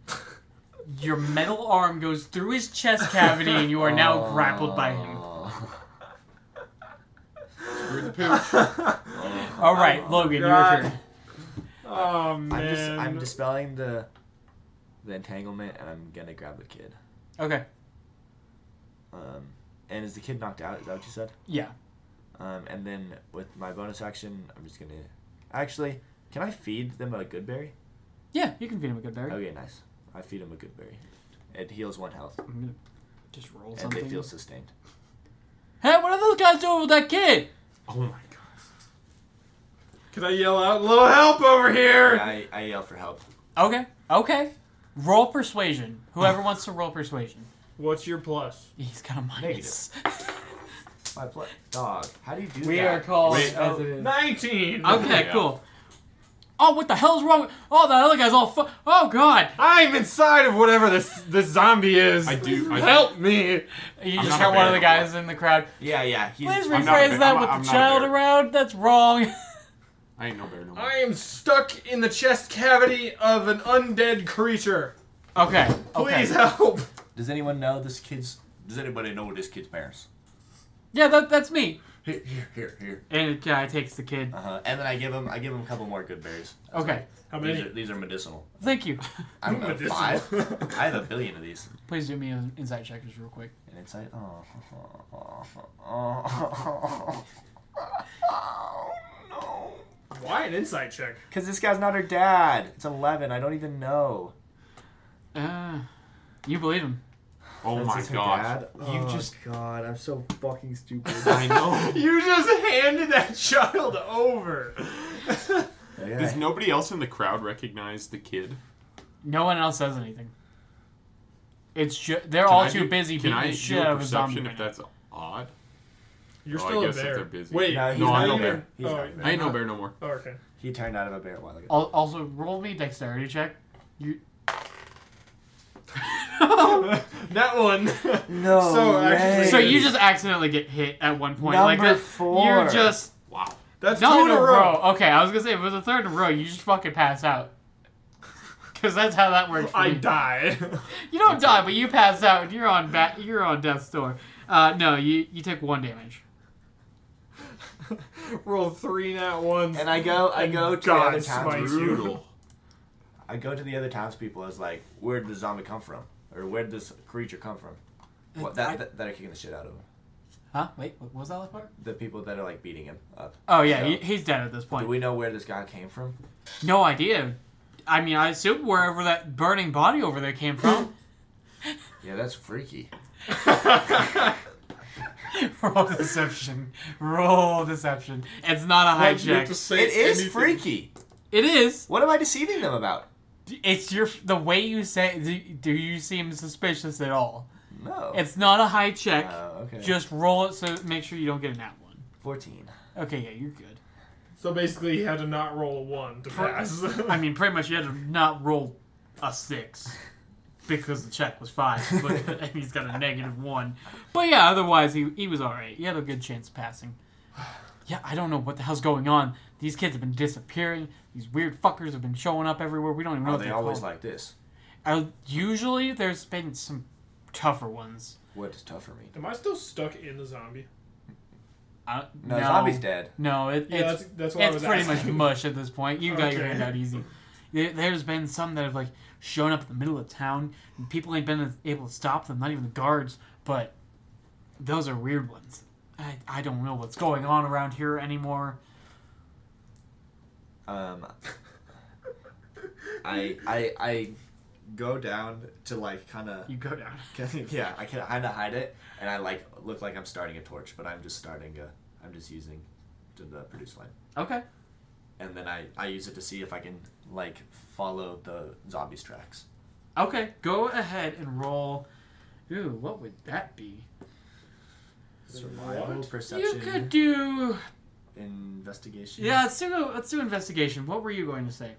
Your metal arm goes through his chest cavity, and you are
Oh.
now grappled by him.
Screw the pooch.
Oh,
All right, Logan, your
God.
turn.
Oh man.
I'm just I'm dispelling the the entanglement and I'm gonna grab the kid.
Okay.
Um, and is the kid knocked out? Is that what you said?
Yeah.
Um, and then with my bonus action, I'm just gonna actually. Can I feed them a good berry?
Yeah, you can feed him a good berry.
Okay, nice. I feed them a good berry. It heals one health,
I'm gonna just roll
and
something.
they feel sustained.
hey, what are those guys doing with that kid?
Oh my god.
Can I yell out, "Little help over here"?
And I, I yell for help.
Okay. Okay. Roll persuasion. Whoever wants to roll persuasion.
What's your plus?
He's got a minus.
My play. Dog, how do you do
We
that? oh,
are called
Wait,
as it is.
Nineteen.
okay,
Yeah.
cool. Oh, what the hell's wrong with... Oh, that other guy's all fu- Oh, God.
I'm inside of whatever this this zombie is.
I do. I,
Help me!
You
I'm
just
not
heard one of
a
the
bear.
guys in the crowd.
Yeah, yeah. He's
Please
I'm not a
rephrase
bear.
that
I'm
with
a- I'm
the
not a
child
bear.
around. That's wrong.
I ain't no bear no more.
I am stuck in the chest cavity of an undead creature.
okay. Okay.
Please help!
Does anyone know this kid's? Does anybody know this kid's parents?
Yeah, that, that's me.
Here, here, here, here.
And the guy takes the kid.
Uh huh. And then I give him, I give him a couple more good berries. That's
Okay.
right.
How
These are, these are medicinal.
Thank you.
I don't know five. I have a billion of these.
Please do me an inside check just real quick.
And it's like, oh, oh, oh, oh no.
Why an insight check?
Because this guy's not her dad. It's 11. I don't even know.
Uh, you believe him.
oh my god.
You just. Oh, God, I'm so fucking stupid.
I know.
You just handed that child over.
Does nobody else in the crowd recognize the kid?
No one else says anything. It's ju- they're
Can
all
I
too
do-
busy
Can
beating
I
the
do
shit
a
out of a zombie.
perception
right
if
now.
that's odd?
You're
Oh, I
still a
guess if
bear.
they're busy.
Wait,
No, he's
No,
not
I
a
don't
bear.
care.
He's
Oh,
not a bear.
I ain't no bear no more.
oh, okay.
He turned out of a bear a while ago.
Al- Also, roll me dexterity check. You
That one.
No.
So, actually-
so you just accidentally get hit at one point. like
Number
that,
four.
You're just
Wow.
That's
no
two in a row.
Okay, I was gonna say if it was a third in a row, you just fucking pass out. Cause that's how that works. For
I
me.
died.
You don't die, but you pass out. and You're on bat. You're on death's door. Uh, no, you you take one damage.
Roll three nat ones.
And I go, I go to
God
the other
smite
towns.
you.
Brutal.
I go to the other townspeople. I was like, where did the zombie come from? Or where did this creature come from? What, that, that, that are kicking the shit out of him.
Huh? Wait, what was that last part?
The people that are like beating him up.
Oh yeah,
So-
he, he's dead at this
Do
point.
we know where this guy came from?
No idea. I mean, I assume wherever that burning body over there came from.
Yeah, that's freaky.
roll deception. Roll deception. It's not a hijack.
It is freaky.
It is.
What am I deceiving them about?
It's your the way you say. Do, do you seem suspicious at all?
No.
It's not a high check.
Oh, okay.
Just roll it so make sure you don't get an at one.
14.
Okay, yeah, you're good.
So basically, he had to not roll a one to pass.
I mean, pretty much you had to not roll a six because the check was five, but and he's got a negative one. But yeah, otherwise he he was all right. He had a good chance of passing. Yeah, I don't know what the hell's going on. These kids have been disappearing. These weird fuckers have been showing up everywhere. We don't even know
Oh,
what
they
they're
always
called.
like this.
Uh, usually there's been some tougher ones.
What does tougher mean?
Am I still stuck in the zombie?
I,
No, zombie's dead.
No, it,
Yeah,
it's
that's, that's what I
it's
was
pretty much
asking.
mush at this point. You got your
Okay.
hand out easy. There- There's been some that have like shown up in the middle of town. And people ain't been able to stop them, not even the guards. But those are weird ones. I, I don't know what's going on around here anymore.
Um, I, I, I go down to like kind of.
You go down.
Yeah, I can kind of hide it, and I like look like I'm starting a torch, but I'm just starting a. I'm just using to the produce line.
Okay.
and then I, I use it to see if I can like follow the zombies tracks.
Okay, go ahead and roll. Ooh, what would that be?
Survival,
You
perception,
could do.
investigation.
Yeah, let's do let's do investigation. What were you going to say?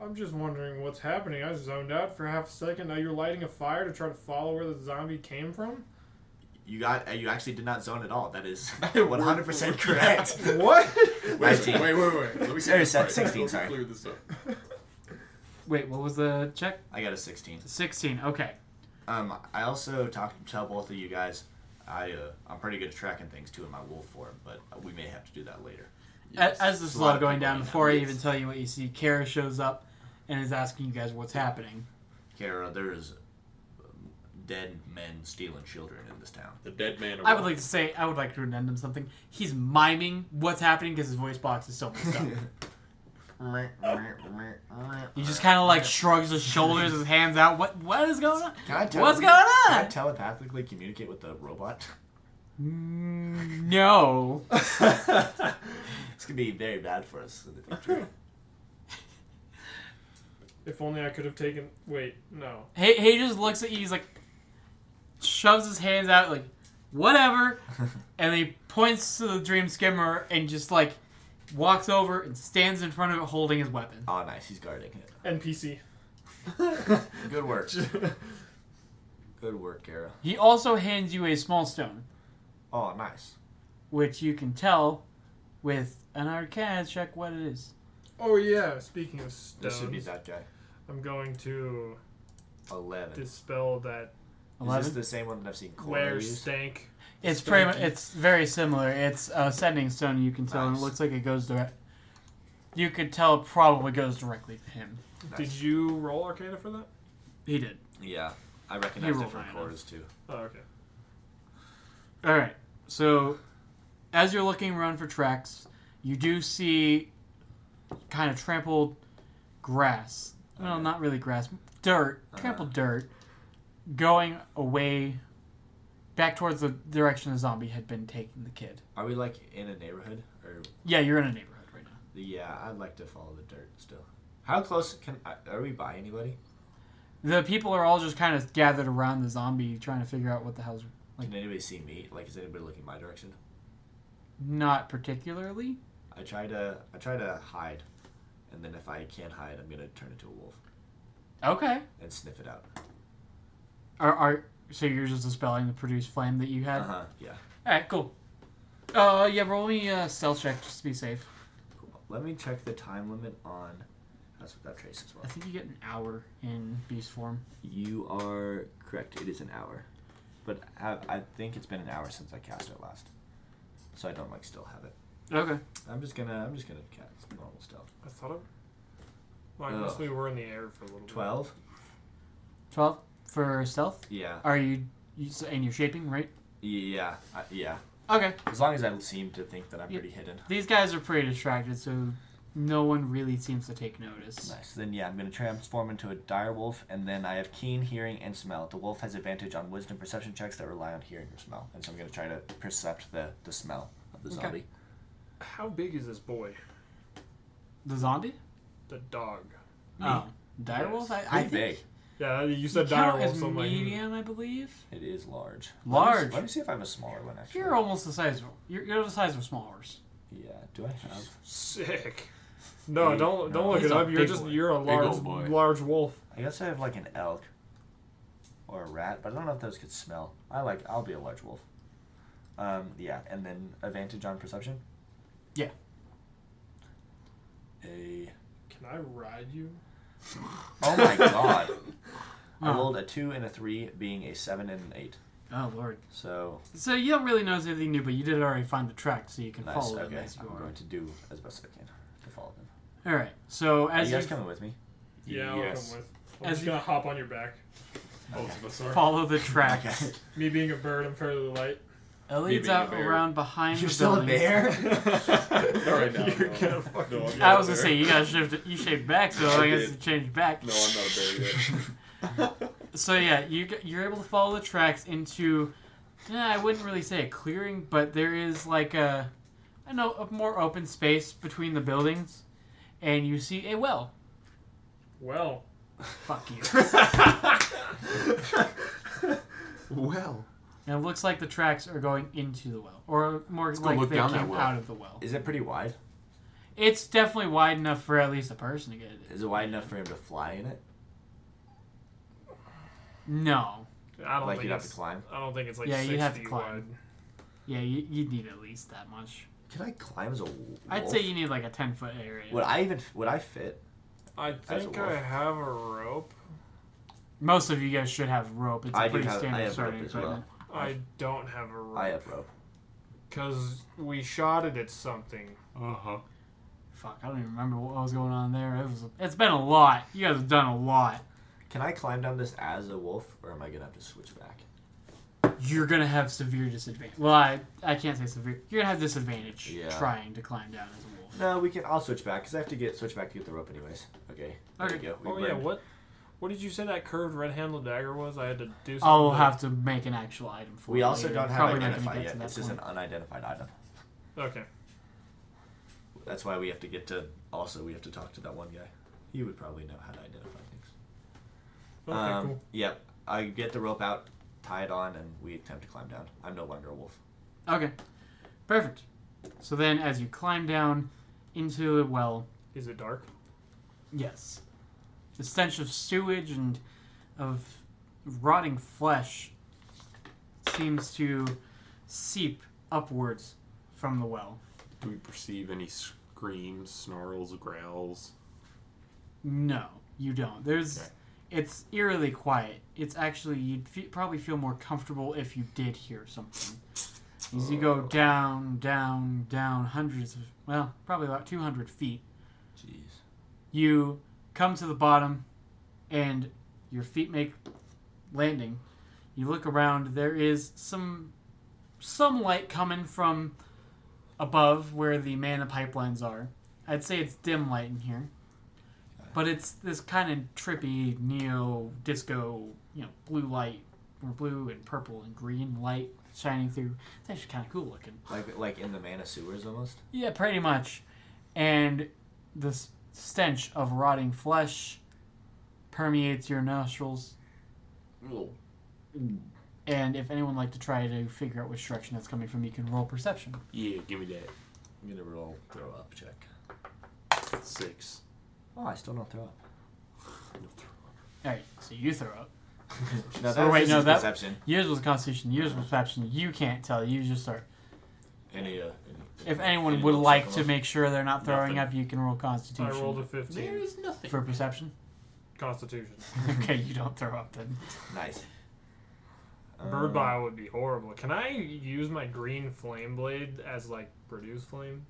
I'm just wondering what's happening. I zoned out for half a second. Now you're lighting a fire to try to follow where the zombie came from?
You got uh, you actually did not zone at all. That is 100% correct.
What?
Wait, wait,
Nineteen.
wait, wait. Let me
Sorry,
get this
sec-
right.
16,
Let me
sorry.
clear this up.
Wait, what was the check?
I got a 16.
Sixteen. Okay.
Um, I also talked to tell both of you guys. I uh, I'm pretty good at tracking things too in my wolf form, but we may have to do that later.
A- As this
There's
is
a lot
all
of
going
people
down,
in that
before I
maze.
even tell you what you see, Kara shows up and is asking you guys what's happening.
Kara, there is um, dead men stealing children in this town.
The dead man.
I would like to say, I would like to amend him something. He's miming what's happening because his voice box is so messed up. He just kind of like shrugs his shoulders, his hands out. What what is going on?
Can I tele-
What's going on?
Can I telepathically communicate with the robot?
Mm, no.
this could be very bad for us in the future.
If only I could have taken. Wait, no.
He, he just looks at you. He's like, shoves his hands out, like, whatever. and he points to the dream skimmer and just like walks over and stands in front of it holding his weapon.
Oh, nice. He's guarding it.
NPC.
Good work. Good work, Kara.
He also hands you a small stone,
Oh, nice.
which you can tell with an arcana check what it is.
oh, yeah, speaking of
This should be
stones,
that guy.
I'm going to
11.
dispel that
Is
Eleven.
this the same one that I've seen Corey
lair
use?
stank.
It's pretty. Much,
Stonky.
it's very similar. It's a sending stone. You can tell, and it
Nice.
looks like it goes direct. You could tell it probably goes directly to him.
Did you roll Arcana for that?
He did.
Yeah. I
He
recognize it
rolled
from
high enough.
Cora's too.
Oh, okay.
All right. So, as you're looking around for tracks, you do see kind of trampled grass. Well,
Okay.
not really grass, dirt, trampled dirt, going away back towards the direction the zombie had been taking the kid.
Are we like in a neighborhood? Or
Yeah, you're in a neighborhood right now.
yeah, I'd like to follow the dirt still. How close can I, are we by anybody?
The people are all just kind of gathered around the zombie, trying to figure out what the hell's
Can anybody see me? Like, is anybody looking my direction?
not particularly.
I try to I try to hide, and then if I can't hide, I'm gonna turn into a wolf
Okay.
and sniff it out.
Are are so you're just dispelling the produced flame that you had.
Uh huh. Yeah.
All right, cool. Uh, yeah, roll me a stealth check just to be safe.
Cool. Let me check the time limit on. That's what that trace as well.
I think you get an hour in beast form.
You are correct. It is an hour, but I, I think it's been an hour since I cast it last, so I don't like still have it.
Okay.
I'm just gonna I'm just gonna cast normal stealth.
I thought of. Well, I guess
Ugh.
we were in the air for a little bit.
Oh. Twelve.
Twelve for stealth.
Yeah.
Are you, you s- and you're shaping right?
Yeah. I, yeah.
Okay.
As long as I seem to think that I'm
Yeah.
pretty hidden.
These guys are pretty distracted, so no one really seems to take notice.
Nice. Then yeah, I'm gonna transform into a dire wolf, and then I have keen hearing and smell. The wolf has advantage on wisdom perception checks that rely on hearing or smell, and so I'm gonna try to percept the the smell of the
Okay.
zombie.
How big is this boy?
The zombie?
The dog.
Oh, direwolf.
Yes.
I, I
Pretty
think
big.
Yeah, you said
you count
direwolf,
as
so I'm like, hmm.
medium, I believe.
It is large. Let me,
Large.
s- let me see if I have a smaller one actually.
You're almost the size. Of, you're, you're the size of a small horse.
Yeah. Do I have?
Sick. No, don't
Hey, no,
don't look
he's
it
a
up. You're
big
just
boy.
you're a
Big
large
old boy.
large wolf.
I guess I have like an elk or a rat, but I don't know if those could smell. I like. I'll be a large wolf. Um. Yeah. And then advantage on perception.
Yeah.
A.
Can I ride you?
Oh my god. I
Oh.
rolled a two and a three, being a seven and an eight.
Oh lord.
So
So you don't really notice anything new, but you did already find the track, so you can
nice.
follow them
Okay,
as you
I'm
are.
going to do as best I can to follow them.
All right. So
Are
as
you
you,
guys coming with me?
Yeah, I'll
Yes.
come with. I'm
As
just
you-
gonna hop on your back.
Both of us are.
follow the tracks,
Me being a bird, I'm fairly light.
Me
Elliot's
being a
out
bear.
around behind
You're
the
still a
buildings.
bear.
Not right now.
You're
no.
gonna fucking-
No, I'm not
I
a
was gonna
bear.
say you gotta shift. You shaved back, so
I
I guess
did.
you changed back.
No, I'm not a bear yet.
So yeah, you g- you're able to follow the tracks into. eh, I wouldn't really say a clearing, but there is like a an o- a more open space between the buildings, and you see a well.
Well,
Fuck you.
Well,
And it looks like the tracks are going into the well, or more
go
like
look
they
down that
came
well.
out of the well.
Is it pretty wide?
It's definitely wide enough for at least a person to get it.
Is it wide enough for him to fly in it?
No,
I don't
Like
think
you'd have
it's.
to climb.
I don't think it's like
Yeah,
six
you'd have to
feet
climb.
wide.
yeah, you, you'd need at least that much.
Can I climb as a wolf?
I'd say you need like a ten foot area.
Would I even would I fit?
I
a
think
wolf.
I have a rope.
Most of you guys should have rope. It's a
I do
pretty
have- I
standard
have
starting
rope as well.
equipment.
I don't have a rope.
I have rope.
Because we shot it at something.
uh
Uh-huh.
huh.
Fuck, I don't even remember what was going on there. It was. It's been a lot. You guys have done a lot.
Can I climb down this as a wolf, or am I gonna have to switch back?
You're gonna have severe disadvantage. Well, I, I can't say severe. You're gonna have disadvantage
Yeah.
trying to climb down as a wolf.
No, we can. I'll switch back because I have to get switch back to get the rope anyways. Okay. There
Okay.
you go. We
Oh yeah,
burned.
what? What did you say that curved red-handled dagger was? I had to do something.
I'll
to-
Oh, have to make an actual item for
We
it
also
later.
don't have
Probably not gonna
identify
get
yet.
to that
It's just an
point.
unidentified item.
Okay.
That's why we have to get to. Also, we have to talk to that one guy. He would probably know how to identify things.
Okay.
um,
cool.
Yep. I get the rope out, tie it on, and we attempt to climb down. I'm no longer a wolf.
Okay. Perfect. So then, as you climb down into the well,
Is it dark?
yes, the stench of sewage and of rotting flesh seems to seep upwards from the well.
Do we perceive any screams, snarls, growls?
No, you don't. There's,
Okay.
it's eerily quiet. It's actually you'd fe- probably feel more comfortable if you did hear something. As you go down, down, down, hundreds of well, probably about two hundred feet,
Jeez.
you come to the bottom, and your feet make landing. You look around. There is some some light coming from above where the mana pipelines are. I'd say it's dim light in here. But it's this kind of trippy neo disco, you know, blue light or blue and purple and green light shining through. It's actually kind of cool looking.
Like like in the mana sewers almost.
Yeah, pretty much. And the s- stench of rotting flesh permeates your nostrils. And if anyone would like to try to figure out which direction that's coming from, you can roll perception.
Yeah, give me that.
I'm gonna roll throw up check.
Six.
Oh, I still don't throw up.
All right, so you throw up.
No,
So wait,
was
no,
his
that-
perception.
Yours was Constitution. Yours was perception. You can't tell. You just are.
Any, uh,
If anyone
Any
would
looks
like
like a
to
look?
make sure they're not throwing
Nothing.
up, you can roll
I
Constitution
rolled a fifteen.
is nothing.
for perception.
Constitution.
okay, you don't throw up then.
nice.
Bird
Um,
bile would be horrible. Can I use my green flame blade as like produce flame,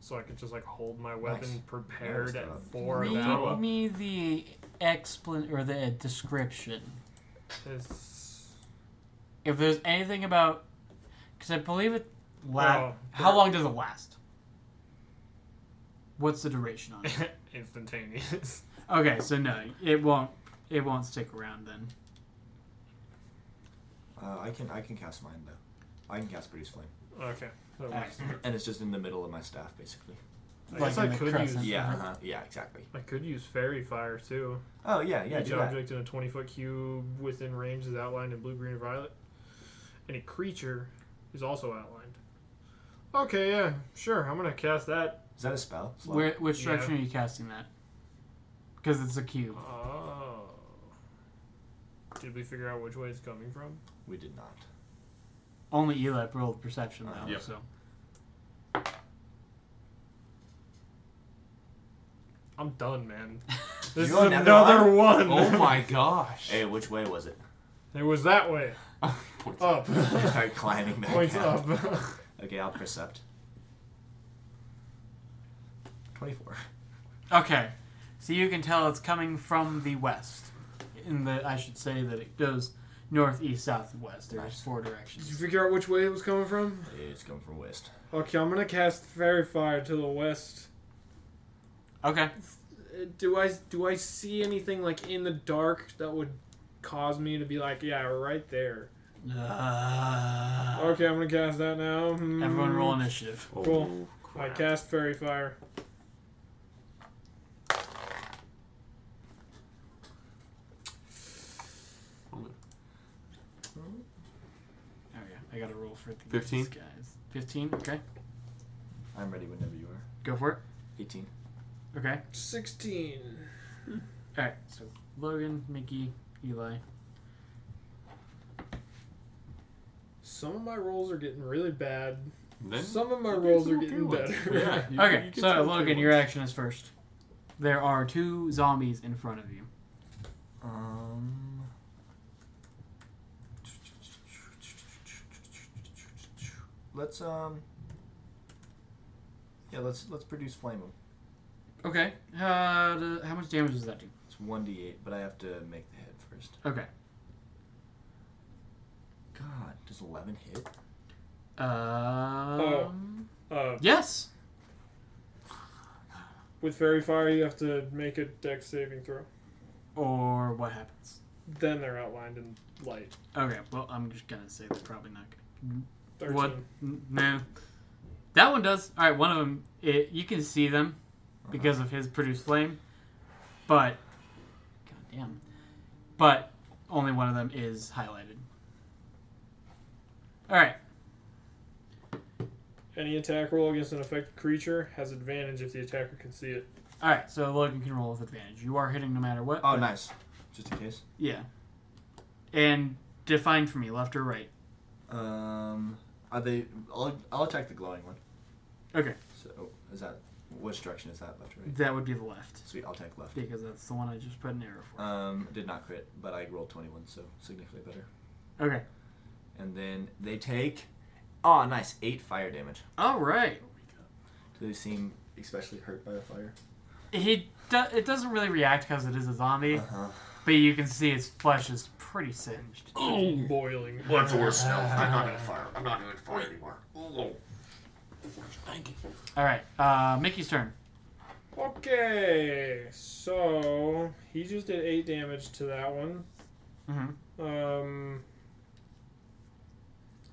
so I could just like hold my weapon
Nice.
prepared
Yeah, uh,
at
let's do
four of
Read
that?
me the explan or the description.
It's-
If there's anything about, because I believe it. La-
Oh,
how
yeah.
long does it last? What's the duration on it?
instantaneous.
okay, so no, it won't. It won't stick around then.
Uh, I can I can cast mine though. I can cast produce flame,
Okay. that works.
and it's just in the middle of my staff basically.
I guess I could use
Yeah, uh-huh. yeah, exactly.
I could use fairy fire too.
Oh yeah, yeah,
Each
do that.
object in a 20 foot cube within range is outlined in blue, green, and violet. Any creature is also outlined. Okay, yeah, sure. I'm gonna cast that.
Is that a spell? Slot?
Where, which
Yeah.
direction are you casting that? Because it's a cube.
Oh. Did we figure out which way it's coming from?
We did not.
Only Elep rolled perception though,
Yep.
so
I'm done, man. This
You
is
want
another,
another
one.
Oh my gosh.
Hey, which way was it?
It was that way.
Points
Oh. Up.
Start climbing back.
Points up.
down. Okay, I'll percept. Twenty-four.
Okay, so you can tell it's coming from the west. In the, I should say that it goes northeast, south, and west. There's
Nice.
four
Did
directions.
you figure out which way it was coming from?
It's coming from west.
Okay, I'm gonna cast fairy fire to the west.
Okay.
Uh, do I do I see anything like in the dark that would cause me to be like, yeah, right there?
Uh,
Okay, I'm gonna cast that now. Hmm.
Everyone roll initiative.
oh,
Cool. I cast fairy fire.
Okay, Oh, I got to roll for these
15.
guys. 15, okay.
I'm ready whenever you are.
Go for it.
18.
Okay.
Sixteen.
All right, so Logan, Mickey, Eli.
Some of my rolls are getting really bad.
Then
Some of my
you do
rolls
some
are
okay
getting
ones.
better.
Yeah, you-
Okay,
you get
so
some okay
Logan, your
ones.
action is first. There are two zombies in front of you.
Um. Let's um. Yeah, let's let's produce flame 'em.
Okay, uh, do- how much damage does that do?
It's one d eight, but I have to make the hit first.
Okay,
God, does eleven hit?
um,
Uh,
yes.
with fairy fire, you have to make a dex saving throw.
Or what happens?
Then they're outlined in light.
Okay, well, I'm just gonna say they're probably not. Gonna.
Thirteen.
What? N- No, that one does. All right, one of them. It, you can see them because of his produced flame, but goddamn, but only one of them is highlighted. All right.
Any attack roll against an affected creature has advantage if the attacker can see it.
All right, so Logan can roll with advantage. You are hitting no matter what.
Oh, nice. Just in case.
Yeah. And define for me, left or right.
Um, are they? I'll, I'll attack the glowing one.
Okay.
So is that which direction is that? Left or right?
That would be the left
Sweet, I'll attack left.
because that's the one I just put an arrow for.
Um, did not crit, but I rolled twenty one, so significantly better.
Okay.
And then they take. Oh, nice. Eight fire damage.
All right.
Do they seem especially hurt by the fire?
He do- it doesn't really react because it is a zombie,
Uh-huh.
but you can see its flesh is pretty singed.
Oh, boiling.
Blood force. No, I'm not gonna fire. I'm not doing fire anymore. Oh.
All right. Uh, Mickey's turn.
Okay, so he just did eight damage to that one.
Mm-hmm.
Um,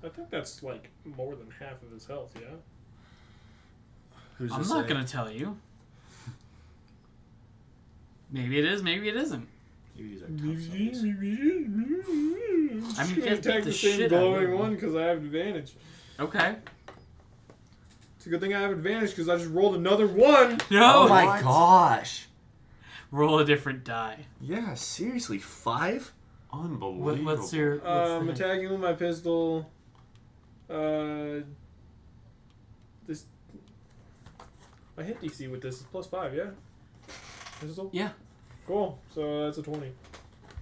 I think that's like more than half of his health. Yeah.
Who's
I'm not gonna tell you. Maybe it is. Maybe it isn't.
Oh,
I'm
gonna
just gonna
get
attack
the
the, same
shit out of
glowing
you.
one because I have advantage.
Okay.
It's a good thing I have advantage because I just rolled another one.
No.
Oh my
What?
gosh!
Roll a different die.
Yeah, seriously, five?
What,
Unbelievable.
what's your? What's
Um,
the-
attacking with my pistol. Uh, this. My hit DC with this is plus five. Yeah. Pistol.
Yeah.
Cool. So that's a twenty.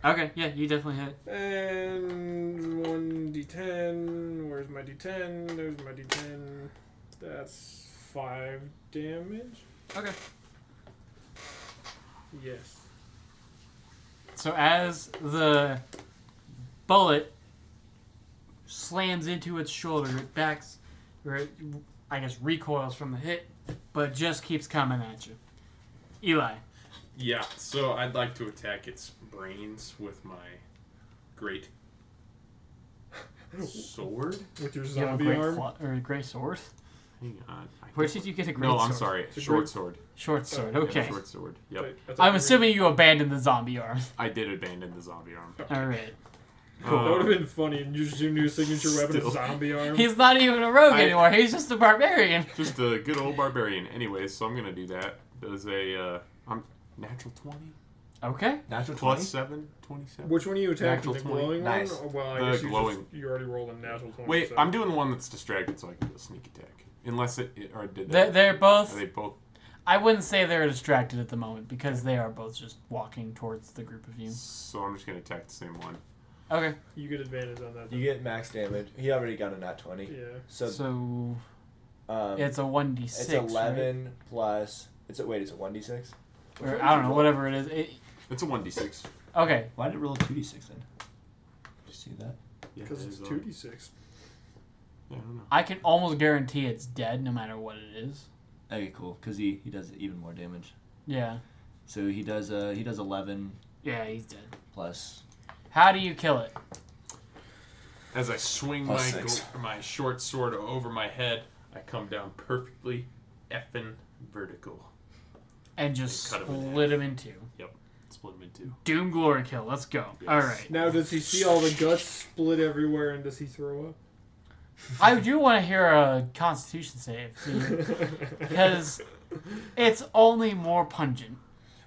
Okay. Yeah, you definitely hit.
And one d10. Where's my d10? There's my d10. That's five damage.
Okay.
Yes.
So as the bullet slams into its shoulder, it backs, or it, I guess recoils from the hit, but just keeps coming at you. Eli,
Yeah. So I'd like to attack its brains with my great sword.
With your
you have a
zombie
great,
arm.
fla- or a great sword.
Hang on. I
Where
think-
did you get a great
No,
sword?
I'm sorry.
a
Short
great-
sword.
Short sword.
Oh, yeah,
Yeah,
Okay.
short sword. Yep.
Wait, I thought you
I'm
were-
assuming you abandoned the zombie arm.
I did abandon the zombie arm.
All right.
That would have
Um,
been funny. And use your new signature weapon,
Still.
a zombie arm.
He's not even a rogue
I-
anymore. He's just a barbarian.
Uh, just a good old barbarian. Anyway, so I'm gonna do that. Does a uh, I'm natural twenty
Okay.
Natural
plus seven, 27.
Which one are you attacking?
Natural
The
20.
glowing
Nice.
one? Or, well, I
The
guess you,
glowing.
Just, you already rolled a natural 20.
Wait,
so-
I'm doing the one that's distracted, so I can do a sneak attack. Unless it, it or did
They're,
that?
they're
Are
both.
they both?
I wouldn't say they're distracted at the moment because they are both just walking towards the group of you.
So I'm just gonna attack the same one.
Okay.
You get advantage on that.
You get max damage. He already got a nat 20.
yeah.
So,
so
um,
It's a one d
it's
six.
11 plus. It's a, Wait, is it 1d6?
Or, I don't know, whatever it is. It,
It's a one d six.
okay,
Why did it roll a 2d6 then? Did you see that?
Because it's 2d6.
I don't know.
I can almost guarantee it's dead, no matter what it is.
Okay, cool. Because he, he does even more damage.
Yeah,
So he does uh, he does 11
yeah, he's dead.
plus.
How do you kill it?
As I swing
Plus
my
six.
go- my short sword over my head, I come down perfectly effing vertical.
and just
Cut 'em in
split him in two.
Split them in two.
Doom glory kill. Let's go. All right.
Now, does he see all the guts split everywhere and does he throw up?
I do want to hear a Constitution save see, because it's only more pungent.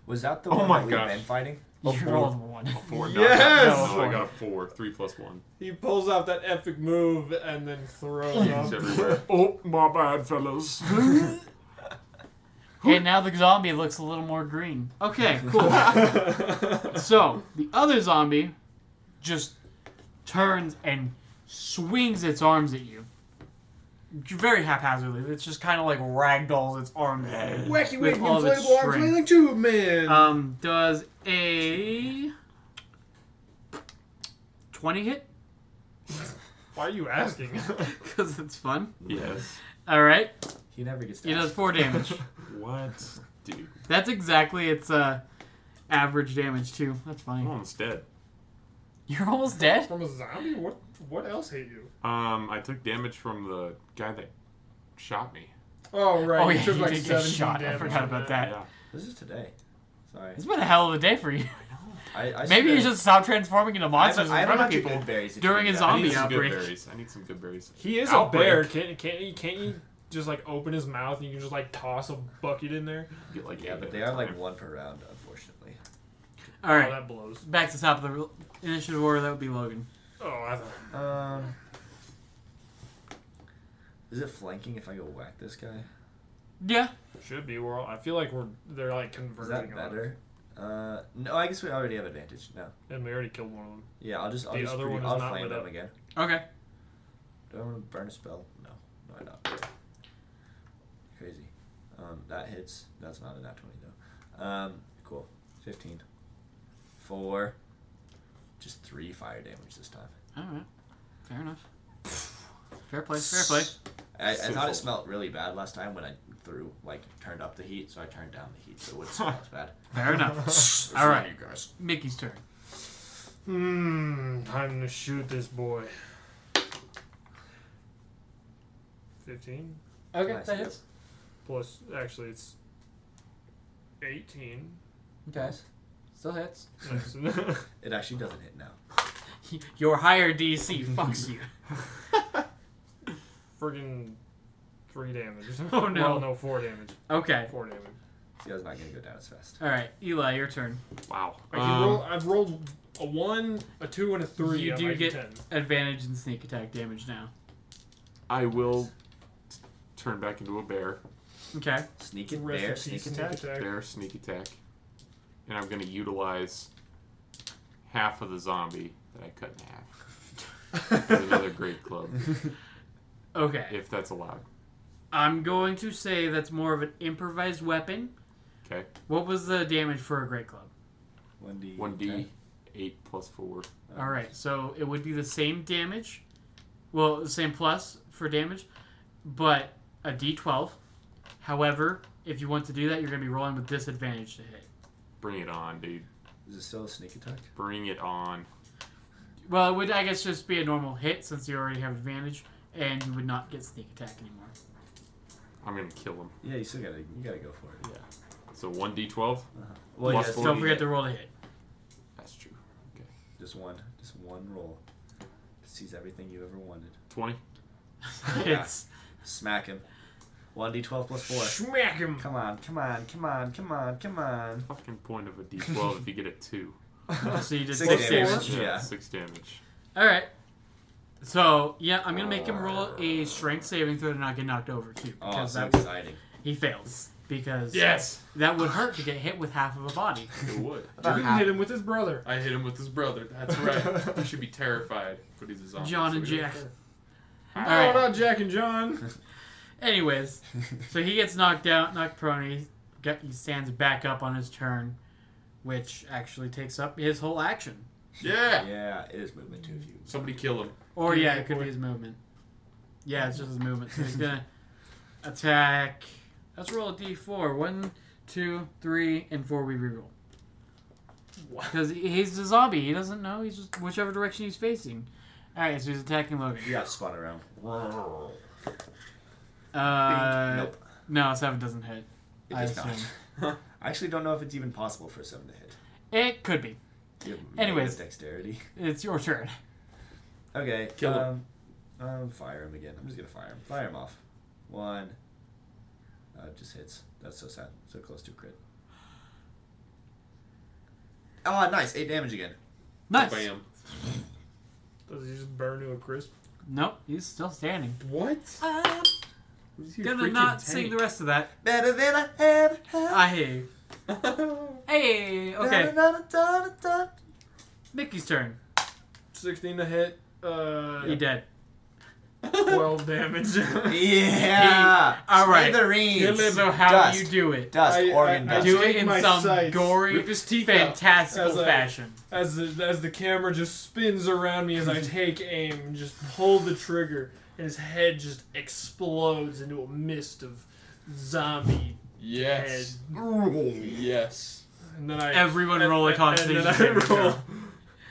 Was that the
Oh
one
my
that we've
gosh.
been fighting?
You rolled one.
Four.
Yes!
No, I got a four. Three plus one.
He pulls out that epic move and then throws
It's
up.
everywhere. oh, my bad, fellas.
And now the zombie looks a little more green. Okay, cool. so the other zombie just turns and swings its arms at you. Very haphazardly. It's just kind of like ragdolls its arms.
Wacky,
With
wacky,
all of its
inflatable arms,
strength.
like tube man.
Um, does a 20 hit?
Why are you asking?
Because it's fun.
yes.
Alright,
He never gets. to
it does 4 damage.
What? Dude,
That's exactly its uh, average damage, too. That's funny.
I'm almost dead.
You're almost dead?
From a zombie? What? What else hit you?
Um, I took damage from the guy that shot me.
Oh right.
Oh,
he
yeah,
took
you
like
did get
17
shot. I
damage
forgot
from
about
Yeah.
that.
This is today. Sorry.
It's been a hell of a day for you.
I, I
Maybe you
should've-
should stop transforming into
I haven't-
monsters
I
in
haven't
front of
had your
people.
good berries that
during
you
a
got.
I
zombie
need some
outbreak.
good berries. I need some good berries.
He is
Outbreak.
a bear. Can't can't you can't you just like open his mouth and you can just like toss a bucket in there?
Get like
Yeah,
eight
but
at
they
a
are
time.
like one per round, unfortunately.
All
Oh,
right,
that blows.
back to the top of the re- initiative order. That would be Logan.
Oh, I thought.
Um, is it flanking if I go whack this guy?
Yeah.
Should be. We're all, I feel like we're they're like
Is
converging.
that better? Uh, no, I guess we already have advantage. No.
On, and we already killed one of them.
Yeah, I'll just I'll
The
just
other
pretty-
one is
I'll
not
flame
lit
him
up.
again.
Okay.
Do I want to burn a spell? No, no, I don't. Crazy. Um, that hits. That's not a nat twenty though. Um, cool. Fifteen. Four. Just three fire damage this time.
All right. Fair enough. Fair play. Fair play.
I, I thought
Sizzle.
it smelled really bad last time when I threw like turned up the heat, so I turned down the heat, so it wouldn't smell as bad.
Fair enough.
It's
All
not
right.
you guys.
Mickey's turn.
Hmm. Time to shoot this boy. Fifteen
Okay,
Nice, that yep. hits.
plus actually it's eighteen.
Okay. Still hits.
Nice.
It actually doesn't hit now.
Your higher DC fucks you.
Friggin' three damage.
Oh, no.
Well, no, four damage.
Okay.
Four damage.
This guy's not gonna go down as fast.
All right, Eli, your turn.
wow.
I can
Um,
roll, I've rolled a one, a two, and a three.
You
on
do
my
get-
D10.
Advantage and sneak attack damage now.
I will t- turn back into a bear.
Okay.
Sneak it
Rest in
there,
peace,
sneak attack.
Bear sneak attack. And I'm going to utilize half of the zombie that I cut in half. With another great club,
Okay.
if that's allowed.
I'm going to say that's more of an improvised weapon.
Okay.
What was the damage for a great club?
One D.
1d, 8 plus 4.
All right, so it would be the same damage, well, the same plus for damage, but a d12. However, if you want to do that, you're going to be rolling with disadvantage to hit.
Bring it on, dude.
Is it still a sneak attack?
Bring it on.
Well, it would, I guess, just be a normal hit since you already have advantage, and you would not get sneak attack anymore.
I'm going to kill him.
Yeah, you still gotta you gotta go for it.
So 1d12?
Well,
Plus
yeah,
four.
Don't forget
the
to roll to hit.
That's true.
just one, just one roll. Sees everything you ever wanted.
20?
it's
Smack him. One D twelve plus four.
Smack him.
Come on, come on, come on, come on, come on.
Fucking point of a d12 if you get a 2.
so you did
Six
six damage.
damage. Yeah.
6 damage.
All right. So yeah, I'm gonna make him roll a strength saving throw to not get knocked over too,
Oh,
because
so
that,
exciting.
he fails because That would hurt to get hit with half of a body.
It would.
You can hit him with his brother.
I hit him with his brother. That's right. he should be terrified, but he's a
Oh,
zombie.
John
so
and
we don't
Jack.
care.
All
Oh,
right.
not Jack and John.
Anyways, so he gets knocked out, knocked prone. He, get, he stands back up on his turn, which actually takes up his whole action.
Yeah.
Yeah, it is movement too if you
Somebody kill him.
Or
Good
yeah, it could
boy.
be his movement. Yeah, it's just his movement. So he's gonna attack. Let's roll a d4. One, two, three, and four. We reroll. Because he's a zombie. He doesn't know. He's just whichever direction he's facing. All right, so he's attacking Logan.
You got to spot around.
Uh,
nope.
No, seven doesn't hit.
It
I
does not.
assume.
I actually don't know if it's even possible for seven to hit.
It could be.
You have
Anyways.
negative dexterity.
It's your turn.
Okay.
Kill
um, um, fire him again. I'm just gonna fire him. Fire him off. One. Uh, just hits. That's so sad. So close to a crit. Ah, nice. Eight damage again.
Nice.
Bam.
Does he just burn to a crisp?
Nope, he's still standing.
What?
I'm gonna not sing the rest of that.
Better than I ever had.
I hear you. Hey, okay.
Da-da-da-da-da-da.
Mickey's turn.
16 to hit. Uh,
He dead.
12 damage.
Yeah.
All right.
Smithereens.
So how
dust.
you do it?
Dust.
I-
organ
I- I
dust.
do it
take
in
my
some
sights.
gory,
Rip his teeth out.
fantastical
As I-
fashion.
as the, as the camera just spins around me as I take aim, just pull the trigger, and his head just explodes into a mist of zombie head.
Yes. Yes.
And then I
Everyone
and-
roll a
and-
constitution
And then
saving
I roll
throw.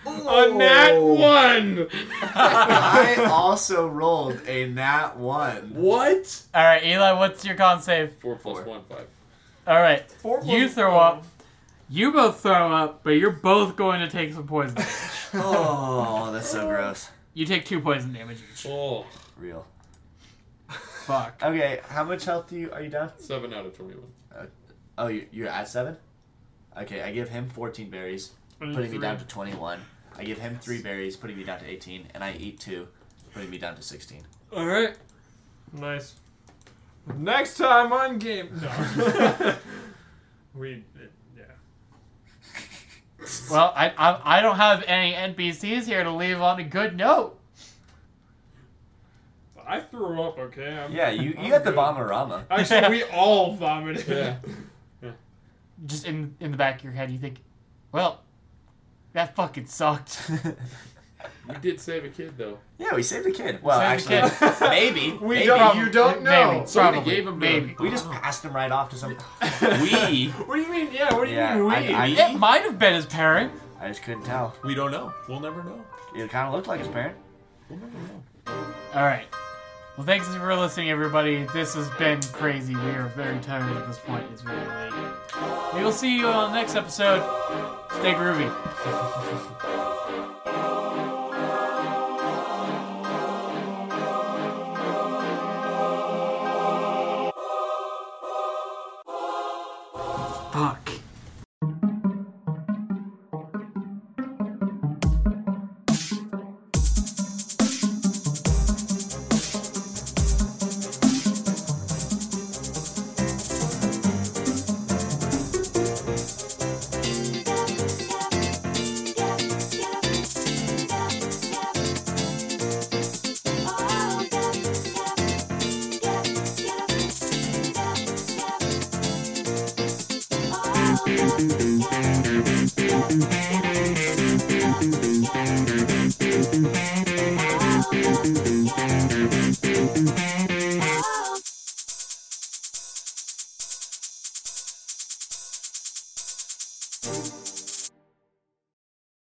a nat one.
I also rolled a nat one.
What?
All right, Eli, what's your con save?
Four plus one, five.
All right,
Four
you
plus-
throw up. You both throw up, but you're both going to take some poison.
Oh, that's so gross.
you take two poison damage each.
Oh,
Real.
Fuck.
Okay. How much health do you are you down?
seven out of 21.
Oh, you- you're at seven? Okay, I give him 14 berries, putting me down to 21. I give him three berries, putting me down to 18, and I eat two, putting me down to 16.
All right.
Nice. Next time on game. No. we. Yeah.
Well, I, I I don't have any NPCs here to leave on a good note.
I threw up, okay? I'm,
Yeah, you,
Oh,
I'm
you got the
good.
bomberama.
Actually, we all vomited.
Yeah.
Just in in the back of your head, you think, well, that fucking sucked.
We did save a kid, though.
yeah, we saved the kid. Well,
Saved the
actually, maybe.
We
maybe.
don't. You don't know.
Maybe.
Somebody
Probably.
gave him to
Maybe.
him.
We just passed him right off to some.
We
What do you mean? Yeah. What do you
Yeah,
mean? We.
I,
It might have been his parent.
I, I just couldn't tell.
we don't know. We'll never know.
It kind of looked like his parent.
We'll never know.
All right. Well, thanks for listening, everybody. This has been crazy. We are very tired at this point. It's very late. We will see you on the next episode. Stay groovy. Fuck.
Thank you.